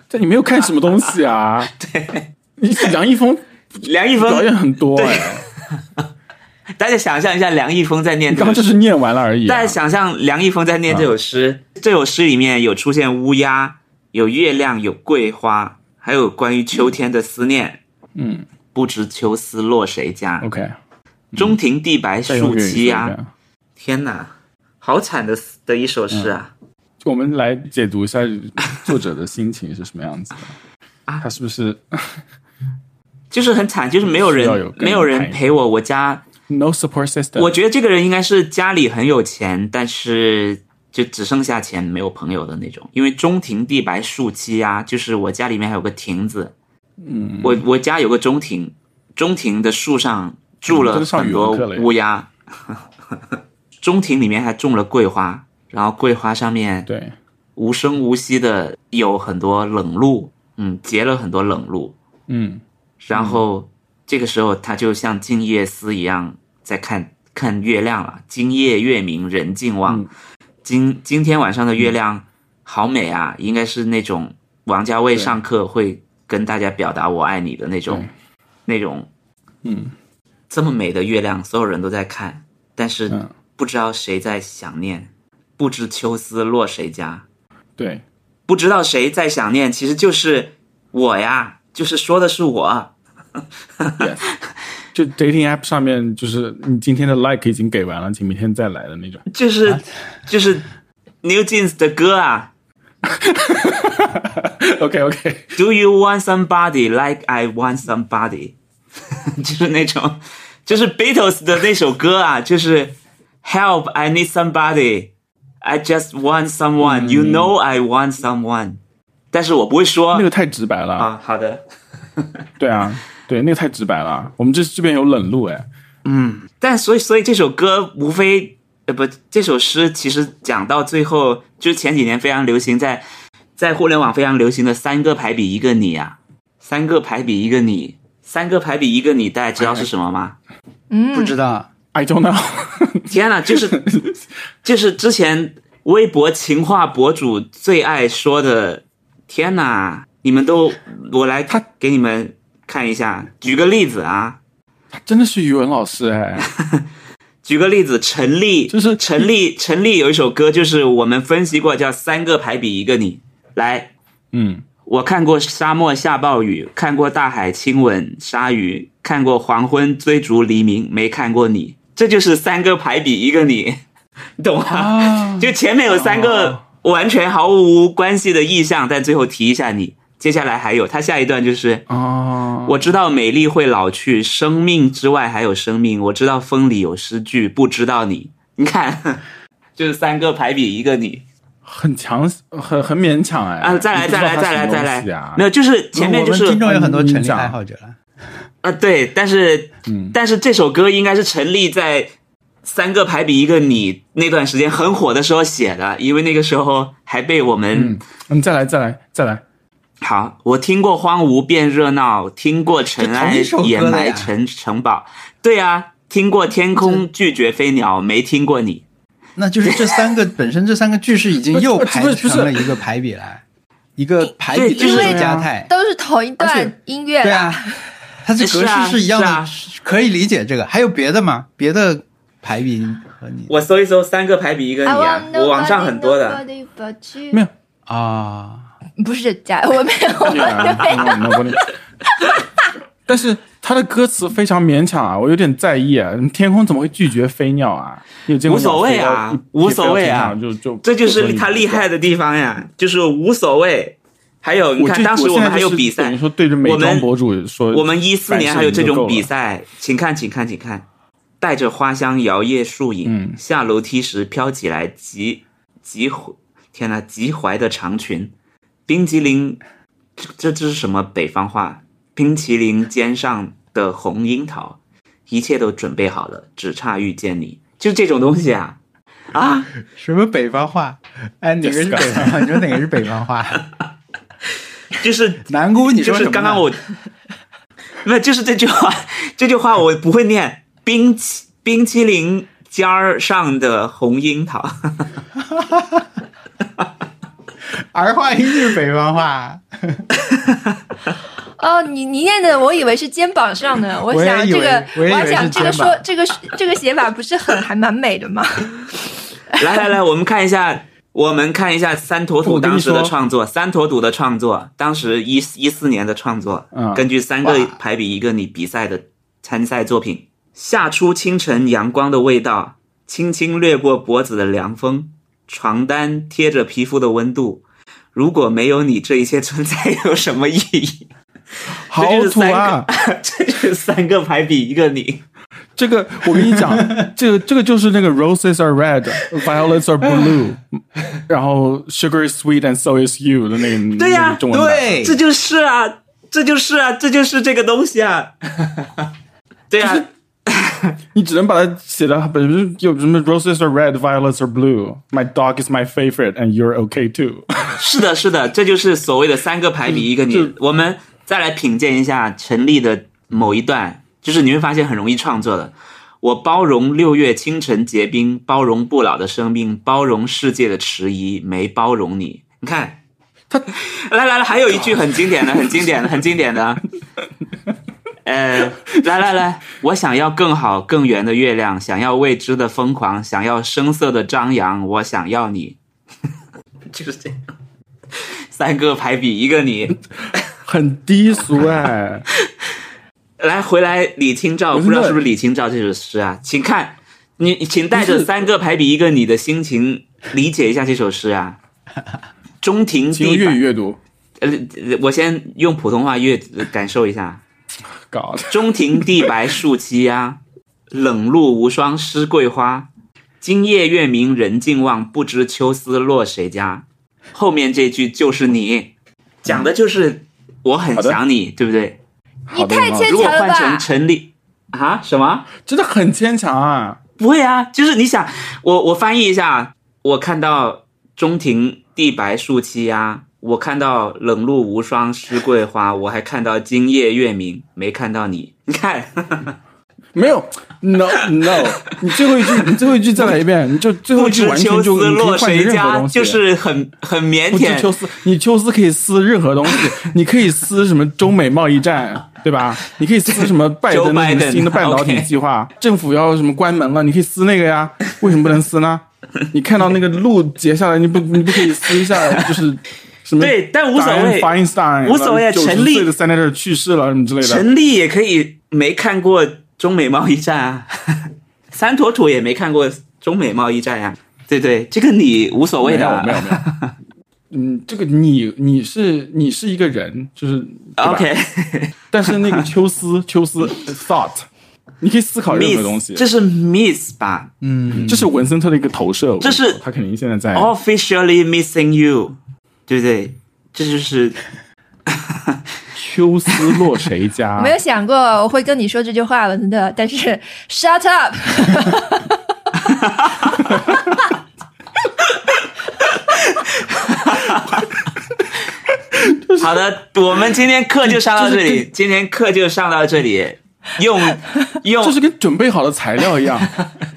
[SPEAKER 3] 但你没有看什么东西 啊？
[SPEAKER 1] 对，
[SPEAKER 3] 你梁一峰
[SPEAKER 1] 梁毅
[SPEAKER 3] 表
[SPEAKER 1] 峰，
[SPEAKER 3] 演很多哎、
[SPEAKER 1] 大家想象一下梁毅峰在念
[SPEAKER 3] 你
[SPEAKER 1] 这
[SPEAKER 3] 刚
[SPEAKER 1] 首
[SPEAKER 3] 刚
[SPEAKER 1] 诗。
[SPEAKER 3] 就是念完了而已、啊
[SPEAKER 1] 大家。想象梁毅峰在念这首诗，这首诗里面有出现乌鸦，有月亮，有桂花，还有关于秋天的思念。
[SPEAKER 3] 嗯
[SPEAKER 1] 不知秋思落谁家，
[SPEAKER 3] ，OK，
[SPEAKER 1] 中庭地白
[SPEAKER 3] 嗯再
[SPEAKER 1] 树
[SPEAKER 3] 用
[SPEAKER 1] 啊
[SPEAKER 3] 粤语说
[SPEAKER 1] 栖
[SPEAKER 3] 一
[SPEAKER 1] 鸦。
[SPEAKER 3] 遍嗯
[SPEAKER 1] 天哪，好惨的的一首诗啊！
[SPEAKER 3] 我们来解读一下作者的心情是什么样子的。
[SPEAKER 1] 啊
[SPEAKER 3] 他是不是
[SPEAKER 1] 就是很惨，就是没有
[SPEAKER 3] 需要
[SPEAKER 1] 人
[SPEAKER 3] 有个人
[SPEAKER 1] 没有人
[SPEAKER 3] 陪
[SPEAKER 1] 陪我，我家
[SPEAKER 3] no support system？
[SPEAKER 1] 我觉得这个人应该是家里很有钱，但是就只剩下钱没有朋友的那种。因为中庭地白树栖鸦，就是我家里面还有个亭子，
[SPEAKER 3] 嗯，
[SPEAKER 1] 我我家有个中庭，中庭的树上住
[SPEAKER 3] 嗯这
[SPEAKER 1] 了
[SPEAKER 3] 都上
[SPEAKER 1] 很
[SPEAKER 3] 语文
[SPEAKER 1] 多
[SPEAKER 3] 课了呀
[SPEAKER 1] 乌鸦， 中庭里面还种了桂花，然后桂花上面
[SPEAKER 3] 对，
[SPEAKER 1] 无声无息的有很多冷露，嗯，结了很多冷露，
[SPEAKER 3] 嗯，
[SPEAKER 1] 然后这个时候他就像静夜思一样在看看月亮了，今夜月明人尽望，
[SPEAKER 3] 嗯
[SPEAKER 1] 今今天晚上的月亮好美啊，应该是那种王家卫
[SPEAKER 3] 对
[SPEAKER 1] 上课会跟大家表达我爱你的那种
[SPEAKER 3] 对
[SPEAKER 1] 那种
[SPEAKER 3] 嗯，
[SPEAKER 1] 这么美的月亮，所有人都在看，但是
[SPEAKER 3] 嗯
[SPEAKER 1] 不知道谁在想念，不知秋思落谁家，
[SPEAKER 3] 对，
[SPEAKER 1] 不知道谁在想念，其实就是我呀，就是说的是我，
[SPEAKER 3] 就 dating app 上面，就是你今天的 like 已经给完了，请明天再来的那种。
[SPEAKER 1] 就是、就是 New Jeans 的歌啊
[SPEAKER 3] OK OK，
[SPEAKER 1] ，Do you want somebody like I want somebody？就是那种，就是 Beatles 的那首歌啊，就是 Help I need somebody。I just want someone, you know I want someone，、但是我不会说
[SPEAKER 3] Hmm 那个太直白了。
[SPEAKER 1] 啊，好的。
[SPEAKER 3] 对啊，对，那个太直白了。我们这这边有冷路哎，
[SPEAKER 1] 但所以，所以这首歌无非呃不，这首诗其实讲到最后，就是前几年非常流行在在互联网非常流行的三个排比一个你啊，三个排比一个你，三个排比一个你，大家知道是什么吗？
[SPEAKER 4] 嗯
[SPEAKER 1] 嗯
[SPEAKER 2] 不知道
[SPEAKER 3] I don't know，
[SPEAKER 1] 天呐，就是就是之前微博情话博主最爱说的，天呐，你们都我来
[SPEAKER 3] 他
[SPEAKER 1] 给你们看一下，举个例子啊，
[SPEAKER 3] 真的是语文老师哎，
[SPEAKER 1] 举个例子，陈立
[SPEAKER 3] 就是
[SPEAKER 1] 陈立，陈立有一首歌，就是我们分析过，叫《三个排比一个你》。来，
[SPEAKER 3] 嗯，
[SPEAKER 1] 我看过沙漠下暴雨，看过大海亲吻鲨鱼，看过黄昏追逐黎明，没看过你。这就是三个排比一个你， 你懂吗？
[SPEAKER 3] 啊哦
[SPEAKER 1] 就前面有三个完全毫无关系的意象，但最后提一下你。接下来还有，他下一段就是
[SPEAKER 3] 哦，
[SPEAKER 1] 我知道美丽会老去，生命之外还有生命。我知道风里有诗句，不知道你。你看， 就是三个排比一个你
[SPEAKER 3] 很强，很很勉强哎。
[SPEAKER 1] 啊！再来，
[SPEAKER 3] 你不
[SPEAKER 1] 再来，
[SPEAKER 3] 知道他
[SPEAKER 1] 再来，
[SPEAKER 3] 什么
[SPEAKER 1] 再
[SPEAKER 3] 东西
[SPEAKER 1] 来
[SPEAKER 3] 啊！，
[SPEAKER 1] 没有，就是前面就
[SPEAKER 2] 我们
[SPEAKER 1] 是
[SPEAKER 2] 听众有很多陈
[SPEAKER 3] 你
[SPEAKER 2] 立
[SPEAKER 3] 讲
[SPEAKER 2] 爱好者了，
[SPEAKER 1] 啊，对，但是
[SPEAKER 3] 嗯
[SPEAKER 1] 但是这首歌应该是陈粒在三个排比一个你那段时间很火的时候写的，因为那个时候还被我们
[SPEAKER 3] 嗯，嗯，再来，再来，再来，
[SPEAKER 1] 好，我听过荒芜变热闹，听过尘埃
[SPEAKER 2] 这同一首
[SPEAKER 1] 掩
[SPEAKER 2] 歌的
[SPEAKER 1] 埋
[SPEAKER 2] 呀
[SPEAKER 1] 城城堡，对啊，听过天空拒绝飞鸟，没听过你。
[SPEAKER 2] 那就是这三个本身这三个句式已经又 排
[SPEAKER 3] 不是不是
[SPEAKER 2] 成了一个排比来，一个排比的
[SPEAKER 1] 对
[SPEAKER 2] 一
[SPEAKER 1] 就是
[SPEAKER 2] 个加态，
[SPEAKER 4] 都是同一
[SPEAKER 3] 而
[SPEAKER 4] 段
[SPEAKER 3] 且
[SPEAKER 4] 音乐
[SPEAKER 2] 对
[SPEAKER 4] 啦，
[SPEAKER 2] 啊，它这格
[SPEAKER 1] 是啊
[SPEAKER 2] 式一样
[SPEAKER 1] 是
[SPEAKER 2] 的
[SPEAKER 1] 啊，
[SPEAKER 2] 可以理解这个。还有别的吗？别的排比和你
[SPEAKER 1] 我搜一搜，三个排比一个
[SPEAKER 4] I
[SPEAKER 1] 你
[SPEAKER 4] want
[SPEAKER 1] 啊，
[SPEAKER 4] nobody,
[SPEAKER 1] 我网上很多的。
[SPEAKER 4] nobody but you
[SPEAKER 3] 没有，
[SPEAKER 2] 啊，
[SPEAKER 4] 不是假，我没有，我
[SPEAKER 3] 对啊
[SPEAKER 4] 没有。
[SPEAKER 3] 嗯我理解但是他的歌词非常勉强啊，我有点在意啊。天空怎么会拒绝飞鸟啊？你有见过
[SPEAKER 1] 无所谓啊
[SPEAKER 3] 鸟飞到
[SPEAKER 1] 无所谓啊
[SPEAKER 3] 一飞到天上就就
[SPEAKER 1] 这就是他厉害的地方呀，就是无所谓。还有，你
[SPEAKER 3] 我
[SPEAKER 1] 看
[SPEAKER 3] 这
[SPEAKER 1] 当时我
[SPEAKER 3] 我现
[SPEAKER 1] 们
[SPEAKER 3] 在
[SPEAKER 1] 还有
[SPEAKER 3] 就是
[SPEAKER 1] 比赛
[SPEAKER 3] 等于，说对着美
[SPEAKER 1] 我们
[SPEAKER 3] 妆博主说，
[SPEAKER 1] 我们一四
[SPEAKER 3] 摆
[SPEAKER 1] 年
[SPEAKER 3] 设
[SPEAKER 1] 还有
[SPEAKER 3] 你
[SPEAKER 1] 这
[SPEAKER 3] 就够
[SPEAKER 1] 种
[SPEAKER 3] 了
[SPEAKER 1] 比赛，请看，请看，请看，带着花香摇曳树影，
[SPEAKER 3] 嗯
[SPEAKER 1] 下楼梯时飘起来极极天呐，极怀的长裙，冰激凌，这这这是什么北方话？冰淇淋肩上的红樱桃，一切都准备好了，只差遇见你，就这种东西啊。 啊，
[SPEAKER 2] 什么北方话？哎，哪个是北方话？你说哪个是北 方话？
[SPEAKER 1] 就是
[SPEAKER 2] 南姑，你
[SPEAKER 1] 就
[SPEAKER 2] 说什
[SPEAKER 1] 是
[SPEAKER 2] 么呢
[SPEAKER 1] 刚 刚我，没有，就是这句话，这句话我不会念，冰淇冰淇淋尖儿上的红樱桃，
[SPEAKER 2] 儿化音就是北方话，
[SPEAKER 4] 哦，你你念的我以为是肩膀上的，我
[SPEAKER 2] 也
[SPEAKER 4] 想
[SPEAKER 2] 以
[SPEAKER 4] 这
[SPEAKER 2] 为
[SPEAKER 4] 个，
[SPEAKER 2] 我
[SPEAKER 4] 我
[SPEAKER 2] 也以
[SPEAKER 4] 还
[SPEAKER 2] 为
[SPEAKER 4] 想
[SPEAKER 2] 是
[SPEAKER 4] 这个
[SPEAKER 2] 肩膀
[SPEAKER 4] 说这个这个写法不是很还蛮美的吗？
[SPEAKER 1] 来来来，我们看一下，我们看一下三坨土
[SPEAKER 3] 我跟你
[SPEAKER 1] 当时的
[SPEAKER 3] 说
[SPEAKER 1] 创作，三坨土的创作，当时一一四年的创作，
[SPEAKER 3] 嗯
[SPEAKER 1] 根据三个
[SPEAKER 2] 哇
[SPEAKER 1] 排比一个你比赛的参赛作品，夏初清晨阳光的味道，轻轻掠过脖子的凉风，床单贴着皮肤的温度。如果没有你，这一切存在有什么意义？
[SPEAKER 3] 好
[SPEAKER 1] 这就是
[SPEAKER 3] 土
[SPEAKER 1] 三
[SPEAKER 3] 啊
[SPEAKER 1] 个！，这就是三个排比一个你。
[SPEAKER 3] 这个我跟你讲，这个这个就是那个 roses are red, violets are blue，然后 sugar is sweet and so is you 的那个
[SPEAKER 1] 对呀
[SPEAKER 3] 那个中文版
[SPEAKER 2] 对
[SPEAKER 1] 这就是啊，这就是啊，这就是这个东西啊。 对呀、啊，
[SPEAKER 3] 你只能把它写的本身有什么 roses are red, violets are blue, my dog is my favorite and you're okay too。
[SPEAKER 1] 是的，是的，这就是所谓的三个排比一个你。我们再来品鉴一下陈立的某一段，就是你会发现很容易创作的。我包容六月清晨结冰，包容不老的生命，包容世界的迟疑，没包容你。你看， 他来来来，还有一句很经典的，很经典的，很经典 的。呃，来来来，我想要更好、更圆的月亮，想要未知的疯狂，想要声色的张扬，我想要你， 就是这样。三个排比一个你，
[SPEAKER 3] 很低俗哎，
[SPEAKER 1] 来回来李清照，
[SPEAKER 3] 我
[SPEAKER 1] 不知道
[SPEAKER 3] 真的
[SPEAKER 1] 是不是李清照这首诗啊？请看，你你请带着三个排比一个你的心情理解一下这首诗啊。中庭
[SPEAKER 3] 请用
[SPEAKER 1] 地
[SPEAKER 3] 粤语
[SPEAKER 1] 板，
[SPEAKER 3] 阅读。
[SPEAKER 1] 呃，我先用普通话阅感受一下。
[SPEAKER 3] God，
[SPEAKER 1] 中庭地白树栖鸦， 冷露无霜湿桂花。今夜月明人尽望，不知秋思落谁家。后面这句就是你，讲的就是我很
[SPEAKER 3] 好的
[SPEAKER 1] 想你，对不对？
[SPEAKER 4] 你
[SPEAKER 3] 好的
[SPEAKER 4] 太
[SPEAKER 3] 好的
[SPEAKER 4] 牵
[SPEAKER 1] 如果
[SPEAKER 4] 强了
[SPEAKER 1] 换成
[SPEAKER 4] 吧？
[SPEAKER 1] 陈立啊，什么？
[SPEAKER 3] 真的很牵强啊！
[SPEAKER 1] 不会啊，就是你想我我翻译一下啊，我看到中庭地白树栖鸦，我看到冷露无霜湿桂花，我还看到今夜月明，没看到你。你看，
[SPEAKER 3] 没有，no no，你最后一句，你最后一句再来一遍，你就最后
[SPEAKER 1] 不
[SPEAKER 3] 一句
[SPEAKER 1] 知
[SPEAKER 3] 完全
[SPEAKER 1] 秋
[SPEAKER 3] 就
[SPEAKER 1] 思
[SPEAKER 3] 你可
[SPEAKER 1] 落
[SPEAKER 3] 以换成
[SPEAKER 1] 谁
[SPEAKER 3] 任何
[SPEAKER 1] 家，
[SPEAKER 3] 东西，
[SPEAKER 1] 就是很很腼
[SPEAKER 3] 不知
[SPEAKER 1] 腆
[SPEAKER 3] 秋。思，你秋思可以撕任何东西，你可以撕什么中美贸易战，对吧？你可以撕什么拜
[SPEAKER 1] Joe
[SPEAKER 3] 登的什么
[SPEAKER 1] Biden，
[SPEAKER 3] 新的半导体
[SPEAKER 1] OK
[SPEAKER 3] 计划，政府要什么关门了，你可以撕那个呀，为什么不能撕呢？你看到那个路截下来，你不你不可以撕下来，就是什么
[SPEAKER 1] 对但无所谓
[SPEAKER 3] f i n s t e i n
[SPEAKER 1] 无所谓陈立
[SPEAKER 3] 岁的 senator 去世了什么之类的，
[SPEAKER 1] 陈立也可以没看过中美贸易战啊，三坨土也没看过中美贸易战呀、对对，这个你无所谓的啊。
[SPEAKER 3] 没有没有没有。 嗯，这个你你是你是一个人，就是对吧
[SPEAKER 1] OK，
[SPEAKER 3] 但 是那个秋思秋思 thought，你可以思考任何东
[SPEAKER 1] miss，
[SPEAKER 3] 西，
[SPEAKER 1] 这是 miss 吧
[SPEAKER 2] 嗯，
[SPEAKER 3] 这是文森特的一个投射，我跟你说
[SPEAKER 1] 这是哦
[SPEAKER 3] 他肯定现在在。
[SPEAKER 1] ？Officially missing you，对不对？这 就是
[SPEAKER 3] 秋思落谁家
[SPEAKER 4] 没？有想过我会跟你说这句话，文森特，但是 shut up，
[SPEAKER 1] 好的。我们今天课就上到这里，今天课就上到这里。 用用
[SPEAKER 3] 就是跟准备好的材 料一样，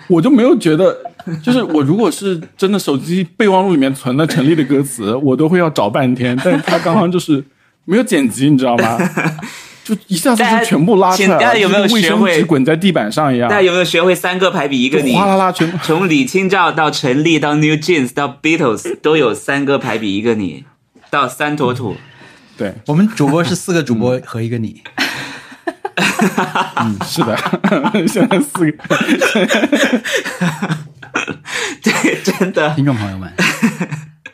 [SPEAKER 3] 我就没有觉得，就是我如果是真的手机备忘录里面存了陈立的歌词，我都会要找半天，但是他刚刚就是没有剪辑，你知道 吗？就一下子
[SPEAKER 1] 大家
[SPEAKER 3] 就全部拉出
[SPEAKER 1] 请
[SPEAKER 3] 来
[SPEAKER 1] 大
[SPEAKER 3] 了，
[SPEAKER 1] 家有没有
[SPEAKER 3] 就跟卫生
[SPEAKER 1] 学
[SPEAKER 3] 纸
[SPEAKER 1] 会
[SPEAKER 3] 滚在地板上一样
[SPEAKER 1] 大，家有没有学会三个排比一个你？
[SPEAKER 3] 哗啦啦全部。
[SPEAKER 1] 从李清照到陈粒到 New Jeans 到 Beatles 都有三个排比一个你，到三坨 土。
[SPEAKER 3] 对，
[SPEAKER 2] 我们主播是四个主播和一个你，
[SPEAKER 3] 嗯，是的， 现在四个，
[SPEAKER 1] 对，真的
[SPEAKER 2] 听众朋友们，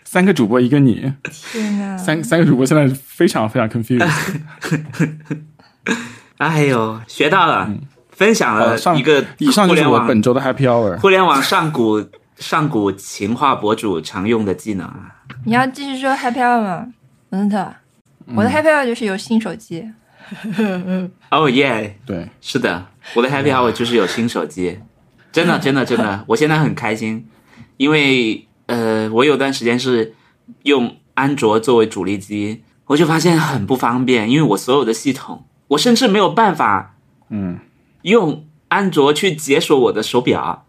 [SPEAKER 3] 三个主播一个你，
[SPEAKER 4] 天啊！
[SPEAKER 3] 三三个主播现在非常非 常 confused。
[SPEAKER 1] 哎呦，学到了，分享
[SPEAKER 3] 呃，
[SPEAKER 1] 了
[SPEAKER 3] 上
[SPEAKER 1] 一个
[SPEAKER 3] 以上
[SPEAKER 1] 互
[SPEAKER 3] 就是
[SPEAKER 1] 联
[SPEAKER 3] 我
[SPEAKER 1] 网
[SPEAKER 3] 本周的 happy hour。
[SPEAKER 1] 互联网上古上古情话博主常用的技能啊。
[SPEAKER 4] 你要继续说 happy hour 吗，文森特？我的 happy hour 就是有新手机，
[SPEAKER 1] 哦耶，
[SPEAKER 3] 对，
[SPEAKER 1] 是的，我的 Happy Hour 就是有新手机，真的真的真的，我现在很开心，因为呃，我有段时间是用安卓作为主力机，我就发现很不方便，因为我所有的系统，我甚至没有办法
[SPEAKER 3] 嗯，
[SPEAKER 1] 用安卓去解锁我的手表，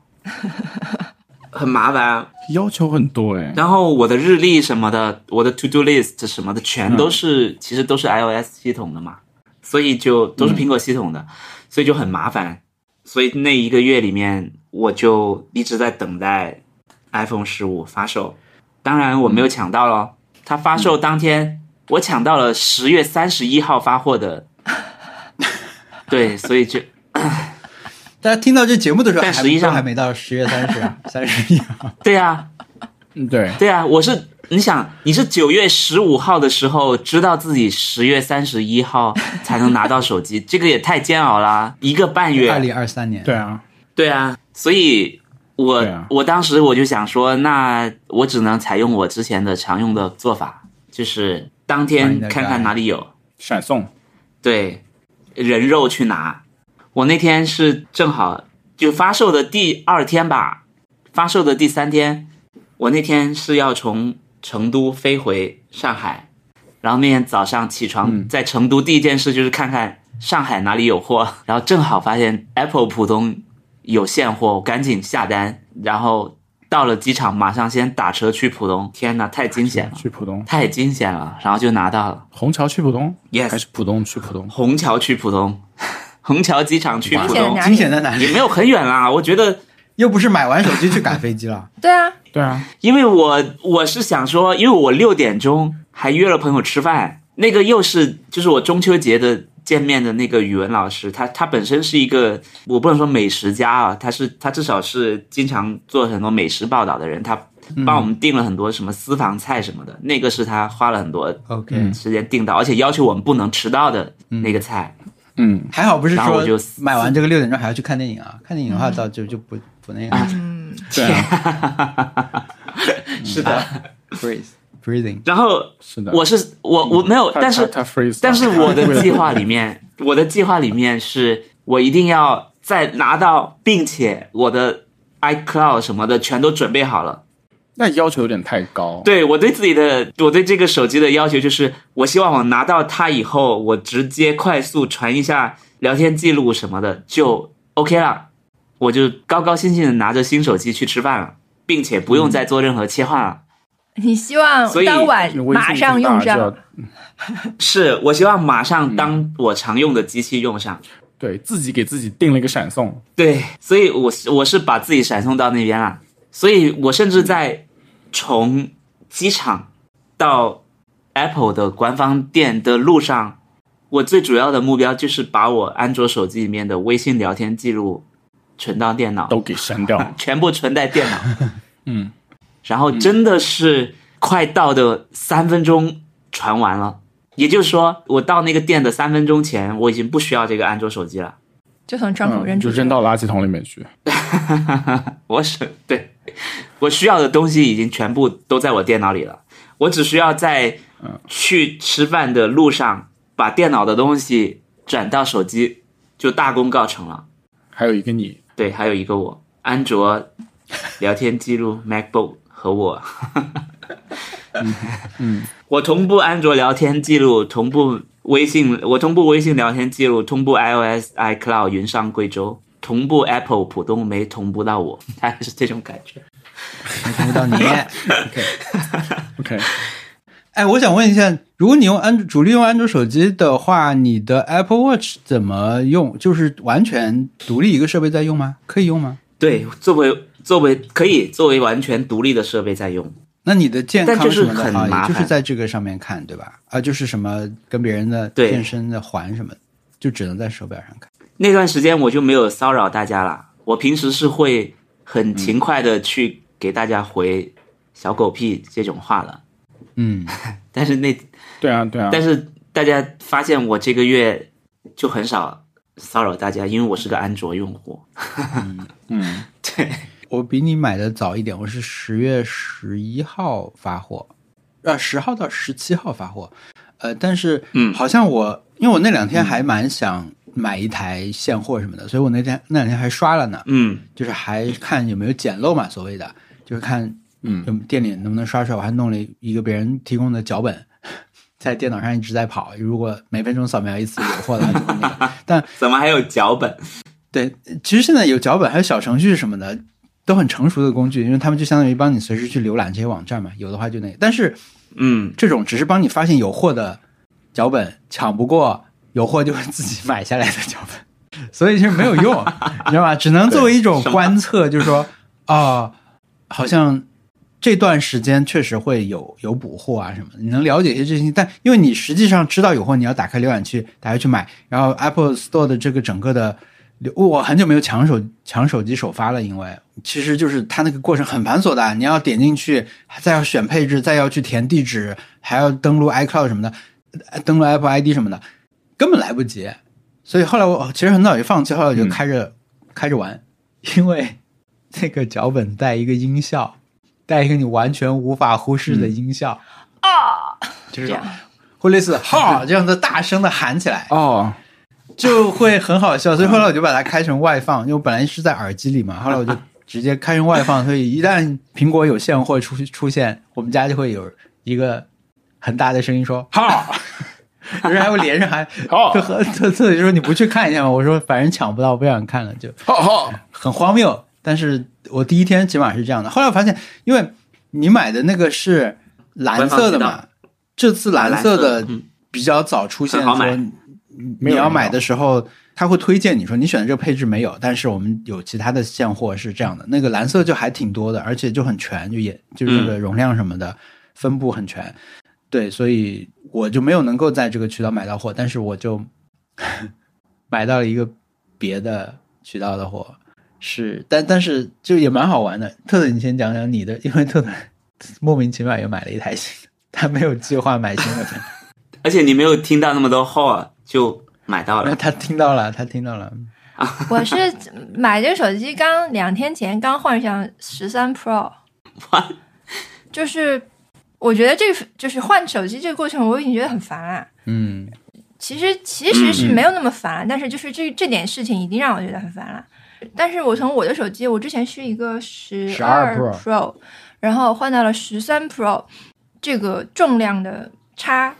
[SPEAKER 1] 很麻烦。啊
[SPEAKER 3] 要求很多哎、
[SPEAKER 1] 然后我的日历什么的，我的 to do list 什么的，全都是、其实都是 iOS 系统的嘛，所以就都是苹果系统的，所以就很麻烦。所以那一个月里面，我就一直在等待 iPhone 十五发售。当然我没有抢到咯，它发售当天我抢到了十月三十一号发货的，对，所以就
[SPEAKER 2] 大家听到这节目的时候，
[SPEAKER 1] 但
[SPEAKER 2] 还
[SPEAKER 1] 实际上
[SPEAKER 2] 都还没到十月三十、啊三十一
[SPEAKER 1] 对啊，
[SPEAKER 3] 嗯，对，
[SPEAKER 1] 对啊，我是你想，你是九月十五号的时候知道自己十月三十一 号才能拿到手机，这个也太煎熬啦，一个半
[SPEAKER 2] 二
[SPEAKER 1] 月。
[SPEAKER 2] 零二三年。
[SPEAKER 3] 对啊，
[SPEAKER 1] 对啊，所以我、
[SPEAKER 3] 对啊
[SPEAKER 1] 我当时我就想说，那我只能采用我之前的常用的做法，就是当
[SPEAKER 2] 把你
[SPEAKER 1] 天
[SPEAKER 2] 的
[SPEAKER 1] 看看
[SPEAKER 2] 改
[SPEAKER 1] 哪里有，
[SPEAKER 3] 闪送，
[SPEAKER 1] 对，人肉去拿。我那天是正好就发售的第二天吧，发售的第三天，我那天是要从成都飞回上海，然后那天早上起床，
[SPEAKER 3] 嗯
[SPEAKER 1] 在成都第一件事就是看看上海哪里有货，然后正好发现 Apple 浦东有现货，我赶紧下单，然后到了机场马上先打车去浦东。天哪，太惊险了，
[SPEAKER 3] 去浦东，
[SPEAKER 1] 太惊险了，然后就拿到了。
[SPEAKER 3] 虹桥去浦东
[SPEAKER 1] Yes
[SPEAKER 3] 还是浦东去浦东？
[SPEAKER 1] 虹桥去浦东， 虹桥机场去浦
[SPEAKER 4] 明显的
[SPEAKER 1] 东，
[SPEAKER 4] 哪
[SPEAKER 2] 惊
[SPEAKER 4] 里？
[SPEAKER 2] 险在哪
[SPEAKER 1] 也
[SPEAKER 2] 里？
[SPEAKER 1] 没有很远啦。我觉得，
[SPEAKER 2] 又不是买完手机去赶飞机 了。
[SPEAKER 4] 对啊，
[SPEAKER 3] 对啊，
[SPEAKER 1] 因为我我是想说，因为我六点钟还约了朋友吃饭，那个又是就是我中秋节的见面的那个语文老师，他他本身是一个我不能说美食家啊，他是他至少是经常做很多美食报道的人，他
[SPEAKER 3] 嗯
[SPEAKER 1] 帮我们订了很多什么私房菜什么的，那个是他花了很多
[SPEAKER 2] OK，、
[SPEAKER 3] 嗯
[SPEAKER 1] 时间订到，而且要求我们不能迟到的那个菜。
[SPEAKER 3] 嗯，
[SPEAKER 2] 还好不是
[SPEAKER 1] 然后
[SPEAKER 2] 说
[SPEAKER 1] 我就嗯
[SPEAKER 2] 买完这个六点钟还要去看电影啊，看电影的话到就就不不那个
[SPEAKER 3] 对啊，
[SPEAKER 1] 是的，
[SPEAKER 2] freeze freezing。
[SPEAKER 1] 然后
[SPEAKER 3] 是的，
[SPEAKER 1] 我是我我没有，
[SPEAKER 3] 他
[SPEAKER 1] 但是
[SPEAKER 3] 他他 freeze，了
[SPEAKER 1] 但是我的计划里面，我的计划里面是我一定要在拿到，并且我的 iCloud 什么的全都准备好了。
[SPEAKER 3] 那要求有点太高，
[SPEAKER 1] 对我对自己的，我对这个手机的要求就是，我希望我拿到它以后，我直接快速传一下聊天记录什么的就 OK 了，我就高高兴兴的拿着新手机去吃饭了，并且不用再做任何切换了。
[SPEAKER 4] 你希望
[SPEAKER 1] 所以
[SPEAKER 4] 当晚
[SPEAKER 3] 你微信
[SPEAKER 4] 马上
[SPEAKER 3] 这么
[SPEAKER 4] 用
[SPEAKER 3] 大
[SPEAKER 4] 上
[SPEAKER 3] 就，要
[SPEAKER 1] 是我希望马上当我常用的机器用上。
[SPEAKER 3] 对自己给自己定了一个闪送，
[SPEAKER 1] 对，所以我是我是把自己闪送到那边了，所以我甚至在从机场到 Apple 的官方店的路上，我最主要的目标就是把我安卓手机里面的微信聊天记录存到电脑，，
[SPEAKER 3] 都给删 掉了
[SPEAKER 1] 全部存在电脑。
[SPEAKER 3] 嗯，
[SPEAKER 1] 然后真的是快到的三分钟传完了，也就是说，我到那个店的三分钟前，我已经不需要这个安卓手机了。
[SPEAKER 4] 就从窗口
[SPEAKER 3] 嗯
[SPEAKER 4] 扔
[SPEAKER 3] 就
[SPEAKER 4] 出去
[SPEAKER 3] 扔。到垃圾桶里面去，
[SPEAKER 1] 我是对，我需要的东西已经全部都在我电脑里了，我只需要在去吃饭的路上把电脑的东西转到手机，就大功告成了。
[SPEAKER 3] 还有一个你，
[SPEAKER 1] 对，还有一个我安卓聊天记录 MacBook 和我，
[SPEAKER 3] 嗯，
[SPEAKER 1] 我同步安卓聊天记录，同步微信，我同步微信聊天记录，同步 iOS iCloud 云上贵州，同步 Apple 浦东没同步到我，大概是这种感觉。
[SPEAKER 2] 没听 不到你。
[SPEAKER 3] OK，
[SPEAKER 2] 哎，我想问一下，如果你用安主力用安卓手机的话，你的 Apple Watch 怎么用？就是完全独立一个设备在用吗？可以用吗？
[SPEAKER 1] 对，作为作为可以作为完全独立的设备在用。
[SPEAKER 2] 那你的健康
[SPEAKER 1] 但就是
[SPEAKER 2] 什么的
[SPEAKER 1] 很
[SPEAKER 2] 啊，
[SPEAKER 1] 麻
[SPEAKER 2] 也
[SPEAKER 1] 烦
[SPEAKER 2] 就是在这个上面看，对吧？啊，就是什么跟别人的
[SPEAKER 1] 对
[SPEAKER 2] 健身的环什么的，就只能在手表上看。
[SPEAKER 1] 那段时间我就没有骚扰大家了，我平时是会很勤快的去给大家回小狗屁这种话的。
[SPEAKER 2] 嗯，
[SPEAKER 1] 但是那
[SPEAKER 3] 对啊对啊，
[SPEAKER 1] 但是大家发现我这个月就很少骚扰大家，因为我是个安卓用户。
[SPEAKER 3] 嗯，
[SPEAKER 1] 对，
[SPEAKER 2] 我比你买的早一点，我是十月十一号发货，呃，十号到十七号发货，呃，但是，
[SPEAKER 1] 嗯
[SPEAKER 2] 好像我因为我那两天还蛮想买一台现货什么的，所以我那天那两天还刷了呢，
[SPEAKER 1] 嗯
[SPEAKER 2] 就是还看有没有捡漏嘛，所谓的。就是看
[SPEAKER 3] 嗯
[SPEAKER 2] 就店里能不能刷出来。我还弄了一个别人提供的脚本， 在电脑上一直在跑。如果每分钟扫描一次有货的话，就是那个。
[SPEAKER 1] 怎么还有脚本？
[SPEAKER 2] 对，其实现在有脚本还有小程序什么的，都很成熟的工具，因为他们就相当于帮你随时去浏览这些网站嘛。有的话就那个，但是
[SPEAKER 1] 嗯，
[SPEAKER 2] 这种只是帮你发现有货的脚本，抢不过有货就会自己买下来的脚本，所以就没有用，你知道吧？只能作为一种
[SPEAKER 1] 什么
[SPEAKER 2] 观测，就是说，啊、好像这段时间确实会有有补货啊什么的，你能了解一些这些，但因为你实际上知道有货，你要打开浏览器，打开去买，然后 Apple Store 的这个整个的。我很久没有抢手抢手机首发了，因为其实就是它那个过程很繁琐的，你要点进去，再要选配置，再要去填地址，还要登录 iCloud 什么的，呃登录 Apple ID 什么的，根本来不及。所以后来我哦其实很早就放弃，后来我就开着、开着玩，因为那个脚本带一个音效，带一个你完全无法忽视的音效，
[SPEAKER 4] 嗯啊，
[SPEAKER 2] 就是
[SPEAKER 4] 这样嗯
[SPEAKER 2] 会类似哈这样的大声的喊起来，
[SPEAKER 3] 哦，
[SPEAKER 2] 就会很好笑。所以后来我就把它开成外放，因为我本来是在耳机里嘛，后来我就直接开成外放。所以一旦苹果有现货出出现，我们家就会有一个很大的声音说“号”，有人还会连上还
[SPEAKER 4] 哦
[SPEAKER 3] 好
[SPEAKER 2] 就和特特地说你不去看一下吗？我说反正抢不到，不想看了，就
[SPEAKER 3] 好好，
[SPEAKER 2] 很荒谬。但是我第一天起码是这样的，后来我发现，因为你买的那个是蓝色的
[SPEAKER 1] 官方
[SPEAKER 2] 嘛，这次蓝色的
[SPEAKER 1] 嗯
[SPEAKER 2] 比较早出现，
[SPEAKER 1] 很好买
[SPEAKER 2] 说你
[SPEAKER 3] 没
[SPEAKER 2] 你
[SPEAKER 3] 有
[SPEAKER 2] 要
[SPEAKER 3] 人
[SPEAKER 2] 买
[SPEAKER 3] 要
[SPEAKER 2] 的时候，他会推荐你说你选的这个配置没有，但是我们有其他的现货是这样的。那个蓝色就还挺多的，而且就很全，就也就是这个容量什么的、分布很全。对，所以我就没有能够在这个渠道买到货，但是我就买到了一个别的渠道的货。是，但但是就也蛮好玩的。特特，你先讲讲你的，因为特特莫名其妙也买了一台新的，他没有计划买新的，
[SPEAKER 1] 而且你没有听到那么多号啊就买到
[SPEAKER 2] 然后
[SPEAKER 1] 了。
[SPEAKER 2] 他听到了，他听到了，
[SPEAKER 4] 我是买这个手机刚两天前刚换上十三 Pro，
[SPEAKER 1] What？
[SPEAKER 4] 就是我觉得这个就是换手机这个过程，我已经觉得很烦了。
[SPEAKER 2] 嗯，
[SPEAKER 4] 其实其实是没有那么烦了，但是就是这这点事情已经让我觉得很烦了。但是我从我的手机，我之前是一个十
[SPEAKER 2] 12 Pro
[SPEAKER 4] Pro，然后换到了十三 Pro，这个重量的差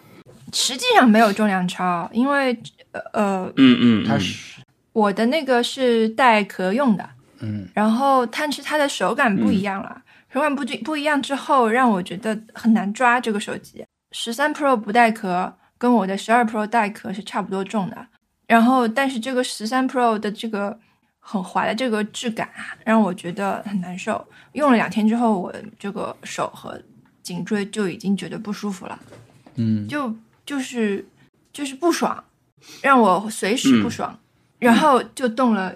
[SPEAKER 4] 实际上没有重量差，因为呃呃
[SPEAKER 1] 嗯嗯，
[SPEAKER 2] 他
[SPEAKER 1] 嗯
[SPEAKER 2] 是，
[SPEAKER 4] 我的那个是带壳用的，
[SPEAKER 2] 嗯，
[SPEAKER 4] 然后但是它的手感不一样了，手感不不一样之后，让我觉得很难抓这个手机。十三 Pro 不带壳，跟我的十二 Pro 带壳是差不多重的。然后，但是这个十三 Pro 的这个很滑的这个质感啊，让我觉得很难受。用了两天之后，我这个手和颈椎就已经觉得不舒服了。
[SPEAKER 2] 嗯，
[SPEAKER 4] 就就是就是不爽，让我随时不爽，然后就动了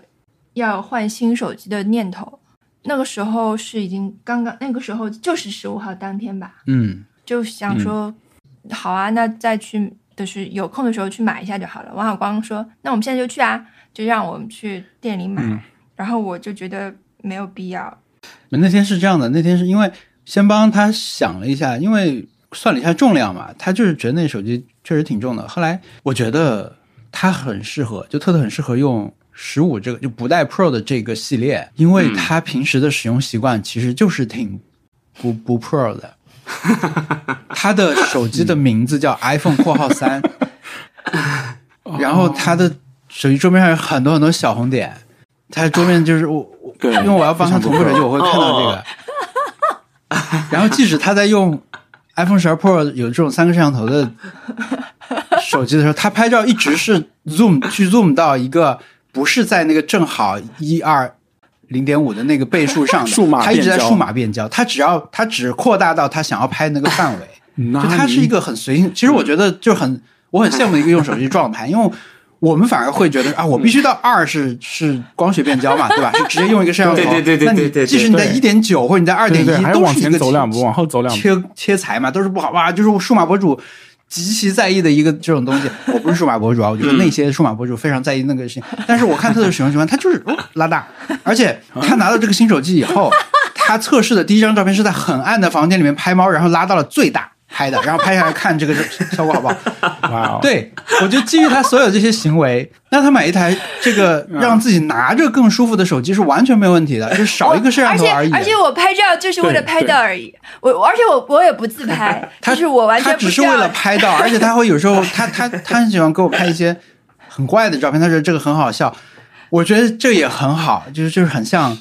[SPEAKER 4] 要换新手机的念头。那个时候是已经刚刚，那个时候就是十五号当天吧，
[SPEAKER 2] 嗯，
[SPEAKER 4] 就想说，好啊，那再去就是有空的时候去买一下就好了。王小光说，那我们现在就去啊，就让我们去店里买。
[SPEAKER 3] 嗯
[SPEAKER 4] 然后我就觉得没有必要，
[SPEAKER 2] 那天是这样的，那天是因为先帮他想了一下，因为算了一下重量嘛，他就是觉得那手机确实挺重的。后来我觉得它很适合，就特特很适合用十五这个就不带 Pro 的这个系列，因为它平时的使用习惯其实就是挺不不 Pro 的。他的手机的名字叫 iPhone 括号三，然后他的手机桌面上有很多很多小红点，他的桌面就是我，我
[SPEAKER 3] 对
[SPEAKER 2] 因为我要帮他同步手机，我会看到这
[SPEAKER 1] 哦
[SPEAKER 2] 个。然后即使他在用 iPhone 十二 Pro 有这种三个摄像头的手机的时候，他拍照一直是 zoom 去 zoom 到一个不是在那个正好一二零点五的那个倍数上的，
[SPEAKER 3] 数码
[SPEAKER 2] 他一直在
[SPEAKER 3] 变焦
[SPEAKER 2] 数码变焦，他只要他只扩大到他想要拍那个范 围。
[SPEAKER 3] 那
[SPEAKER 2] 就它是一个很随性。其实我觉得就很，我很羡慕一个用手机状态，因为我们反而会觉得啊，我必须到二是是光学变焦嘛，对吧？是直接用一个摄像头。
[SPEAKER 1] 对对对对
[SPEAKER 2] 那你
[SPEAKER 1] 对对对
[SPEAKER 2] 即使你在一点九或者你在二
[SPEAKER 3] 对
[SPEAKER 2] 点
[SPEAKER 3] 对，
[SPEAKER 2] 一，
[SPEAKER 3] 还
[SPEAKER 2] 都
[SPEAKER 3] 往
[SPEAKER 2] 是一
[SPEAKER 3] 前
[SPEAKER 2] 个
[SPEAKER 3] 走两步，
[SPEAKER 2] 切
[SPEAKER 3] 往后走两步，
[SPEAKER 2] 切切裁嘛，都是不好哇！就是数码博主极其在意的一个这种东西。 我不是数码博主啊，我觉得那些数码博主非常在意那个 事情，但是我看他的使用习惯，他就是、哦拉大，而且他拿到这个 新手机以后，他测试的第一张照片是在很暗的房间里面拍猫，然后拉到了最大。拍的，然后拍下来看这个效果好 不好？
[SPEAKER 3] 哇 哦，
[SPEAKER 2] 对，我就基于他所有这些行为，让他买一台这个让自己拿着更舒服的手机是完全没有问题的，就是少一个摄像头
[SPEAKER 4] 我而
[SPEAKER 2] 已啊
[SPEAKER 4] 且。而且我拍照就是为了拍照而已，我我而且我我也不自拍，
[SPEAKER 2] 他
[SPEAKER 4] 就是我完
[SPEAKER 2] 他
[SPEAKER 4] 全
[SPEAKER 2] 只
[SPEAKER 4] 不
[SPEAKER 2] 是
[SPEAKER 4] 知
[SPEAKER 2] 为
[SPEAKER 4] 道
[SPEAKER 2] 了拍 到，而且他会有时候他他他很喜欢给我拍一些很怪的照片，他说这个很好笑，我觉得这也很好，就是就是很像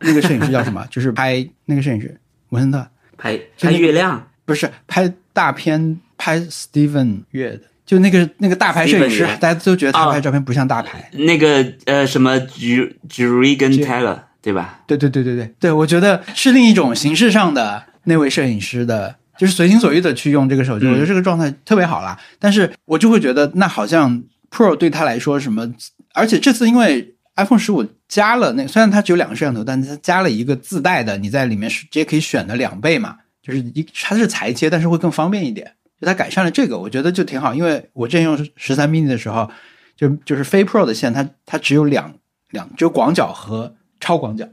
[SPEAKER 2] 那个摄影师叫什么，就是拍那个摄影师文森特，
[SPEAKER 1] 拍
[SPEAKER 2] 就
[SPEAKER 1] 拍
[SPEAKER 2] 那
[SPEAKER 1] 月亮，
[SPEAKER 2] 不是拍大片拍 Steven 月的，就那个那个大牌摄影师
[SPEAKER 1] Steven，Yue
[SPEAKER 2] 大家都觉得他
[SPEAKER 1] 啊
[SPEAKER 2] 拍照片不像大牌。
[SPEAKER 1] 那个呃什么 Ju Juri 跟
[SPEAKER 2] Ju-
[SPEAKER 1] Taylor 对吧？
[SPEAKER 2] 对对对对对对，我觉得是另一种形式上的那位摄影师的，就是随心所欲的去用这个手机，
[SPEAKER 1] 嗯
[SPEAKER 2] 我觉得这个状态特别好啦。但是我就会觉得，那好像 Pro 对他来说什么，而且这次因为 iPhone 十五加了那，虽然它只有两个摄像头，但它加了一个自带的，你在里面是直接可以选的两倍嘛，就是一它是裁切，但是会更方便一点。就它改善了这个，我觉得就挺好，因为我之前用十三 mini 的时候，就就是非 Pro 的线，它它只有两两，只有广角和超广角，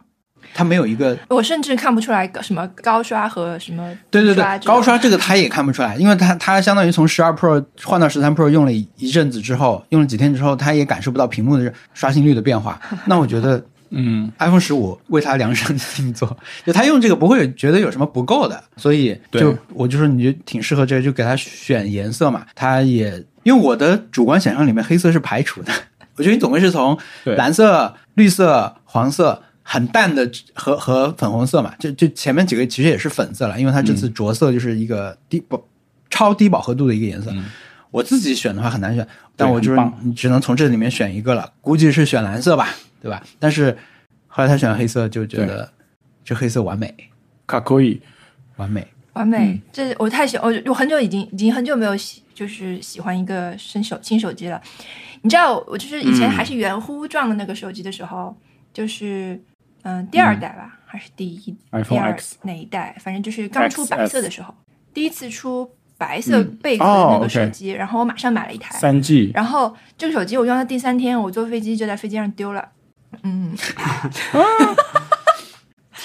[SPEAKER 2] 它没有一个
[SPEAKER 4] 我甚至看不出来个什么高刷和什么
[SPEAKER 2] 对对对
[SPEAKER 4] 刷之类的
[SPEAKER 2] 高刷这个它也看不出来，因为它它相当于从十二 Pro 换到十三 Pro 用了一阵子之后，用了几天之后，它也感受不到屏幕的刷新率的变 化。那我觉得
[SPEAKER 3] 嗯，
[SPEAKER 2] iPhone 十五为它量身定做， 就它用这个不会觉得有什么不够的，所以就
[SPEAKER 3] 对
[SPEAKER 2] 我就说你就挺适合这个，就给它选颜色嘛。它也因为我的主观想象里面黑色是排除的， 我觉得你总归是从
[SPEAKER 3] 对
[SPEAKER 2] 蓝色、绿色、黄色。很淡的和和粉红色嘛，就就前面几个其实也是粉色了，因为它这
[SPEAKER 3] 嗯
[SPEAKER 2] 次着色就是一个低饱、超低饱和度的一个颜色。我自己选的话很难选，但我就是
[SPEAKER 3] 嗯很棒
[SPEAKER 2] 你只能从这里面选一个了，估计是选蓝色吧，对吧？但是后来他选黑色，就觉得这黑色完美，
[SPEAKER 3] 卡扣伊，
[SPEAKER 2] 完美。
[SPEAKER 4] 完美。
[SPEAKER 3] 嗯
[SPEAKER 4] 这我太喜我我很久已经已经很久没有喜就是喜欢一个新手新手机了。你知道，我就是以前
[SPEAKER 1] 嗯
[SPEAKER 4] 还是圆弧状的那个手机的时候，就是嗯、第二代吧，还是第一
[SPEAKER 3] iPhone
[SPEAKER 4] 第二
[SPEAKER 3] X
[SPEAKER 4] 那一代，反正就是刚出
[SPEAKER 3] XS
[SPEAKER 4] 白色的时候，第一次出白色贝壳的那
[SPEAKER 3] 哦
[SPEAKER 4] 个手
[SPEAKER 3] ，OK
[SPEAKER 4] 机，然后我马上买了一台。
[SPEAKER 3] 三 G，
[SPEAKER 4] 然后这个手机我用到第三天，我坐飞机就在飞机上丢了。嗯，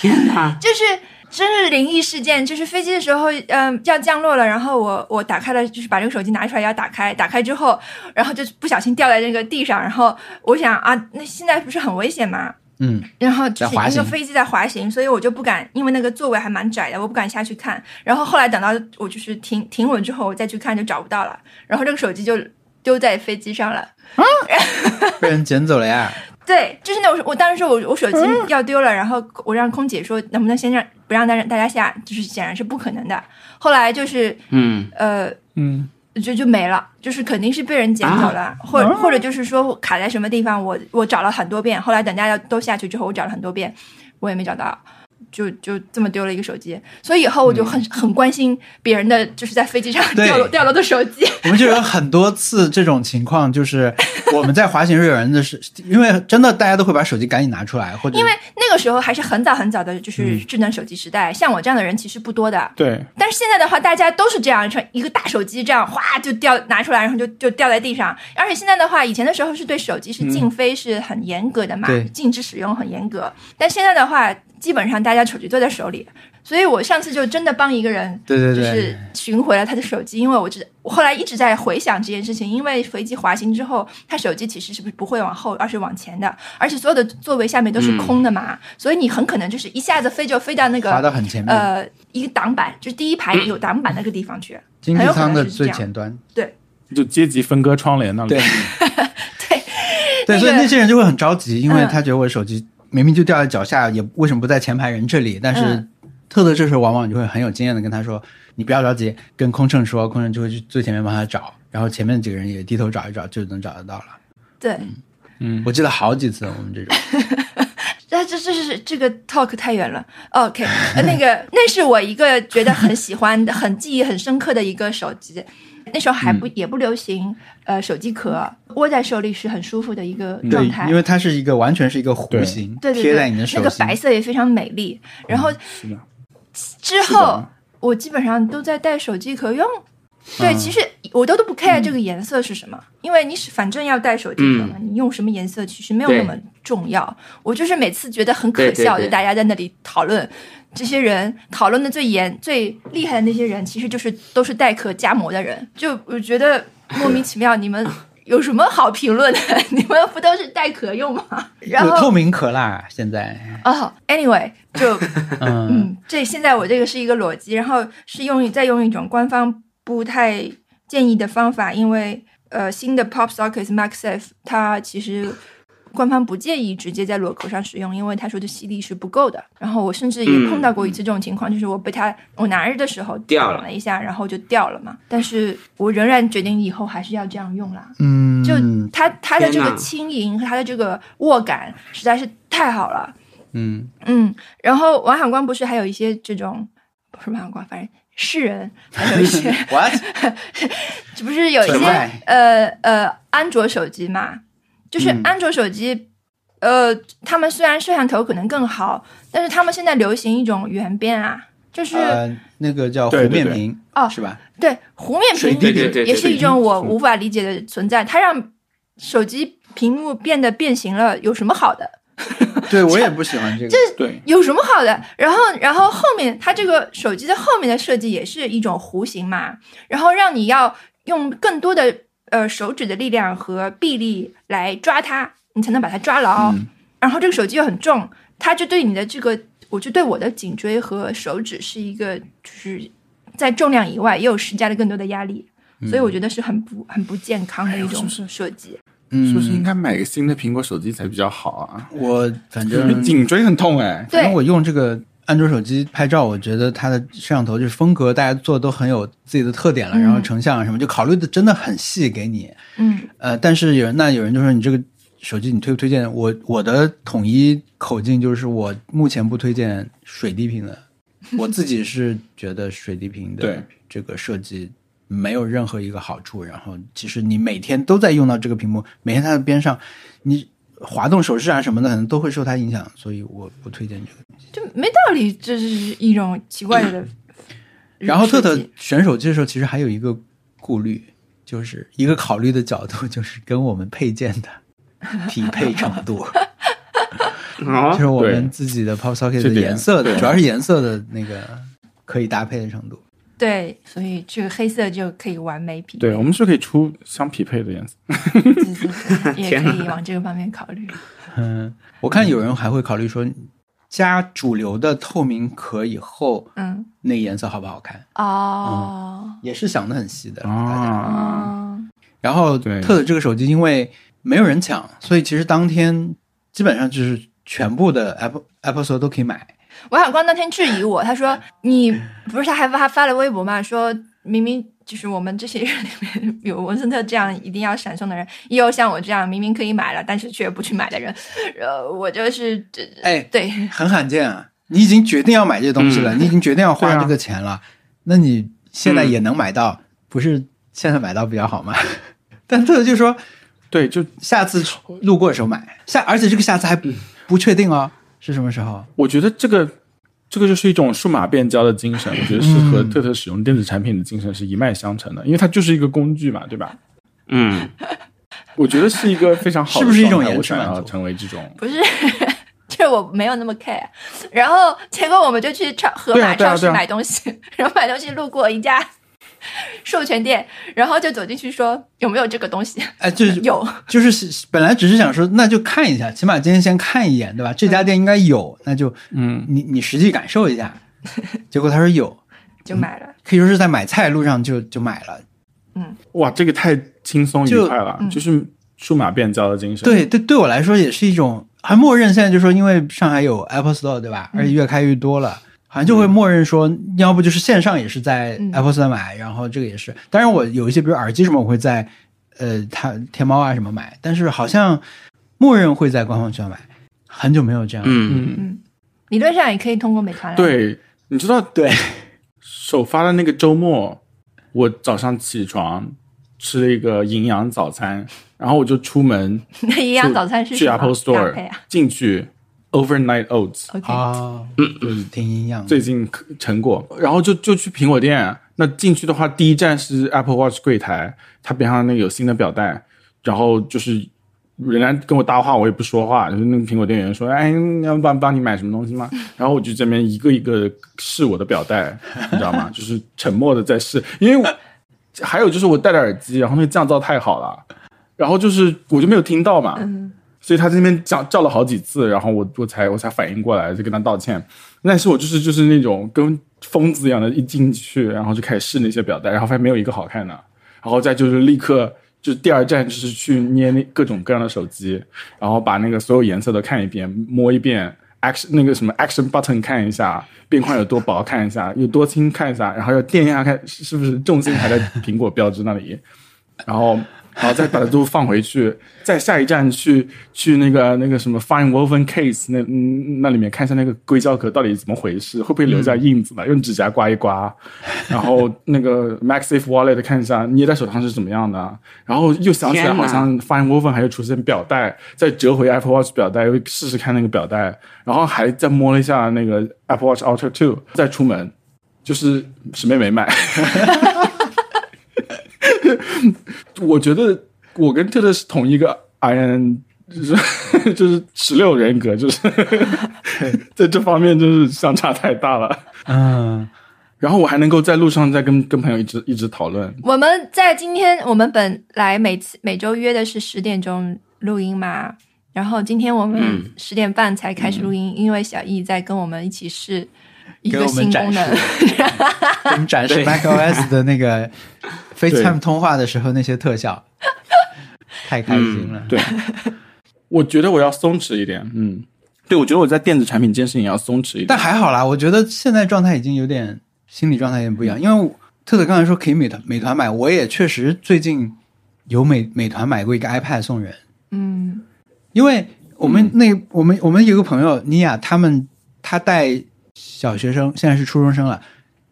[SPEAKER 1] 天哪！
[SPEAKER 4] 就是真是灵异事件，就是飞机的时候，嗯，要降落了，然后我我打开了，就是把这个手机拿出来要打开，打开之后，然后就不小心掉在那个地上，然后我想啊，那现在不是很危险吗？
[SPEAKER 2] 嗯，
[SPEAKER 4] 然后
[SPEAKER 2] 在
[SPEAKER 4] 就是
[SPEAKER 2] 滑
[SPEAKER 4] 那个
[SPEAKER 2] 行
[SPEAKER 4] 飞机在滑行，所以我就不敢，因为那个座位还蛮窄的，我不敢下去看。然后后来等到我就是停停稳之后，我再去看就找不到了，然后这个手机就丢在飞机上了。
[SPEAKER 2] 被人捡走了呀！
[SPEAKER 4] 对，就是那我我当时我我手机要丢了，然后我让空姐说能不能先让不让大家大家下，就是显然是不可能的。后来就是
[SPEAKER 1] 嗯，
[SPEAKER 4] 呃
[SPEAKER 3] 嗯，
[SPEAKER 4] 就就没了，就是肯定是被人捡走了，或者或者就是说卡在什么地方，我我找了很多遍，后来等大家都下去之后，我找了很多遍，我也没找到。就就这么丢了一个手机，所以以后我就很、很关心别人的，就是在飞机上
[SPEAKER 2] 对
[SPEAKER 4] 掉落掉落的手机。
[SPEAKER 2] 我们就有很多次这种情况，就是我们在滑行时有人的是，因为真的大家都会把手机赶紧拿出来，或者
[SPEAKER 4] 因为那个时候还是很早很早的，就是智能手机时代，像我这样的人其实不多的。
[SPEAKER 3] 对，
[SPEAKER 4] 但是现在的话，大家都是这样，成一个大手机这样哗就掉拿出来，然后就就掉在地上。而且现在的话，以前的时候是对手机是禁飞是很严格的嘛，
[SPEAKER 2] 对
[SPEAKER 4] 禁止使用很严格。但现在的话，基本上大家手机都在手里。所以我上次就真的帮一个人，
[SPEAKER 2] 对对
[SPEAKER 4] 就
[SPEAKER 2] 对
[SPEAKER 4] 是寻回了他的手机，因为我知我后来一直在回想这件事情，因为飞机滑行之后，他手机其实是不不会往后，而是往前的，而且所有的座位下面都是
[SPEAKER 2] 嗯
[SPEAKER 4] 空的嘛，所以你很可能就是一下子飞就飞到那个
[SPEAKER 2] 滑到很前面
[SPEAKER 4] 呃一个挡板，就是第一排有挡板那个地方去，
[SPEAKER 2] 经济
[SPEAKER 4] 很有可
[SPEAKER 2] 舱的
[SPEAKER 4] 能是这
[SPEAKER 2] 最
[SPEAKER 4] 样。
[SPEAKER 2] 前端。
[SPEAKER 3] 就阶级分割窗帘那里，
[SPEAKER 2] 对对，
[SPEAKER 4] 那
[SPEAKER 2] 所以
[SPEAKER 4] 个
[SPEAKER 2] 那些人就会很着急，因为
[SPEAKER 4] 嗯
[SPEAKER 2] 他觉得我的手机明明就掉在脚下，也为什么不在前排人这里？但是
[SPEAKER 4] 嗯
[SPEAKER 2] 特特这时候往往就会很有经验的跟他说：“你不要着急。”跟空乘说，空乘就会去最前面帮他找，然后前面几个人也低头找一找，就能找得到了。
[SPEAKER 4] 对，
[SPEAKER 3] 嗯，
[SPEAKER 2] 我记得好几次我们这种，
[SPEAKER 4] 但这这是这个 talk 太远了。OK，呃 那个那是我一个觉得很喜欢的、很记忆很深刻的一个手机。那时候还不、
[SPEAKER 2] 嗯
[SPEAKER 4] 也不流行呃手机壳，握在手里是很舒服的一个嗯状态。
[SPEAKER 2] 对，因为它是一个完全是一个弧形，
[SPEAKER 4] 对对对，
[SPEAKER 2] 贴在你的手
[SPEAKER 4] 那个
[SPEAKER 2] 心。
[SPEAKER 4] 白色也非常美丽。然后
[SPEAKER 3] 是的，
[SPEAKER 4] 之
[SPEAKER 3] 是的
[SPEAKER 4] 后我基本上都在带手机壳用。对，其实我都都不 care 这个颜色是什么，因为你是反正要戴手提盒嘛，你用什么颜色其实没有那么重要。我就是每次觉得很可
[SPEAKER 1] 对对
[SPEAKER 4] 笑，
[SPEAKER 1] 对
[SPEAKER 4] 就大家在那里讨论，这些人讨论的最严、最厉害的那些人，其实就是都是代课加模的人，就我觉得莫名其妙，你们。有什么好评论的？ 你们不都是代壳用吗？然
[SPEAKER 2] 有透
[SPEAKER 4] 后
[SPEAKER 2] 明壳啦，现在，
[SPEAKER 4] 哦、a n y w a y 就
[SPEAKER 2] 嗯，
[SPEAKER 4] 嗯，这现在我这个是一个裸机，然后是用再用一种官方不太建议的方法，因为呃新的 Pop Socket MagSafe 它其实官方不建议直接在裸壳上使用，因为他说的吸力是不够的。然后我甚至
[SPEAKER 1] 嗯
[SPEAKER 4] 也碰到过一次这种情况，就是我被它我拿着的时候
[SPEAKER 1] 掉了
[SPEAKER 4] 挡了一下，然后就掉了嘛。但是我仍然决定以后还是要这样用啦。
[SPEAKER 2] 嗯，
[SPEAKER 4] 就它它的这
[SPEAKER 1] 天
[SPEAKER 4] 个
[SPEAKER 1] 呐
[SPEAKER 4] 轻盈和它的这个握感实在是太好了。
[SPEAKER 2] 嗯，
[SPEAKER 4] 嗯，然后王海光不是还有一些这种，不是王海光，反正世人还有 一些，
[SPEAKER 2] what？
[SPEAKER 4] 这不是有一
[SPEAKER 2] 纯
[SPEAKER 4] 些
[SPEAKER 2] 爱
[SPEAKER 4] 呃呃安卓手机嘛？就是
[SPEAKER 2] 嗯
[SPEAKER 4] 安卓手机，呃，他们虽然摄像头可能更好，但是他们现在流行一种圆边啊，就是、
[SPEAKER 2] 呃，那个叫弧
[SPEAKER 3] 对对
[SPEAKER 2] 面
[SPEAKER 3] 对
[SPEAKER 2] 屏，
[SPEAKER 4] 哦
[SPEAKER 2] 是吧？
[SPEAKER 4] 对弧
[SPEAKER 3] 水
[SPEAKER 4] 面
[SPEAKER 3] 滴
[SPEAKER 1] 对
[SPEAKER 4] 屏
[SPEAKER 1] 对对，嗯
[SPEAKER 4] 也是
[SPEAKER 1] 对
[SPEAKER 4] 一种我无法理解的存在，它让手机屏幕变得变形了，有什么好的？
[SPEAKER 2] 对我也不喜欢这个，
[SPEAKER 3] 对，
[SPEAKER 4] 有什么好的？然后，然后后面它这个手机的后面的设计也是一种弧形嘛，然后让你要用更多的呃手指的力量和臂力来抓它，你才能把它抓牢。
[SPEAKER 2] 嗯
[SPEAKER 4] 然后这个手机又很重，它就对你的这个，我就对我的颈椎和手指是一个，就是在重量以外也有施加了更多的压力，
[SPEAKER 2] 嗯
[SPEAKER 4] 所以我觉得是很不很不健康
[SPEAKER 2] 哎
[SPEAKER 4] 的一种设计。
[SPEAKER 3] 是不是
[SPEAKER 2] 嗯，
[SPEAKER 3] 应该买个新的苹果手机才比较好啊？
[SPEAKER 2] 我反
[SPEAKER 3] 因为
[SPEAKER 2] 正
[SPEAKER 3] 颈椎很痛哎、
[SPEAKER 2] 反正
[SPEAKER 4] 对
[SPEAKER 2] 我用这个安卓手机拍照，我觉得它的摄像头就是风格，大家做的都很有自己的特点了，
[SPEAKER 4] 嗯
[SPEAKER 2] 然后成像什么就考虑的真的很细给你。
[SPEAKER 4] 嗯
[SPEAKER 2] 呃，但是有人那有人就说你这个手机你推不推荐？我我的统一口径就是我目前不推荐水滴屏的，我自己是觉得水滴屏的
[SPEAKER 3] 对
[SPEAKER 2] 这个设计没有任何一个好处。然后其实你每天都在用到这个屏幕，每天它的边上你。滑动手势啊什么的，可能都会受它影响，所以我不推荐这个。
[SPEAKER 4] 就没道理，这是一种奇怪的设计。
[SPEAKER 2] 嗯然后特特选手机的时候，其实还有一个顾虑，就是一个考虑的角度，就是跟我们配件的 匹配程度。就
[SPEAKER 1] 哦，
[SPEAKER 2] 是我们
[SPEAKER 3] 啊对
[SPEAKER 2] 自己的 Pop Socket
[SPEAKER 3] 这
[SPEAKER 2] 的
[SPEAKER 3] 点
[SPEAKER 2] 颜色的，
[SPEAKER 3] 对
[SPEAKER 2] 主要是颜色的那个可以搭配的程度。
[SPEAKER 4] 对，所以这个黑色就可以完美匹配，
[SPEAKER 3] 对，我们是可以出相匹配的颜色。
[SPEAKER 4] 对 对对也可以往这个方面考虑。
[SPEAKER 2] 嗯，我看有人还会考虑说，加主流的透明壳以后，
[SPEAKER 4] 嗯，
[SPEAKER 2] 那颜色好不好看，
[SPEAKER 4] 哦，
[SPEAKER 2] 也是想的很细
[SPEAKER 3] 哦
[SPEAKER 2] 的。大家
[SPEAKER 3] 啊，
[SPEAKER 4] 嗯，
[SPEAKER 2] 然后
[SPEAKER 3] 对
[SPEAKER 2] 特的这个手机因为没有人抢，所以其实当天基本上就是全部的 Apple Apple Store 都可以买。
[SPEAKER 4] 王小光那天质疑我，他说：“你不是他还发发了微博嘛？说明明就是我们这些人里面有文森特这样一定要闪送的人，也有像我这样明明可以买了，但是却不去买的人。呃，我就是这
[SPEAKER 2] 哎，
[SPEAKER 4] 对
[SPEAKER 2] 很罕见啊！你已经决定要买这东西了，你已经决定要花
[SPEAKER 3] 对啊嗯
[SPEAKER 2] 这个钱了，那你现在也能买到，不是现在买到比较好吗？ 但特特就说
[SPEAKER 3] 对，就
[SPEAKER 2] 下次路过的时候买，下而且这个下次还
[SPEAKER 3] 嗯
[SPEAKER 2] 不不确定哦，是什么时候？
[SPEAKER 3] 我觉得这个这个就是一种数码变焦的 精神，我觉得是和特特使用电子产品的精神是一脉相承的，因为它就是一个工具嘛，对吧？
[SPEAKER 1] 嗯，
[SPEAKER 3] 我觉得是一个非常 好的
[SPEAKER 2] 是不是一种
[SPEAKER 3] 状态
[SPEAKER 2] 延啊
[SPEAKER 3] 我
[SPEAKER 2] 迟
[SPEAKER 3] 想
[SPEAKER 2] 满
[SPEAKER 3] 要
[SPEAKER 2] 足
[SPEAKER 3] 成为这种
[SPEAKER 4] 不是， 这我没有那么 care。然后结果我们就去超盒
[SPEAKER 3] 对
[SPEAKER 4] 马
[SPEAKER 3] 啊对啊
[SPEAKER 4] 超市
[SPEAKER 3] 对啊
[SPEAKER 4] 买东西， 然后买东西路过一家授权店，然后就走进去说有没有这个东西？
[SPEAKER 2] 哎，就是
[SPEAKER 4] 有，
[SPEAKER 2] 就是本来只是想说，那就看一下，起码今天先看一眼，对吧？这家店应该有，那就
[SPEAKER 3] 嗯，
[SPEAKER 2] 你你实际感受一下。结果他说有，
[SPEAKER 4] 就买了。
[SPEAKER 2] 可以说是在买菜路上就就买了。
[SPEAKER 3] 哇，这个太轻松愉
[SPEAKER 2] 就
[SPEAKER 3] 快了，
[SPEAKER 4] 嗯
[SPEAKER 3] 就是数码变焦的精神。
[SPEAKER 2] 对对，对我来说也是一种，还默认现在就说，因为上海有 Apple Store 对吧？而且越开越多了，好像就会默认说，要不就是线上也是在
[SPEAKER 4] 嗯
[SPEAKER 2] Apple Store 买，然后这个也是。当然，我有一些比如耳机什么，我会在呃它天猫啊什么买，但是好像默认会在官方渠道买，很久没有这样。
[SPEAKER 1] 嗯，
[SPEAKER 3] 嗯，
[SPEAKER 4] 理论上也可以通过美团来。，
[SPEAKER 3] 对，你知道
[SPEAKER 2] 对，
[SPEAKER 3] 首发的那个周末，我早上起床吃了一个营养早餐，然后我就出门
[SPEAKER 4] 那营养早餐是
[SPEAKER 3] 去
[SPEAKER 4] 什么
[SPEAKER 3] Apple
[SPEAKER 4] 搭配
[SPEAKER 3] Store
[SPEAKER 4] 啊
[SPEAKER 3] 进去 Overnight Oats。
[SPEAKER 2] 啊
[SPEAKER 4] ？OK，
[SPEAKER 2] 啊，就是挺营养的。
[SPEAKER 3] 最近成果，然后就就去苹果店那进去的话，第一站是 Apple Watch 柜台，它边上那个有新的表带，然后就是人家跟我搭话，我也不说话，就是那个苹果店员说：“哎，要帮帮你买什么东西吗？” 然后我就这边一个一个试我的表带，你知道吗？ 就是沉默的在试，因为我还有就是我戴着耳机，然后那个降噪太好了，然后就是我就没有听到嘛，所以他这边叫叫了好几次，然后我我才我才反应过来，就跟他道歉。但是我就是就是那种跟疯子一样的，一进去然后就开始试那些表带，然后发现没有一个好看的，然后再就是立刻就是第二站就是去捏那各种各样的手机，然后把那个所有颜色都看一遍，摸一遍，action 那个什么 action button 看一下，边框有多薄看一下，有多轻看一下，然后要掂一下看是是不是重心还在苹果标志那里，然后。然后再把它都放回去，在下一站去去那个那个什么 Fine Woven Case 那嗯那里面看一下那个硅胶壳到底怎么回事，会不会留下印子呢？用指甲刮一刮，然后那个 MaxSafe Wallet 看一下捏在手上是怎么样的，然后又想起来好像 Fine Woven 还有出现表带，再折回 Apple Watch 表带，又试试看那个表带，然后还再摸了一下那个 Apple Watch Ultra Two，再出门，就是什么也没买。我觉得我跟特特是同一个 I N，就是 就是十六人格， 就是在这方面就是相差太大了。
[SPEAKER 2] 嗯，
[SPEAKER 3] 然后我还能够在路上再跟跟朋友一直一直讨论，
[SPEAKER 4] 我们在今天，我们本来每次每周约的是十点钟录音嘛，然后今天我们
[SPEAKER 1] 嗯
[SPEAKER 4] 十点半才开始录
[SPEAKER 3] 嗯
[SPEAKER 4] 音，因为小易在跟我们一起试一
[SPEAKER 2] 给
[SPEAKER 4] 个
[SPEAKER 2] 我们
[SPEAKER 4] 新功能
[SPEAKER 2] 展。给你展示 macOS 的那个 FaceTime 通话的时候那些特效，太开心了。
[SPEAKER 3] 对，我觉得我要松弛一点，嗯，对，我觉得我在电子产品这件事情也要松弛一点
[SPEAKER 2] 但。还好啦，我觉得现在状态已经有点心理状态有点不一
[SPEAKER 4] 嗯
[SPEAKER 2] 样，因为特特刚才说可以美团美团买，我也确实最近有美美团买过一个 iPad 送人，
[SPEAKER 4] 嗯，
[SPEAKER 2] 因为我们那、我们我们有个朋友妮亚，他们他带小学生，现在是初中生了，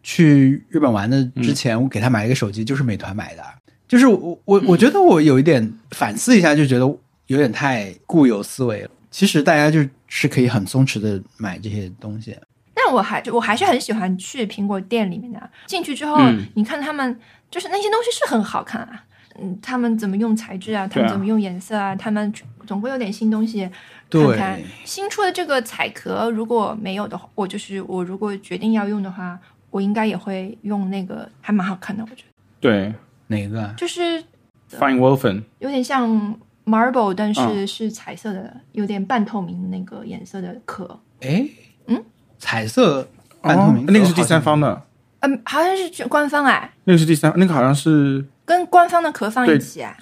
[SPEAKER 2] 去日本玩的之前，我给他买了一个手机，就是美团买的。就是我
[SPEAKER 4] 嗯
[SPEAKER 2] 我我觉得我有一点反思一下，就觉得有点太固有思维了。其实大家就是可以很松弛的买这些东西，
[SPEAKER 4] 但我还我还是很喜欢去苹果店里面的。啊进去之后，
[SPEAKER 1] 嗯
[SPEAKER 4] 你看他们就是那些东西是很好看啊，嗯，他们怎么用材质啊，他
[SPEAKER 3] 对啊
[SPEAKER 4] 们怎么用颜色啊，他们总会有点新东西。
[SPEAKER 2] 对
[SPEAKER 4] 看看新出的这个彩壳，如果没有的话，我就是我如果决定要用的话，我应该也会用那个，还蛮好看的，我觉得
[SPEAKER 3] 对
[SPEAKER 2] 哪个啊？
[SPEAKER 4] 就是
[SPEAKER 3] ，Fine Wolfen，
[SPEAKER 4] 有点像 marble，但是
[SPEAKER 3] 嗯
[SPEAKER 4] 是彩色的，有点半透明那个颜色的壳。
[SPEAKER 2] 哎，
[SPEAKER 4] 嗯，
[SPEAKER 2] 彩色半透明、
[SPEAKER 3] 哦那个是第三方，的，
[SPEAKER 4] 嗯，好像是全官方哎，
[SPEAKER 3] 那个是第三，那个好像是
[SPEAKER 4] 跟官方的壳放一起哎。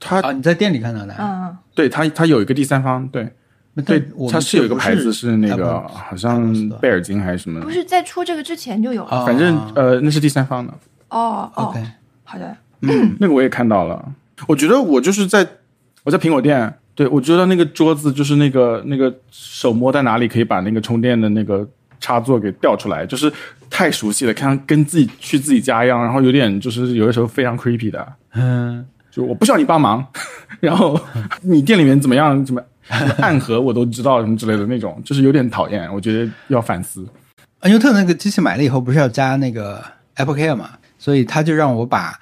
[SPEAKER 3] 它，
[SPEAKER 2] 啊，你在店里看到的啊？
[SPEAKER 4] 嗯，
[SPEAKER 3] 对它它有一个第三方，对
[SPEAKER 2] 那
[SPEAKER 3] 对
[SPEAKER 2] 但我，们
[SPEAKER 3] 它是有一个
[SPEAKER 2] 不
[SPEAKER 3] 牌子是那个
[SPEAKER 2] Apple-
[SPEAKER 3] 好像
[SPEAKER 2] Apple Store
[SPEAKER 3] 贝尔金还是什么
[SPEAKER 4] 嗯不是在出这个之前就有了。
[SPEAKER 2] 啊
[SPEAKER 3] 反正呃，那是第三方的，
[SPEAKER 4] 哦哦
[SPEAKER 2] OK，
[SPEAKER 4] 好的，
[SPEAKER 3] 那个我也看到了。我觉得我就是在我在苹果店，对我觉得那个桌子就是那个那个手摸在哪里可以把那个充电的那个插座给调出来，就是太熟悉了，看跟自己去自己家一样，然后有点就是有的时候非常 creepy 的，
[SPEAKER 2] 嗯。
[SPEAKER 3] 就我不需要你帮 忙，然后你店里面怎么样，怎么什么暗盒我都知道什么之类的那种，就是有点讨厌，我觉得要反思。
[SPEAKER 2] 安啊优特那个机器买了以后，不是要加那个 Apple Care 嘛？所以他就让我把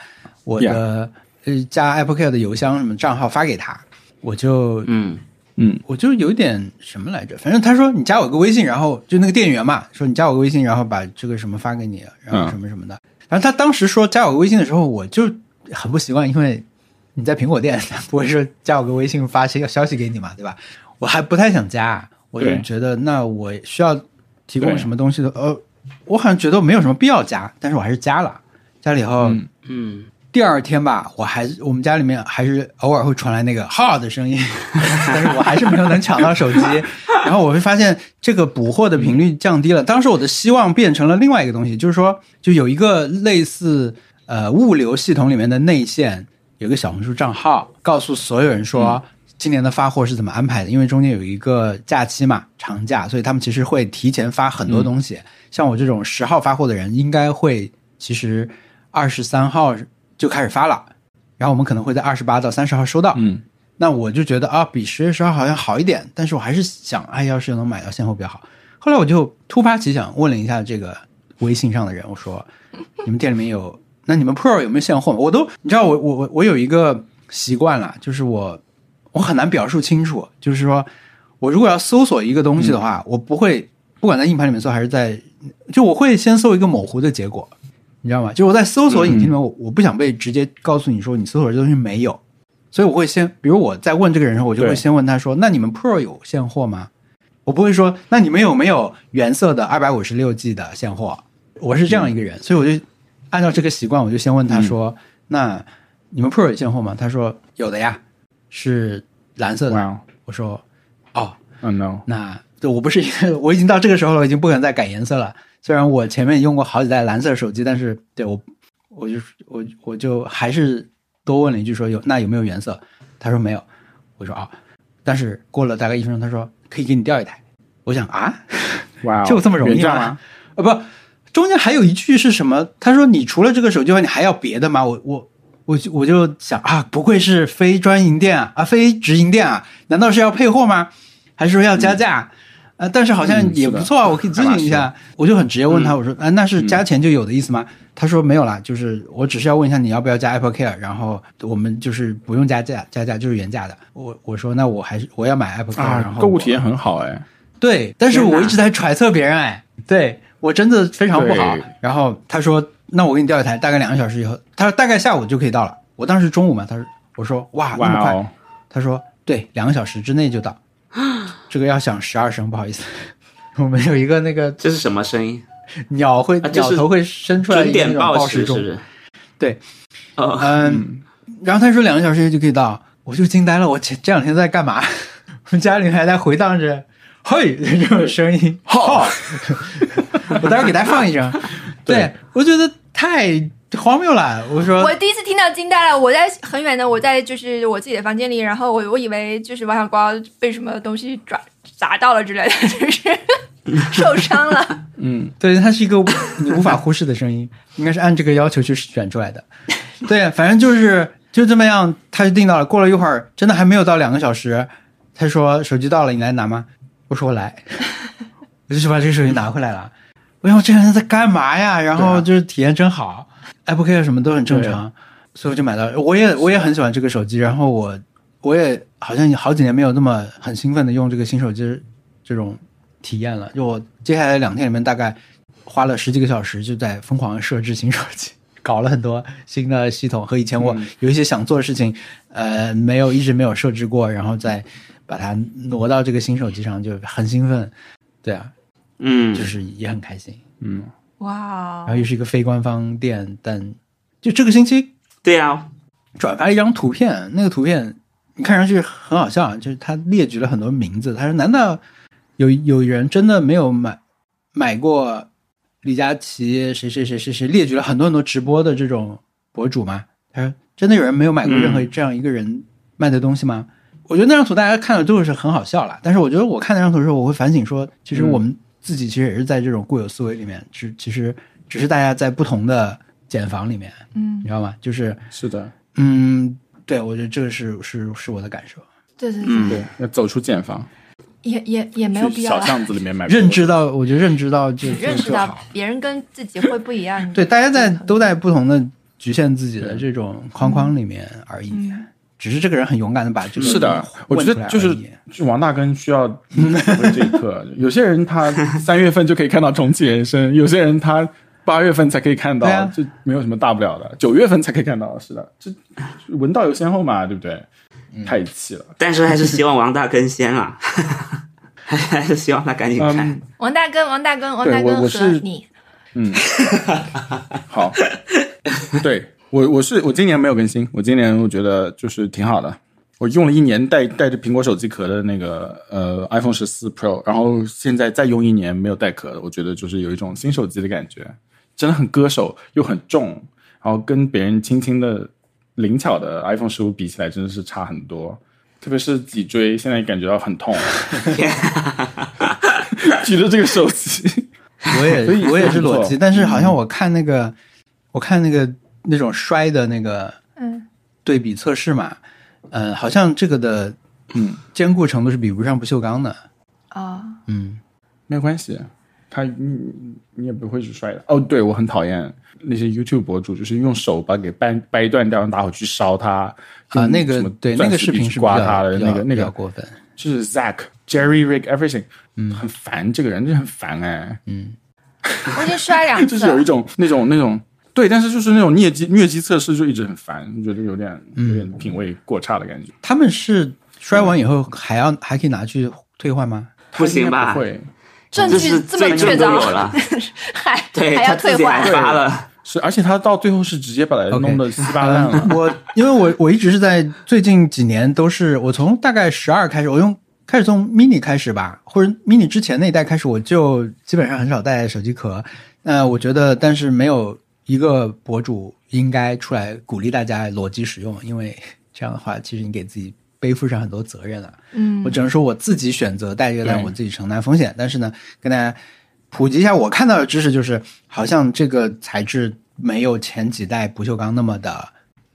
[SPEAKER 2] 我的呃加 Apple Care 的邮箱什么账号发给他，我就
[SPEAKER 1] 嗯
[SPEAKER 2] 我就有点什么来着，反正他说你加我个微信，然后就那个店员嘛，说你加我个微信，然后把这个什么发给你，然
[SPEAKER 3] 嗯
[SPEAKER 2] 后什么什么的。然后他当时说加我个微信的时候，我就很不习惯，因为你在苹果店，他不会说加我个微信发消消息给你嘛，对吧？我还不太想加，我就
[SPEAKER 3] 对
[SPEAKER 2] 觉得那我需要提供
[SPEAKER 3] 对
[SPEAKER 2] 什么东西的，呃，我好像觉得没有什么必要加，但是我还是加了。加了以后，
[SPEAKER 3] 嗯
[SPEAKER 1] 嗯，
[SPEAKER 2] 第二天吧，我还是我们家里面还是偶尔会传来那个哈的声音， 但是我还是没有能抢到手机。然后我会发现这个补货的频率降低了。当时我的希望变成了另外一个东西，就是说，就有一个类似呃物流系统里面的内线，有一个小红书账号，告诉所有人说。今年的发货是怎么安排的？因为中间有一个假期嘛，长假，所以他们其实会提前发很多东西。像我这种十号发货的人，应该会其实二十三号就开始发了，然后我们可能会在二十八到三十号收到。
[SPEAKER 3] 嗯，
[SPEAKER 2] 那我就觉得啊，比十月十号好像好一点，但是我还是想，哎，要是能买到现货比较好。后来我就突发奇想，问了一下这个微信上的人，我说你们店里面有，那你们 Pro 有没有现货吗？我都你知道我我我我有一个习惯了，就是我我很难表述清楚，就是说我如果要搜索一个东西的话，我不会不管在硬盘里面搜还是在，就我会先搜一个模糊的结果，你知道吗？就是我在搜索引擎里面，我我不想被直接告诉你说你搜索这东西没有，所以我会先，比如我在问这个人的时候，我就会
[SPEAKER 3] 对
[SPEAKER 2] 先问他说：“那你们 Pro 有现货吗？”我不会说：“那你们有没有原色的二百五十六 G 的现货？”我是这样一个人，所以我就按照这个习惯，我就先问他说：“那你们 Pro 有现货吗？”他说：“有的呀，是蓝色的。
[SPEAKER 3] 哇
[SPEAKER 2] 我说：“哦，
[SPEAKER 3] ，Oh no，
[SPEAKER 2] 那对我不是一个， 我已经到这个时候了，我已经不敢再改颜色了。虽然我前面用过好几代蓝色手机，但是对我，我就我我就还是多问了一句说有那有没有原色？他说没有，我说啊、但是过了大概一分钟，他说可以给你调一台。我想啊，
[SPEAKER 3] 哇，
[SPEAKER 2] 就这么容易
[SPEAKER 3] 原价
[SPEAKER 2] 吗
[SPEAKER 3] 吗？？
[SPEAKER 2] 啊不，中间还有一句是什么？他说你除了这个手机外，你还要别的吗？我我我就我就想啊，不愧是非专营店啊，啊非直营店啊，难道是要配货吗？还是说要加价？啊，但是好像
[SPEAKER 3] 嗯
[SPEAKER 2] 也
[SPEAKER 3] 是的
[SPEAKER 2] 不错啊，我可以咨询一下。我就很直接问
[SPEAKER 3] 嗯
[SPEAKER 2] 他，我说啊，那是加钱就有的意思吗？他说没有啦，就是我只是要问一下你要不要加 Apple Care，然后我们就是不用加价，加价就是原价的。我我说那我还是我要买 Apple Care，、然
[SPEAKER 3] 啊，
[SPEAKER 2] 后
[SPEAKER 3] 购物
[SPEAKER 2] 我
[SPEAKER 3] 体验很好哎，
[SPEAKER 2] 对，但是
[SPEAKER 1] 天哪
[SPEAKER 2] 我一直在揣测别人，哎，对我真的非常不好
[SPEAKER 3] 对。
[SPEAKER 2] 然后他说：“那我给你调一台，大概两个小时以后。”他说：“大概下午就可以到了。”我当时中午嘛，他说：“我说哇，那么
[SPEAKER 3] 哇
[SPEAKER 2] 快？”
[SPEAKER 3] 哦，
[SPEAKER 2] 他说：“对，两个小时之内就 到。”这个要响十二声，不好意思， 我们有一个那个
[SPEAKER 1] 这是什么声音？
[SPEAKER 2] 鸟会、
[SPEAKER 1] 啊这
[SPEAKER 2] 鸟
[SPEAKER 1] 是
[SPEAKER 2] 头会伸出来
[SPEAKER 1] 准
[SPEAKER 2] 一个那
[SPEAKER 1] 点
[SPEAKER 2] 种
[SPEAKER 1] 报
[SPEAKER 2] 报
[SPEAKER 1] 时
[SPEAKER 2] 时
[SPEAKER 1] 是
[SPEAKER 2] 钟
[SPEAKER 1] 不，是？
[SPEAKER 2] 对，
[SPEAKER 1] 哦，
[SPEAKER 2] 嗯，然后他说两个小时就可以到，我就惊呆了。我前这两天在干嘛？ 我们家里还在回荡着“嘿”这种声音。好，我待会儿给大家放一张。对我觉得太荒谬了。我说
[SPEAKER 4] 我第一次听到惊呆了，我在很远的，我在就是我自己的房间里，然后我我以为就是王小光被什么东西抓砸到了之类的，就是受伤了。
[SPEAKER 3] 嗯，
[SPEAKER 2] 对，它是一个无你无法忽视的声音，应该是按这个要求去选出来的。对，反正就是就这么样，他就定到了。过了一会儿，真的还没有到两个小时，他说手机到了，你来拿吗？我说我来，我就去把这个手机拿回来了。我想我这两天在干嘛呀？然后就是体验真好，Apple Care 什么都很正常，所以我就买到。我也我也很喜欢这个手机，然后我我也好像好几年没有那么很兴奋的用这个新手机这种体验了。就我接下来两天里面，大概花了十几个小时就在疯狂地设置新手机，搞了很多新的系统和以前我有一些想做的事情，呃，没有一直没有设置过，然后再把它挪到这个新手机上，就很兴奋。对啊，
[SPEAKER 1] 嗯
[SPEAKER 2] 就，是也很开心。
[SPEAKER 3] 嗯
[SPEAKER 4] 哇
[SPEAKER 2] 然后又是一个非官方店，但就这个星期
[SPEAKER 1] 对啊，
[SPEAKER 2] 转发了一张图片，那个图片你看上去很好笑，啊就是他列举了很多名字。他说：“难道有有人真的没有买买过李佳琦谁谁谁谁谁？”列举了很多很多直播的这种博主吗？他说：“真的有人没有买过任何这样一个人卖的东西吗？”我觉得那张图大家看了都是很好笑了，但是我觉得我看那张图的时候，我会反省说，其实我们自己其实也是在这种固有思维里面，只其实只是大家在不同的茧房里面，
[SPEAKER 4] 嗯
[SPEAKER 2] 你，知道吗？就是
[SPEAKER 3] 是的，
[SPEAKER 2] 嗯，对，我觉得这个是是是我的感受，
[SPEAKER 4] 对对对，
[SPEAKER 1] 嗯
[SPEAKER 3] 对，要走出茧房，
[SPEAKER 4] 也也也没有
[SPEAKER 3] 去
[SPEAKER 4] 必要
[SPEAKER 3] 小
[SPEAKER 4] 了，
[SPEAKER 3] 巷子里面 买，
[SPEAKER 2] 认知到，我觉得认知到就
[SPEAKER 4] 认识
[SPEAKER 2] 就
[SPEAKER 4] 到
[SPEAKER 2] 好
[SPEAKER 4] 别人跟自己会不一样。
[SPEAKER 2] 对，大家在都在不同的局限自己的这种框框里面而已，
[SPEAKER 4] 嗯
[SPEAKER 2] 只是这个人很勇敢的把这个
[SPEAKER 3] 是的，我
[SPEAKER 2] 问
[SPEAKER 3] 觉
[SPEAKER 2] 出来
[SPEAKER 3] 得就是
[SPEAKER 2] 而已
[SPEAKER 3] 就王大根需要体会这一刻。有些人 他三月份就可以看到重启人生，有些人他八月份才可以看到
[SPEAKER 2] 对，啊
[SPEAKER 3] 这、没有什么大不了的。九月份才可以看到，是的，这闻道有先后嘛，对不对？
[SPEAKER 2] 嗯
[SPEAKER 3] 太气了，
[SPEAKER 1] 但是还是希望王大更先啊， 还还是希望他赶紧看
[SPEAKER 3] 嗯。
[SPEAKER 4] 王大根，王大根，王大
[SPEAKER 3] 对我
[SPEAKER 4] 根
[SPEAKER 3] 我
[SPEAKER 4] 和
[SPEAKER 3] 是
[SPEAKER 4] 你，
[SPEAKER 3] 好，对我我是我今年没有更新，我今年我觉得就是挺好的。我用了一年带带着苹果手机壳的那个呃 iPhone 十四 Pro，然后现在再用一年没有带壳了，我觉得就是有一种新手机的感觉，真的很割手又很重，然后跟别人轻轻的灵巧的 iPhone 十五比起来，真的是差很多。特别是脊椎，现在感觉到很痛，举着这个手机，
[SPEAKER 2] 我
[SPEAKER 3] 所以
[SPEAKER 2] 也我也是
[SPEAKER 3] 不错
[SPEAKER 2] 裸机，但是
[SPEAKER 3] 嗯
[SPEAKER 2] 好像我看那个、我看那个那种摔的那个
[SPEAKER 4] 嗯，
[SPEAKER 2] 对比测试嘛，嗯、好像这个的嗯坚固程度是比不上不锈钢的，
[SPEAKER 4] 哦，
[SPEAKER 2] 嗯，
[SPEAKER 3] 没有关系，他你你也不会去摔的。哦，对我很讨厌那些 YouTube 博主，就是用手把给掰掰断掉，然后拿火去烧它
[SPEAKER 2] 啊，
[SPEAKER 3] 用
[SPEAKER 2] 那个
[SPEAKER 3] 什么
[SPEAKER 2] 对那
[SPEAKER 3] 钻
[SPEAKER 2] 个
[SPEAKER 3] 石
[SPEAKER 2] 视
[SPEAKER 3] 笔
[SPEAKER 2] 频
[SPEAKER 3] 去
[SPEAKER 2] 是比
[SPEAKER 3] 刮
[SPEAKER 2] 较
[SPEAKER 3] 它的
[SPEAKER 2] 比
[SPEAKER 3] 那
[SPEAKER 2] 较
[SPEAKER 3] 个那
[SPEAKER 2] 比较
[SPEAKER 3] 个
[SPEAKER 2] 过分，
[SPEAKER 3] 就是 Zach Jerry Rig everything，嗯，很烦，这个人真的很烦哎、
[SPEAKER 2] 嗯
[SPEAKER 4] 我已经摔两
[SPEAKER 3] 就
[SPEAKER 4] 次
[SPEAKER 3] 是有
[SPEAKER 4] 了
[SPEAKER 3] 一。种那种那种对，但是就是那种疟疾疟疾测试就一直很烦，觉得有点
[SPEAKER 2] 嗯
[SPEAKER 3] 有点品味过差的感觉。
[SPEAKER 2] 他们是摔完以后还要还可以拿去退换吗？
[SPEAKER 1] 不行吧
[SPEAKER 3] 他应该不会
[SPEAKER 4] 证
[SPEAKER 1] 这
[SPEAKER 4] 据
[SPEAKER 1] 是
[SPEAKER 4] 这么
[SPEAKER 1] 罪证
[SPEAKER 4] 确
[SPEAKER 1] 都
[SPEAKER 4] 凿
[SPEAKER 1] 有了
[SPEAKER 4] 还
[SPEAKER 1] 对
[SPEAKER 4] 还
[SPEAKER 1] 他
[SPEAKER 4] 要
[SPEAKER 1] 自
[SPEAKER 4] 退
[SPEAKER 1] 己还
[SPEAKER 4] 换，
[SPEAKER 1] 发了，
[SPEAKER 3] 是，而且他到最后是直接把它
[SPEAKER 2] OK
[SPEAKER 3] 弄得稀巴烂 了。
[SPEAKER 2] 嗯我因为我我一直是在最近几年都是我从大概十二开始，我用开始从 mini 开始吧，或者 mini 之前那一代开始，我就基本上很少带手机壳。那我觉得，但是没有一个博主应该出来鼓励大家裸机使用，因为这样的话，其实你给自己背负上很多责任了。
[SPEAKER 4] 嗯
[SPEAKER 2] 我只能说我自己选择带这个
[SPEAKER 3] 对
[SPEAKER 2] 但我自己承担风险。但是呢，跟大家普及一下我看到的知识，就是好像这个材质没有前几代不锈钢那么的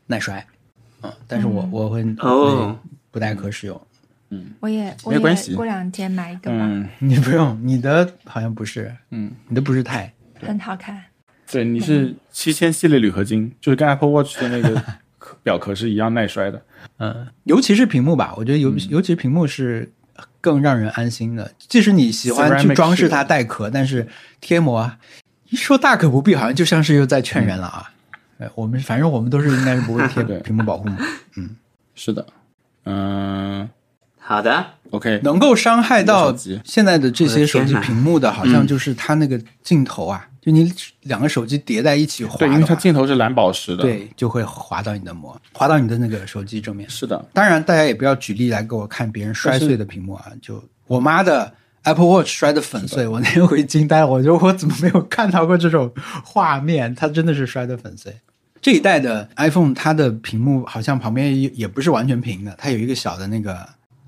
[SPEAKER 2] 耐摔，嗯，但是我
[SPEAKER 4] 嗯
[SPEAKER 2] 我会
[SPEAKER 1] 哦
[SPEAKER 2] 会不带壳使用。
[SPEAKER 4] 我也我
[SPEAKER 3] 没
[SPEAKER 4] 也
[SPEAKER 3] 关系
[SPEAKER 4] 过两天买一个吧，
[SPEAKER 3] 嗯
[SPEAKER 2] 你不用，你的好像不是，
[SPEAKER 3] 嗯，
[SPEAKER 2] 你的不是钛，
[SPEAKER 4] 很好看。
[SPEAKER 3] 对，你
[SPEAKER 2] 嗯
[SPEAKER 3] 是七千系列铝合金，就是跟 Apple Watch 的那 个壳表壳是一样耐摔的。
[SPEAKER 2] 嗯，尤其是屏幕吧，我觉得尤、
[SPEAKER 3] 嗯
[SPEAKER 2] 尤其是屏幕是更让人安心的。即使你喜欢
[SPEAKER 3] Ceramic
[SPEAKER 2] 去装饰它
[SPEAKER 3] 是的
[SPEAKER 2] 带壳，但是贴膜啊一说大可不必，好像就像是又在劝人了啊。哎，我们反正我们都是应该是不会贴
[SPEAKER 3] 嗯 对
[SPEAKER 2] 屏幕保护膜，
[SPEAKER 3] 是的，嗯
[SPEAKER 1] 好的，
[SPEAKER 3] ，OK，
[SPEAKER 2] 能够伤害
[SPEAKER 3] 我
[SPEAKER 2] 到
[SPEAKER 3] 的手机
[SPEAKER 2] 现在的这些手机
[SPEAKER 1] 我的天哪
[SPEAKER 2] 屏幕的，好像就是它那个镜头啊，就你两个手机叠在一起滑的
[SPEAKER 3] 嗯对，
[SPEAKER 2] 话，
[SPEAKER 3] 因为它镜头是蓝宝石的。，
[SPEAKER 2] 对就会滑到你的膜，滑到你的那个手机正面。
[SPEAKER 3] 是的，
[SPEAKER 2] 当然，大家也不要举例来给我看别人摔碎的屏幕啊！就我妈的 Apple Watch 摔得粉碎，我那天回惊呆了，我觉得我怎么没有看到过这种画面？它真的是摔得粉碎。这一代的 iPhone，它的屏幕好像旁边也也不是完全平的，它有一个小的那个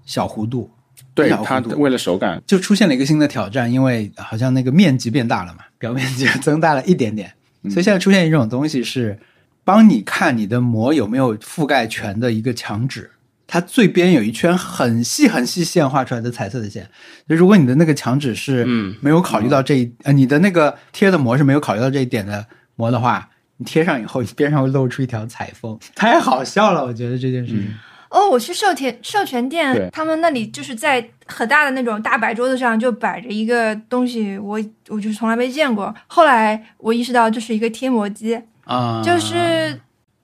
[SPEAKER 2] 小弧度，
[SPEAKER 3] 对
[SPEAKER 2] 小
[SPEAKER 3] 它
[SPEAKER 2] 弧度
[SPEAKER 3] 为了手感，
[SPEAKER 2] 就出现了一个新的挑战，因为好像那个面积变大了嘛，表面积增大了一点点，所以现在出现一种东西是帮你看你的膜有没有覆盖全的一个墙纸，它最边有一圈很细很细线画出来的彩色的线，就如果你的那个墙纸是
[SPEAKER 1] 嗯
[SPEAKER 2] 没有考虑到这一、呃你的那个贴的膜是没有考虑到这一点的膜的话，你贴上以后，你边上会露出一条彩缝，太好笑了，我觉得这件事情。
[SPEAKER 4] 哦，我去授田授权
[SPEAKER 3] 对
[SPEAKER 4] 店，他们那里就是在很大的那种大摆桌子上就摆着一个东西，我我就是从来没见过。后来我意识到这是一个贴膜机，
[SPEAKER 2] 啊、
[SPEAKER 4] 就是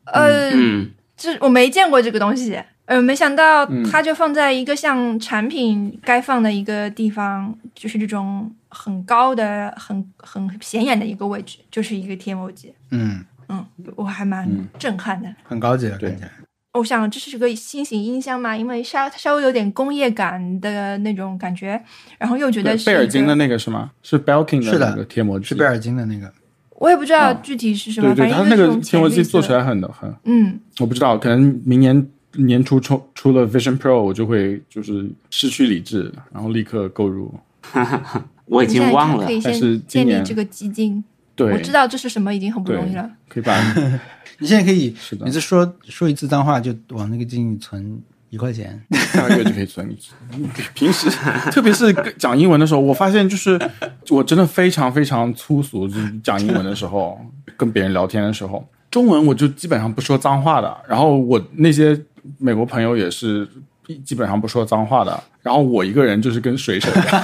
[SPEAKER 4] 呃，
[SPEAKER 1] 嗯，
[SPEAKER 4] 这我没见过这个东西，呃，没想到
[SPEAKER 3] 嗯
[SPEAKER 4] 它就放在一个像产品该放的一个地方，就是这种很高的、很很显眼的一个位置，就是一个贴膜机。
[SPEAKER 2] 嗯，
[SPEAKER 4] 嗯，我还蛮
[SPEAKER 3] 嗯
[SPEAKER 4] 震撼的。
[SPEAKER 2] 很高级的
[SPEAKER 3] 对
[SPEAKER 2] 看起来。
[SPEAKER 4] 我想这是个新型音箱嘛，因为稍稍微有点工业感的那种感觉，然后又觉
[SPEAKER 3] 对
[SPEAKER 4] 得是
[SPEAKER 3] 贝尔
[SPEAKER 4] 一个
[SPEAKER 3] 金的那个是吗？是 Belkin
[SPEAKER 2] 是的
[SPEAKER 3] 那个贴膜机，
[SPEAKER 2] 是贝尔金的那个，
[SPEAKER 4] 我也不知道
[SPEAKER 3] 哦
[SPEAKER 4] 具体是什么，
[SPEAKER 3] 对对，
[SPEAKER 4] 反
[SPEAKER 3] 它
[SPEAKER 4] 正
[SPEAKER 3] 那
[SPEAKER 4] 就是
[SPEAKER 3] 个
[SPEAKER 4] 种
[SPEAKER 3] 贴膜机
[SPEAKER 4] 浅绿色
[SPEAKER 3] 做出来很很
[SPEAKER 4] 嗯，
[SPEAKER 3] 我不知道，可能明年年初出出了 Vision Pro，我就会就是失去理智，然后立刻购入。
[SPEAKER 1] 我已
[SPEAKER 4] 你现在
[SPEAKER 1] 经忘了
[SPEAKER 4] 可，以
[SPEAKER 3] 但是
[SPEAKER 4] 先
[SPEAKER 3] 今
[SPEAKER 4] 建
[SPEAKER 3] 年
[SPEAKER 4] 立这个基金。
[SPEAKER 3] 对，
[SPEAKER 4] 我知道这是什么，已经很不容易了。
[SPEAKER 3] 可以 把
[SPEAKER 2] 你现在可以
[SPEAKER 3] 是的
[SPEAKER 2] 每次说说一次脏话就往那个基金里存一块钱。
[SPEAKER 3] 下个月就可以存一次。平时，特别是讲英文的时候，我发现就是我真的非常非常粗俗，就是讲英文的时候，跟别人聊天的时候，中文我就基本上不说脏话的。然后我那些美国朋友也是基本上不说脏话的。然后我一个人就是跟水手一样。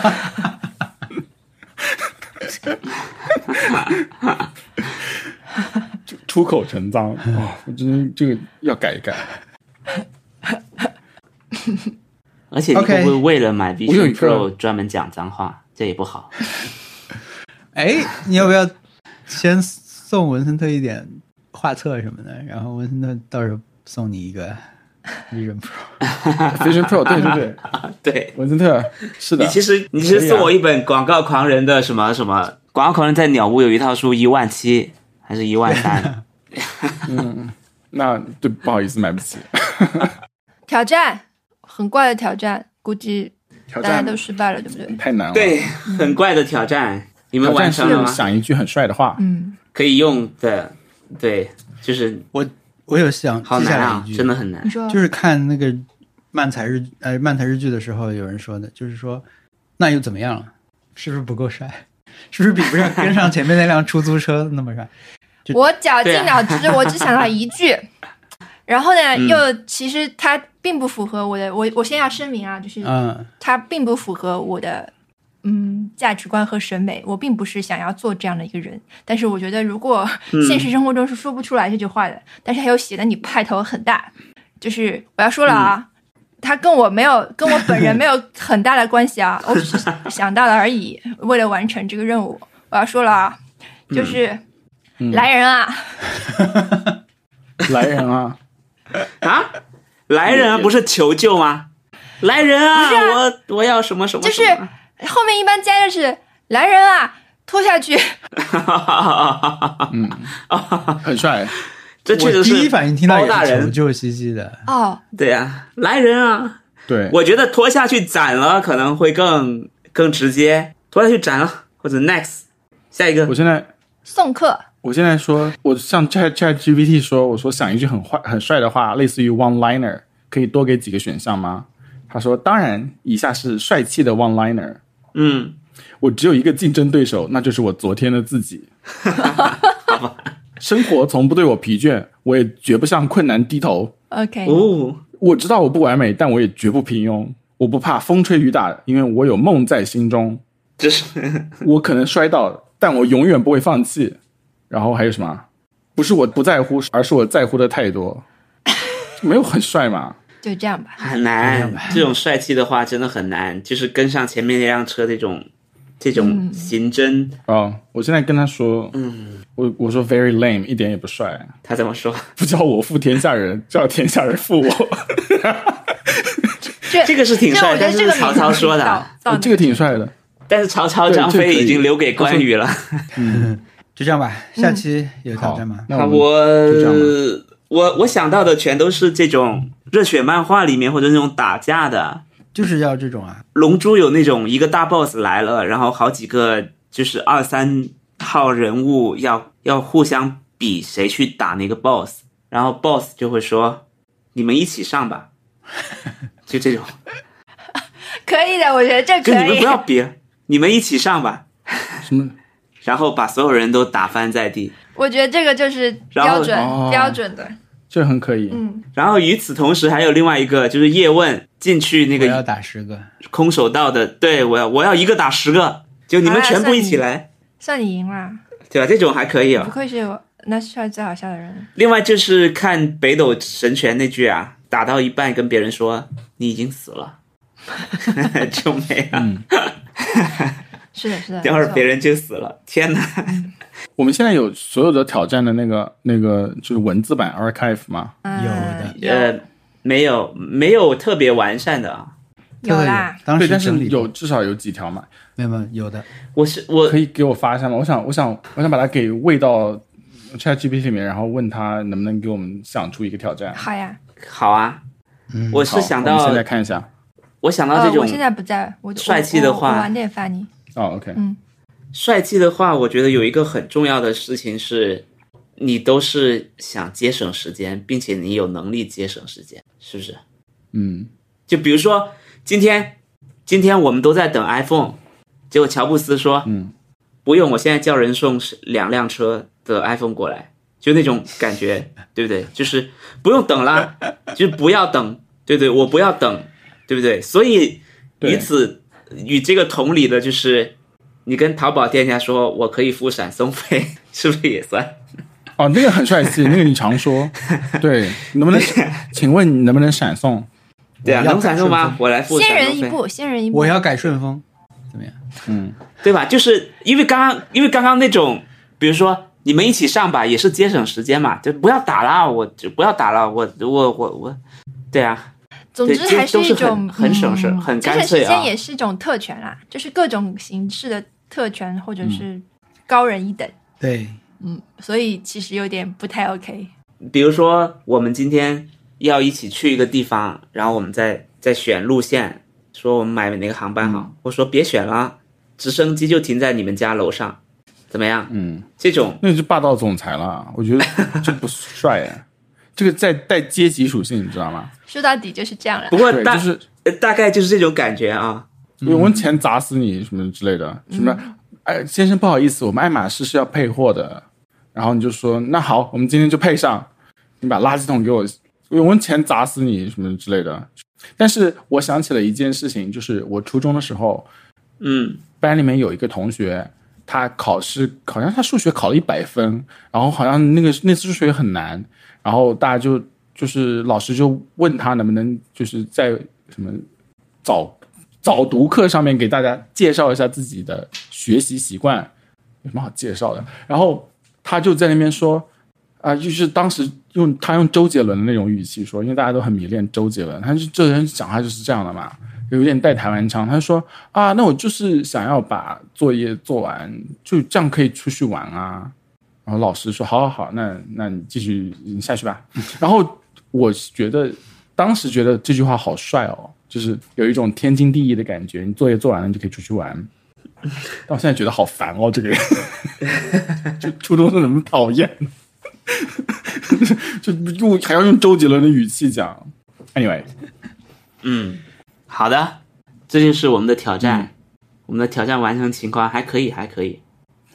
[SPEAKER 3] 就 出口成脏啊、哦！我真的这个要改一改。
[SPEAKER 1] 而且你
[SPEAKER 2] OK
[SPEAKER 1] 会不会为了买
[SPEAKER 3] 我有一
[SPEAKER 1] Vision
[SPEAKER 3] 个
[SPEAKER 1] Pro 专门讲脏话？这也不好。
[SPEAKER 2] 哎， 你要不要先送文森特一点画册什么的，然后文森特到时候送你一个 Vision Pro？
[SPEAKER 3] Vision Pro，对对对，
[SPEAKER 1] 对
[SPEAKER 3] 文森 特是的
[SPEAKER 1] 你，其实你其实送我一本《广告狂人》的什么什么，《广告狂人》在鸟屋有一套书，一万七还是一万三？
[SPEAKER 3] 那对不好意思买不起。
[SPEAKER 4] 挑战很怪的挑战，估计
[SPEAKER 3] 挑
[SPEAKER 4] 大家
[SPEAKER 3] 战
[SPEAKER 4] 都失败了，对不对？
[SPEAKER 3] 太
[SPEAKER 2] 哦
[SPEAKER 3] 难了，，
[SPEAKER 1] 对，很怪的挑战，你们
[SPEAKER 3] 挑
[SPEAKER 1] 完
[SPEAKER 3] 战
[SPEAKER 1] 成了
[SPEAKER 3] 是
[SPEAKER 1] 吗？
[SPEAKER 3] 想一句很帅 的话，
[SPEAKER 4] 嗯，
[SPEAKER 1] 可以用的，对，就是
[SPEAKER 2] 我我有想
[SPEAKER 1] 好
[SPEAKER 2] 记下
[SPEAKER 1] 难
[SPEAKER 2] 来
[SPEAKER 1] 啊
[SPEAKER 2] 一，句，
[SPEAKER 1] 真的很难
[SPEAKER 4] 你。说
[SPEAKER 2] 就是看那个漫才日呃漫才日剧的时候，有人说的，就是说那又怎么样了？是不是不够帅？是不是比不上跟上前面那辆出租车那么快？就
[SPEAKER 4] 我绞尽
[SPEAKER 1] 对啊
[SPEAKER 4] 脑汁，我只想到一 句。然后呢，
[SPEAKER 1] 嗯
[SPEAKER 4] 又其实它并不符合我的，我我先要声明啊，就是
[SPEAKER 2] 嗯
[SPEAKER 4] 它并不符合我的嗯价值观和审美。我并不是想要做这样的一个人，但是我觉得如果
[SPEAKER 1] 嗯
[SPEAKER 4] 现实生活中是说不出来这句话的，但是他又写的你派头很大，就是我要说
[SPEAKER 1] 嗯
[SPEAKER 4] 了啊，他跟我没有跟我本人没有很大的关系啊， 我只是想到了而已。为了完成这个任务，我要说了啊，
[SPEAKER 1] 嗯
[SPEAKER 4] 就是、来人啊，
[SPEAKER 3] 来人啊，
[SPEAKER 1] 啊，来人啊，不是求救吗？来人啊，
[SPEAKER 4] 不是啊
[SPEAKER 1] 我我要什么什么
[SPEAKER 4] 就是
[SPEAKER 1] 什么
[SPEAKER 4] 后面一般加的是来人啊，拖下 去。
[SPEAKER 3] 嗯，很帅，
[SPEAKER 1] 这确
[SPEAKER 2] 我
[SPEAKER 1] 实是
[SPEAKER 2] 第一反应听到
[SPEAKER 1] 包大
[SPEAKER 2] 也是求
[SPEAKER 1] 人，
[SPEAKER 2] 救兮兮的，
[SPEAKER 4] 哦，
[SPEAKER 1] 对啊，来人啊！
[SPEAKER 3] 对，
[SPEAKER 1] 我觉得拖下去斩了可能会更更直接，拖下去斩了 或者 next 下一个
[SPEAKER 3] 我现在
[SPEAKER 4] 送客。
[SPEAKER 3] 我现在说，我向 Chat Chat GPT 说，我说想一句很坏很帅的话，类似于 one liner，可以多给几个选项吗？他说，当然，以下是帅气的 one liner。
[SPEAKER 1] 嗯，
[SPEAKER 3] 我只有一个竞争对手，那就是我昨天的 自己。生活从不对我疲倦，我也绝不向困难低头。
[SPEAKER 4] OK，、
[SPEAKER 1] 哦，
[SPEAKER 3] 我知道我不完美，但我也绝不平庸。我不怕风吹雨打，因为我有梦在心中。
[SPEAKER 1] 这 是
[SPEAKER 3] 我可能摔倒，但我永远不会放弃。然后还有什么？不是我不在乎，而是我在乎的太多。没有很帅嘛？
[SPEAKER 4] 就这样吧。
[SPEAKER 1] 很难，这种帅气的话真的很难，就是跟上前面那辆车这种这种
[SPEAKER 4] 嗯
[SPEAKER 1] 刑侦，
[SPEAKER 3] 哦，我现在跟他说，嗯，我我说 very lame，一点也不帅，
[SPEAKER 1] 他怎么说？
[SPEAKER 3] 不叫我负天下人，叫天下人负我。
[SPEAKER 4] 这
[SPEAKER 1] 这个是挺
[SPEAKER 4] 这
[SPEAKER 1] 帅
[SPEAKER 4] 我觉
[SPEAKER 1] 但
[SPEAKER 4] 得
[SPEAKER 1] 是
[SPEAKER 4] 这个
[SPEAKER 1] 是曹操说的啊
[SPEAKER 4] 名字挺造，
[SPEAKER 3] 哦这
[SPEAKER 4] 造
[SPEAKER 3] 个挺帅的，
[SPEAKER 1] 但是曹操、
[SPEAKER 3] 对
[SPEAKER 1] 张
[SPEAKER 3] 这可
[SPEAKER 1] 飞
[SPEAKER 3] 以
[SPEAKER 1] 已经留给关羽了。
[SPEAKER 2] 就这样吧。
[SPEAKER 4] 嗯
[SPEAKER 2] 下期有挑
[SPEAKER 3] 好
[SPEAKER 2] 战吗？？
[SPEAKER 3] 那
[SPEAKER 1] 啊，
[SPEAKER 3] 我们
[SPEAKER 1] 我
[SPEAKER 3] 就这样吧
[SPEAKER 1] 我我想到的全都是这种热血漫画里面或者那种打架的，
[SPEAKER 2] 就是要这种啊，
[SPEAKER 1] 《龙珠》有那种一个大 boss 来了，然后好几个就是二三号人物要要互相比谁去打那个 boss，然后 boss 就会说：“你们一起上吧。” 就这种，
[SPEAKER 4] 可以的，我觉得这
[SPEAKER 1] 就你
[SPEAKER 4] 可
[SPEAKER 1] 们
[SPEAKER 4] 以
[SPEAKER 1] 不。要比了，你们一起上吧，
[SPEAKER 3] 什么？
[SPEAKER 1] 然后把所有人都打翻在地。
[SPEAKER 4] 我觉得这个就是
[SPEAKER 1] 然
[SPEAKER 4] 标
[SPEAKER 1] 后
[SPEAKER 4] 准、
[SPEAKER 3] 哦
[SPEAKER 4] 标准的，
[SPEAKER 3] 这很可以。
[SPEAKER 4] 嗯，
[SPEAKER 1] 然后与此同时，还有另外一个就是叶问进去那
[SPEAKER 2] 我要
[SPEAKER 1] 个
[SPEAKER 2] 打十个，
[SPEAKER 1] 空手道的，对我要我要一个打十个，就你
[SPEAKER 4] 好
[SPEAKER 1] 们
[SPEAKER 4] 啦
[SPEAKER 1] 全部
[SPEAKER 4] 啊算
[SPEAKER 1] 一起
[SPEAKER 4] 你
[SPEAKER 1] 来，
[SPEAKER 4] 算你赢了，
[SPEAKER 1] 对吧？这种还可以啊、
[SPEAKER 4] 不愧是我那帅最好笑的人。
[SPEAKER 1] 另外就是看北斗神拳那句啊，打到一半跟别人说你已经死了， 就没了，
[SPEAKER 3] 嗯
[SPEAKER 4] 是的，是的，
[SPEAKER 1] 等会
[SPEAKER 4] 没
[SPEAKER 1] 儿
[SPEAKER 4] 错
[SPEAKER 1] 别人就死了。天哪！
[SPEAKER 3] 我们现在有所有的挑战的那个那个就是文字版 archive 吗？
[SPEAKER 4] 嗯
[SPEAKER 2] 有的
[SPEAKER 4] 有
[SPEAKER 1] 呃，没有没有特别完善的啊，
[SPEAKER 4] 有啦，
[SPEAKER 2] 当
[SPEAKER 3] 对，
[SPEAKER 2] 时
[SPEAKER 3] 但
[SPEAKER 2] 整
[SPEAKER 3] 是
[SPEAKER 2] 理
[SPEAKER 3] 有至少有几条嘛，
[SPEAKER 2] 没有没有有的，
[SPEAKER 1] 我是我
[SPEAKER 3] 可以给我发一下吗？我想我想我想把它给喂到 Chat GPT 里面，然后问他能不能给我们想出一个挑战。
[SPEAKER 4] 好呀。
[SPEAKER 1] 好啊，
[SPEAKER 2] 嗯
[SPEAKER 1] 我
[SPEAKER 3] 好
[SPEAKER 1] 是想
[SPEAKER 3] 我
[SPEAKER 1] 到
[SPEAKER 3] 们现在看一下。
[SPEAKER 1] 我想到
[SPEAKER 4] 呃
[SPEAKER 1] 这，
[SPEAKER 4] 我
[SPEAKER 1] 种
[SPEAKER 4] 现在不在，我
[SPEAKER 1] 帅气的话
[SPEAKER 4] 我我我晚点发你。
[SPEAKER 3] 哦，OK，
[SPEAKER 1] 帅气的话，我觉得有一个很重要的事情是，你都是想节省时间，并且你有能力节省时间，是不是？
[SPEAKER 3] 嗯，
[SPEAKER 1] 就比如说今天，今天我们都在等 iPhone，结果乔布斯说，
[SPEAKER 3] 嗯，
[SPEAKER 1] 不用，我现在叫人送两辆车的 iPhone 过来，就那种感 觉，对不对？就是不用等啦，就是不要等，对不对？我不要等，对不对？所以
[SPEAKER 3] 对
[SPEAKER 1] 以此与这个同理的，就是你跟淘宝店家说我可以付闪送费， 是不是也算？
[SPEAKER 3] 哦，那个很帅气，那个你常 说，对，能不能？请问你能不能闪送？
[SPEAKER 1] 对啊，
[SPEAKER 2] 我要
[SPEAKER 1] 能闪送
[SPEAKER 2] 闪
[SPEAKER 1] 吗
[SPEAKER 2] 送？
[SPEAKER 1] 我来付闪
[SPEAKER 4] 先
[SPEAKER 1] 送费。
[SPEAKER 4] 人一步，先人一步
[SPEAKER 2] 我。要改顺丰，怎么样？
[SPEAKER 3] 嗯，
[SPEAKER 1] 对吧？就是因为刚刚，因为刚刚那种，比如说你们一起上吧，也是节省时间嘛，就不要打啦，我就不要打了，我我我我，对啊，
[SPEAKER 4] 总
[SPEAKER 1] 对
[SPEAKER 4] 之
[SPEAKER 1] 这
[SPEAKER 4] 还
[SPEAKER 1] 都
[SPEAKER 4] 一
[SPEAKER 1] 是
[SPEAKER 4] 种
[SPEAKER 1] 很很省事
[SPEAKER 4] 嗯
[SPEAKER 1] 很
[SPEAKER 4] 节
[SPEAKER 1] 干
[SPEAKER 4] 省
[SPEAKER 1] 脆
[SPEAKER 4] 时间
[SPEAKER 1] 啊
[SPEAKER 4] 也是一种特权啦，就是各种形式的特权或
[SPEAKER 2] 嗯
[SPEAKER 4] 者是高人一等，
[SPEAKER 2] 对，
[SPEAKER 4] 所以其实有点不太 OK。
[SPEAKER 1] 比如说我们今天要一起去一个地方，然后我们再再选路线，说我们买哪个航班好，
[SPEAKER 3] 嗯
[SPEAKER 1] 我说别选了，啊直升机就停在你们家楼上，怎么样？
[SPEAKER 3] 嗯，
[SPEAKER 1] 这种
[SPEAKER 3] 那就霸道总裁了，我觉得这不帅哎，这个在带阶级属性，你知道吗？
[SPEAKER 4] 说到底就是这样了
[SPEAKER 1] 不。过
[SPEAKER 3] 对，
[SPEAKER 1] 大、
[SPEAKER 3] 就是
[SPEAKER 1] 呃大概就是这种感觉啊，
[SPEAKER 3] 我用钱砸死你什么之类的，什么哎，先生不好意思，我们爱马仕是要配货的。然后你就说那好，我们今天就配上，你把垃圾桶给我，我用钱砸死你什么之类的。但是我想起了一件事情，就是我初中的时候，
[SPEAKER 1] 嗯，
[SPEAKER 3] 班里面有一个同学，他考试好像他数学考了一百分，然后好像那个那次数学很难，然后大家就就是老师就问他能不能就是在什么早早读课上面给大家介绍一下自己的学习习惯，有什么好介绍的？然后他就在那边说，啊、就是当时用他用周杰伦的那种语气说，因为大家都很迷恋周杰伦，他就这人讲话就是这样的嘛，有点带台湾腔。他说啊，那我就是想要把作业做完，就这样可以出去玩啊。然后老师说，好好好，那那你继续你下去吧。 然后我觉得当时觉得这句话好帅哦，就是有一种天经地义的感觉，你作业做完了你就可以出去玩。但我现在觉得好烦哦，这个人， 就初中生怎么讨厌呢？ 就用还要用周杰伦的语气讲。Anyway，
[SPEAKER 1] 嗯，好的，这就是我们的挑战，我们的挑战完成情况还可以，还可以，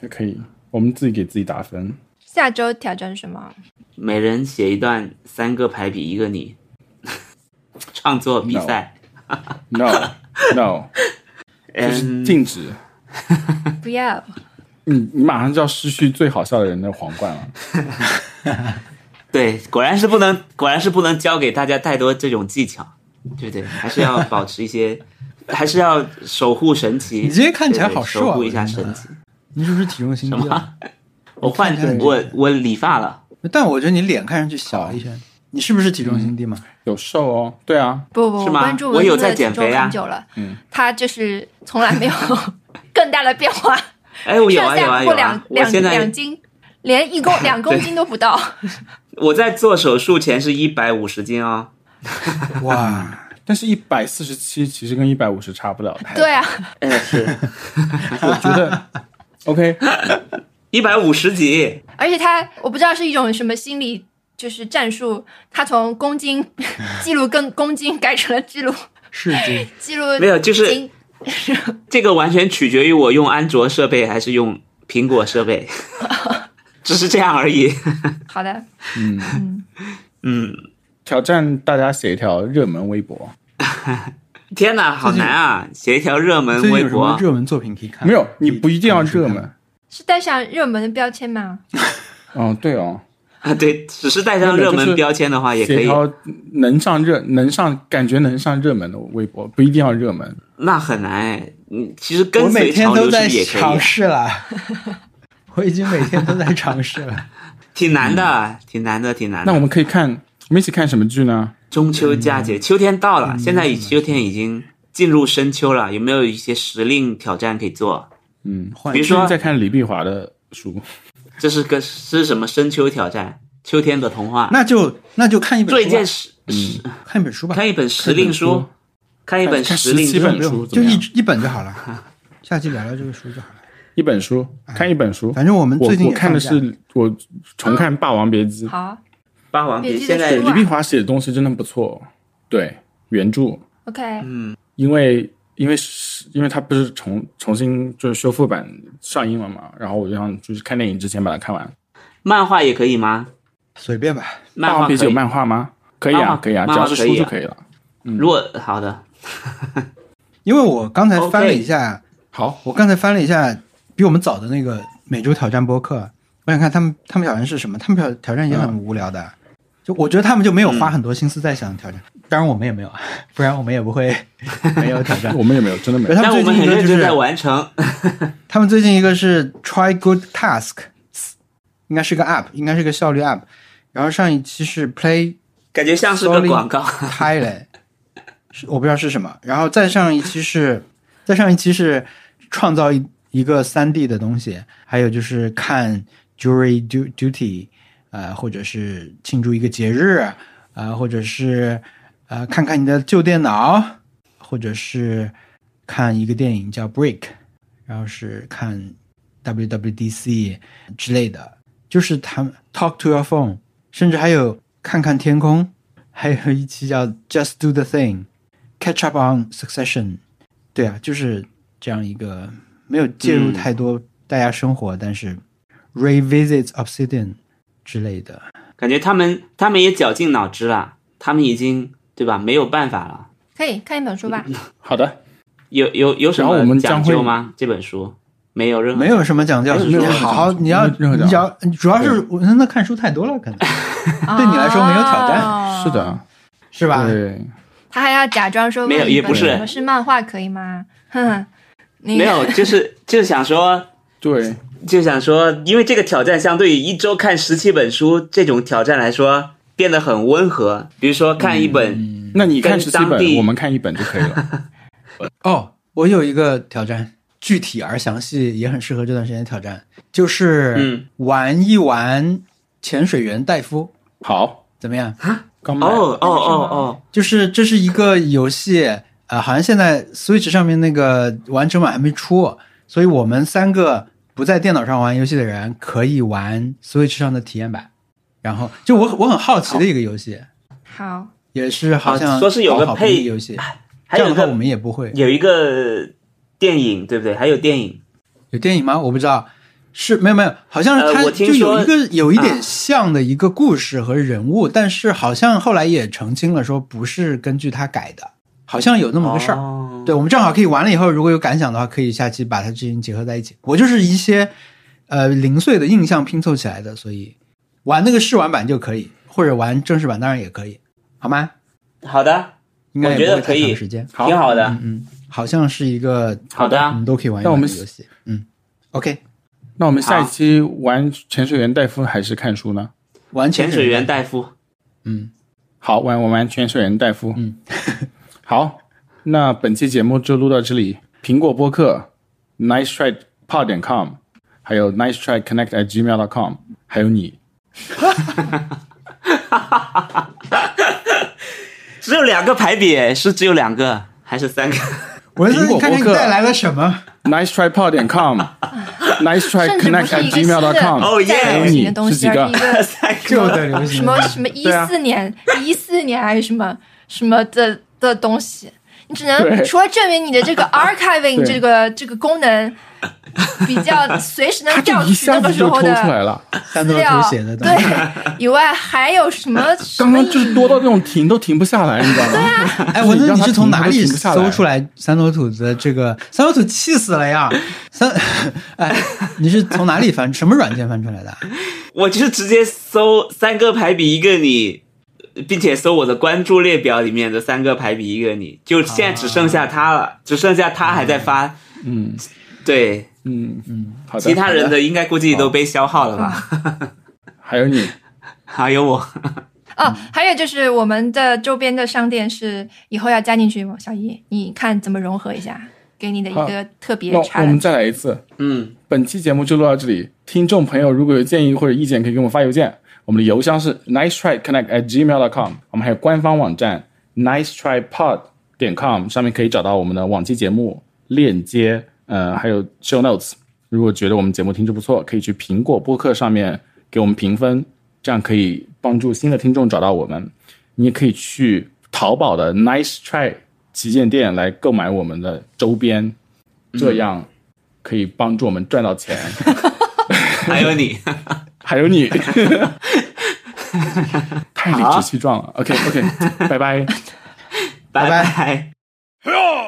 [SPEAKER 3] 还可以，我们自己给自己打分。
[SPEAKER 4] 下周挑战什 么？
[SPEAKER 1] 每人写一段三个排比一个你 创作比赛，
[SPEAKER 3] No No，就是
[SPEAKER 1] 嗯，
[SPEAKER 3] 禁止。
[SPEAKER 4] 不要，
[SPEAKER 3] 你嗯你马上就要失去最好笑的人的皇冠了。
[SPEAKER 1] 对，果然是不能，果然是不能教给大家太多这种技巧，对不对？还是要保持一些， 还是要守护神奇。
[SPEAKER 2] 你今天看起来
[SPEAKER 1] 对对
[SPEAKER 2] 好瘦
[SPEAKER 1] 守
[SPEAKER 2] 啊
[SPEAKER 1] 护一下神奇。
[SPEAKER 2] 你是不是体重新低啊 了？
[SPEAKER 1] 我换
[SPEAKER 2] 看看你
[SPEAKER 1] 我我理发了，
[SPEAKER 2] 但我觉得你脸看上去小一
[SPEAKER 1] 哦
[SPEAKER 2] 些，你是不是体重新低嘛？
[SPEAKER 3] 有瘦哦，对啊，
[SPEAKER 4] 不不，
[SPEAKER 1] 是
[SPEAKER 4] 我
[SPEAKER 1] 吗
[SPEAKER 4] 关注
[SPEAKER 1] 我
[SPEAKER 4] 文
[SPEAKER 1] 有
[SPEAKER 4] 字的
[SPEAKER 1] 在减
[SPEAKER 4] 体重
[SPEAKER 1] 肥啊
[SPEAKER 4] 很久了，他就是从来没有 更大的变化，
[SPEAKER 1] 哎，我有
[SPEAKER 4] 上
[SPEAKER 1] 啊有啊
[SPEAKER 4] 下不
[SPEAKER 1] 有
[SPEAKER 4] 过
[SPEAKER 1] 啊
[SPEAKER 4] 两，
[SPEAKER 1] 我
[SPEAKER 4] 两
[SPEAKER 1] 现
[SPEAKER 4] 两
[SPEAKER 1] 在
[SPEAKER 4] 斤，连 一公两公斤都不到，
[SPEAKER 1] 我在做手术前是一百五十斤哦，
[SPEAKER 2] 哇，
[SPEAKER 3] 但是一百四十七其实跟一百五十差不了太多。
[SPEAKER 4] 对啊，
[SPEAKER 1] 哎是
[SPEAKER 3] 我觉得 OK，
[SPEAKER 1] 一百五十几，
[SPEAKER 4] 而且他我不知道是一种什么心理，就是战术，他从公斤记录跟公斤改成了记录
[SPEAKER 2] 是这
[SPEAKER 4] 记录
[SPEAKER 1] 没有就是
[SPEAKER 4] 斤
[SPEAKER 1] 这个完全取决于我用安卓设备还是用苹果设 备，只是这样而已。
[SPEAKER 4] 好的，
[SPEAKER 1] 嗯，
[SPEAKER 3] 挑战大家写一条热门微博，
[SPEAKER 1] 天哪，好难啊！写一条热门
[SPEAKER 2] 最近
[SPEAKER 1] 微
[SPEAKER 2] 有什么
[SPEAKER 1] 博，
[SPEAKER 2] 热门作品可以看？
[SPEAKER 3] 没有，你不一定要热
[SPEAKER 2] 可以
[SPEAKER 3] 门。
[SPEAKER 4] 是带上热门的标签吗？
[SPEAKER 3] 哦，对哦，
[SPEAKER 1] 啊， 对，只是带上
[SPEAKER 3] 没
[SPEAKER 1] 热
[SPEAKER 3] 有就是
[SPEAKER 1] 门标签的话也可
[SPEAKER 3] 写一
[SPEAKER 1] 以，
[SPEAKER 3] 条能上热能上感觉能上热门的微博，不一定要热门。
[SPEAKER 1] 那很难哎。你其实
[SPEAKER 2] 我
[SPEAKER 1] 跟
[SPEAKER 2] 每
[SPEAKER 1] 随
[SPEAKER 2] 天
[SPEAKER 1] 潮
[SPEAKER 2] 都
[SPEAKER 1] 流
[SPEAKER 2] 在
[SPEAKER 1] 是也可以啊
[SPEAKER 2] 尝，试了， 我已经每天都在尝试了。
[SPEAKER 1] 挺难
[SPEAKER 2] 嗯
[SPEAKER 1] 的，挺难的，挺难
[SPEAKER 3] 那我
[SPEAKER 1] 的。
[SPEAKER 3] 们可以看，我们一起看什么剧呢？
[SPEAKER 1] 中秋佳
[SPEAKER 2] 嗯
[SPEAKER 1] 节，秋天到了，现在已秋天已经进入深秋了，有没有一些时令挑战可以做？
[SPEAKER 3] 嗯，
[SPEAKER 2] 换
[SPEAKER 1] 比如
[SPEAKER 3] 最近
[SPEAKER 1] 说
[SPEAKER 3] 在看李碧华的书，
[SPEAKER 1] 这是个是什么深秋挑战？秋天的童话。
[SPEAKER 2] 那就那就看一本
[SPEAKER 1] 做一
[SPEAKER 2] 书吧
[SPEAKER 1] 件，事，是
[SPEAKER 2] 看一本书吧，
[SPEAKER 1] 看一本时令书，看一本
[SPEAKER 3] 看
[SPEAKER 1] 时令
[SPEAKER 3] 17本
[SPEAKER 1] 书。
[SPEAKER 3] 书怎
[SPEAKER 2] 就
[SPEAKER 3] 么
[SPEAKER 2] 一
[SPEAKER 3] 样
[SPEAKER 2] 一本就 好了。下期聊聊这个书就好了。
[SPEAKER 3] 一本书，看一本书。
[SPEAKER 2] 反正我们
[SPEAKER 3] 我
[SPEAKER 2] 最近
[SPEAKER 3] 我
[SPEAKER 2] 也
[SPEAKER 3] 看的
[SPEAKER 2] 放假
[SPEAKER 3] 是我重看《霸王别
[SPEAKER 1] 嗯
[SPEAKER 3] 姬》，
[SPEAKER 4] 好
[SPEAKER 1] 霸王别
[SPEAKER 4] 别姬
[SPEAKER 1] 现
[SPEAKER 4] 的
[SPEAKER 1] 在
[SPEAKER 4] 书
[SPEAKER 3] 李
[SPEAKER 4] 啊
[SPEAKER 3] 碧华写的东西真的不错。哦对，原著，
[SPEAKER 4] ，OK，
[SPEAKER 1] 嗯
[SPEAKER 3] 因为因为是因为它不是重重新就是修复版上映了嘛，然后我就想就是看电影之前把它看完。
[SPEAKER 1] 漫画也可以吗？
[SPEAKER 2] 随便吧，
[SPEAKER 1] 漫
[SPEAKER 3] 霸
[SPEAKER 1] 画
[SPEAKER 3] 王
[SPEAKER 1] 可
[SPEAKER 3] 别姬有
[SPEAKER 1] 以。
[SPEAKER 3] 漫画吗？可以
[SPEAKER 1] 漫
[SPEAKER 3] 啊，
[SPEAKER 1] 画
[SPEAKER 3] 可以啊，
[SPEAKER 1] 漫画
[SPEAKER 3] 只要是
[SPEAKER 1] 可
[SPEAKER 3] 书
[SPEAKER 1] 以
[SPEAKER 3] 就
[SPEAKER 1] 啊
[SPEAKER 3] 可以 了。
[SPEAKER 1] 如果好的，
[SPEAKER 2] 因为我刚才翻了
[SPEAKER 1] OK
[SPEAKER 2] 一下，
[SPEAKER 3] 好，
[SPEAKER 2] 我刚才翻了一下比我们早的那个每周挑战播客，我想看他们他们挑战是什么，他们挑挑战也
[SPEAKER 1] 嗯
[SPEAKER 2] 很无聊的，就我觉得他们就没有花很多心思在想挑战，当然我们也没有，不然我们也不 会没有挑战。
[SPEAKER 3] 我们也没有，真的没有。
[SPEAKER 2] 他
[SPEAKER 1] 但
[SPEAKER 2] 们
[SPEAKER 1] 我
[SPEAKER 2] 最
[SPEAKER 1] 们很
[SPEAKER 2] 近一个
[SPEAKER 1] 认
[SPEAKER 2] 就
[SPEAKER 1] 真在
[SPEAKER 2] 是
[SPEAKER 1] 完成。
[SPEAKER 2] 他们最近一个是 Try Good Task，应该是个 app，应该是个效率 app，然后上一期是 Play
[SPEAKER 1] 感觉像是个广告。
[SPEAKER 2] 开嘞，是我不知道是什么。然后再上一期是，再上一期是创造一一个三 D 的东西，还有就是看 jury du- duty，呃，或者是庆祝一个节日，呃，或者是呃看看你的旧电脑，或者是看一个电影叫 Break，然后是看 WWDC 之类的，就是他们 Talk to your phone，甚至还有看看天空。还有一期叫 Just Do the Thing，Catch Up on Succession。对啊，就是这样一个没有介入太多大家生活，但是 revisits Obsidian 之类的，
[SPEAKER 1] 感觉他们他们也绞尽脑汁了，他们已经对吧没有办法了。
[SPEAKER 4] 可以看一本 书吧，
[SPEAKER 3] 好的，
[SPEAKER 1] 有有有什
[SPEAKER 3] 然后我们
[SPEAKER 1] 么
[SPEAKER 3] 将
[SPEAKER 1] 讲
[SPEAKER 3] 会
[SPEAKER 1] 究吗？这本书没有任何
[SPEAKER 2] 没有什么讲究。
[SPEAKER 1] 没有
[SPEAKER 2] 你
[SPEAKER 1] 任何
[SPEAKER 2] 好好，
[SPEAKER 3] 讲究
[SPEAKER 2] 你要
[SPEAKER 3] 没有任何
[SPEAKER 2] 你只要主要是我那看书太多了，可能对你来说没有挑战
[SPEAKER 4] 哦
[SPEAKER 1] 嗯
[SPEAKER 3] 是，的，啊
[SPEAKER 2] 是吧？
[SPEAKER 3] 对，
[SPEAKER 4] 他还要假装说
[SPEAKER 1] 没有
[SPEAKER 4] 问你
[SPEAKER 1] 也
[SPEAKER 4] 本
[SPEAKER 1] 不是
[SPEAKER 4] 什么是漫画可以吗？ 哼哼，没
[SPEAKER 1] 没有，就是就是想说，
[SPEAKER 3] 对，
[SPEAKER 1] 就想说，因为这个挑战相对于一周看十七本书这种挑战来说，变得很温和。比如说看一本，
[SPEAKER 3] 那你看
[SPEAKER 1] 跟
[SPEAKER 3] 十七
[SPEAKER 1] 当
[SPEAKER 3] 本，
[SPEAKER 1] 地
[SPEAKER 3] 我们看一本就可以 了。
[SPEAKER 2] 哦，我有一个挑战，具体而详细，也很适合这段时间的挑战，就是
[SPEAKER 1] 嗯
[SPEAKER 2] 玩一玩潜水员戴夫，
[SPEAKER 3] 好，
[SPEAKER 2] 怎么样？
[SPEAKER 3] 刚买，
[SPEAKER 1] 哦哦哦哦，
[SPEAKER 2] 就是这是一个游戏，呃，好像现在 Switch 上面那个完整版还没出，所以我们三个不在电脑上玩游戏的人可以玩 Switch 上的体验版。然后，就我我很好奇的一个游戏，
[SPEAKER 4] 好，
[SPEAKER 2] 也是好像
[SPEAKER 1] 啊说是有个
[SPEAKER 2] 好好评的
[SPEAKER 1] 配啊
[SPEAKER 2] 游戏，
[SPEAKER 1] 还
[SPEAKER 2] 这
[SPEAKER 1] 有
[SPEAKER 2] 样
[SPEAKER 1] 一
[SPEAKER 2] 的话我
[SPEAKER 1] 个
[SPEAKER 2] 们也不会
[SPEAKER 1] 有一个电影，对不对？还有电影，
[SPEAKER 2] 有电影吗？我不知道，是没有没有，好像是
[SPEAKER 1] 呃
[SPEAKER 2] 它
[SPEAKER 1] 我
[SPEAKER 2] 就
[SPEAKER 1] 听
[SPEAKER 2] 有
[SPEAKER 1] 说
[SPEAKER 2] 一个有一点
[SPEAKER 1] 啊
[SPEAKER 2] 像的一个故事和人物，但是好像后来也澄清了，说不是根据它改的，好像有那么个事儿。
[SPEAKER 1] 哦
[SPEAKER 2] 对，我们正好可以完了以后，如果有感想的话，可以下期把它进行结合在一起。我就是一些呃零碎的印象拼凑起来的，所以玩那个试玩版就可以，或者玩正式版当然也可以，好吗？
[SPEAKER 1] 好的，
[SPEAKER 2] 应该
[SPEAKER 1] 我
[SPEAKER 2] 也
[SPEAKER 1] 觉
[SPEAKER 2] 不
[SPEAKER 1] 得
[SPEAKER 2] 会
[SPEAKER 1] 可
[SPEAKER 2] 太长
[SPEAKER 1] 以，
[SPEAKER 2] 时间。
[SPEAKER 3] 好
[SPEAKER 1] 挺好的。
[SPEAKER 2] 嗯，好像是一个
[SPEAKER 1] 啊好的啊
[SPEAKER 2] 我们都可以玩一
[SPEAKER 3] 那我
[SPEAKER 2] 玩
[SPEAKER 3] 们
[SPEAKER 2] 的游戏。嗯，OK，
[SPEAKER 3] 那我们下一期玩潜水员戴夫还是看书呢？
[SPEAKER 2] 玩
[SPEAKER 1] 潜水员戴夫，
[SPEAKER 2] 嗯，
[SPEAKER 3] 好，玩我们玩潜水员戴夫。
[SPEAKER 2] 嗯，
[SPEAKER 3] 好，那本期节目就录到这里。苹果播客、nice try pod 点 com，还有 nice try connect at gmail dot com，还有你，
[SPEAKER 1] 只有两个排比，是只有两个还是三个？
[SPEAKER 2] 文森，
[SPEAKER 3] 苹果
[SPEAKER 2] 你看看你
[SPEAKER 3] 播客
[SPEAKER 2] 带来了什么？
[SPEAKER 3] nice try pod 点 com，nice try
[SPEAKER 4] 甚至不
[SPEAKER 3] connect
[SPEAKER 4] 是
[SPEAKER 3] at
[SPEAKER 4] 一个新哦
[SPEAKER 3] gmail
[SPEAKER 4] 的
[SPEAKER 3] dot com。
[SPEAKER 1] Oh,
[SPEAKER 4] 再流
[SPEAKER 1] yeah
[SPEAKER 4] 行的东西，
[SPEAKER 3] 是
[SPEAKER 4] 而
[SPEAKER 3] 几个
[SPEAKER 4] 是一个
[SPEAKER 1] 三
[SPEAKER 2] 旧
[SPEAKER 1] 个。
[SPEAKER 2] 的流行
[SPEAKER 4] 什么什么一
[SPEAKER 3] 对啊
[SPEAKER 4] 四年、一四年还是什么什么的的东西，你只能
[SPEAKER 3] 对
[SPEAKER 4] 除了证明你的 这个 archiving
[SPEAKER 3] 对
[SPEAKER 4] 这个这个功能比较随时能
[SPEAKER 3] 他
[SPEAKER 4] 调
[SPEAKER 3] 这一
[SPEAKER 4] 取那
[SPEAKER 3] 下
[SPEAKER 4] 个
[SPEAKER 3] 子
[SPEAKER 4] 时
[SPEAKER 3] 就
[SPEAKER 4] 候
[SPEAKER 3] 抽出
[SPEAKER 4] 的
[SPEAKER 3] 来了，
[SPEAKER 2] 三
[SPEAKER 4] 资
[SPEAKER 2] 多
[SPEAKER 4] 料
[SPEAKER 2] 图写的东西。
[SPEAKER 4] 对以外，还有什么什
[SPEAKER 3] 刚
[SPEAKER 4] 么
[SPEAKER 3] 刚就是多到那种停都停不下来，你知道吗？
[SPEAKER 2] 哎，
[SPEAKER 4] 啊
[SPEAKER 3] 就是
[SPEAKER 2] 文
[SPEAKER 3] 你
[SPEAKER 2] 森，
[SPEAKER 3] 让
[SPEAKER 2] 你是
[SPEAKER 3] 他停
[SPEAKER 2] 从
[SPEAKER 3] 他
[SPEAKER 2] 哪
[SPEAKER 3] 都
[SPEAKER 2] 里
[SPEAKER 3] 停不下
[SPEAKER 2] 搜
[SPEAKER 3] 来
[SPEAKER 2] 出来三多土的这个？三多土气死了呀！三， 哎，你是从哪里翻？什么软件翻出来的？
[SPEAKER 1] 我就是直接搜三个排比一个你，并且搜我的关注列表里面的三个排比一个你，就现在只剩下他了，只剩下他还在发。
[SPEAKER 3] 嗯
[SPEAKER 1] 对，
[SPEAKER 3] 嗯嗯，好的。
[SPEAKER 1] 其他人
[SPEAKER 3] 好的
[SPEAKER 1] 的应该估计都被消耗了吧？
[SPEAKER 3] 还有你，
[SPEAKER 1] 还有我，
[SPEAKER 3] 嗯
[SPEAKER 4] 哦，还有就是我们的周边的商店是以后要加进去吗？小姨，你看怎么融合一下，给你的一个特别
[SPEAKER 3] 那我们
[SPEAKER 4] challenge。
[SPEAKER 3] 再来一次。
[SPEAKER 1] 嗯，
[SPEAKER 3] 本期节目就录到这里。听众朋友如果有建议或者意见，可以给我们发邮件。我们的邮箱是 nice try connect at gmail com。我们还有官方网站 nice try pod 点 com，上面可以找到我们的往期节目链接，呃，还有 show notes。如果觉得我们节目听着不错，可以去苹果播客上面给我们评分，这样可以帮助新的听众找到我们。你也可以去淘宝的 Nice Try 旗舰店来购买我们的周边，这样可以帮助我们赚到钱。
[SPEAKER 1] 还有你，
[SPEAKER 3] 还有你，太理直气壮了。OK OK，拜拜。
[SPEAKER 1] 拜
[SPEAKER 2] 拜
[SPEAKER 1] 拜。
[SPEAKER 3] 哟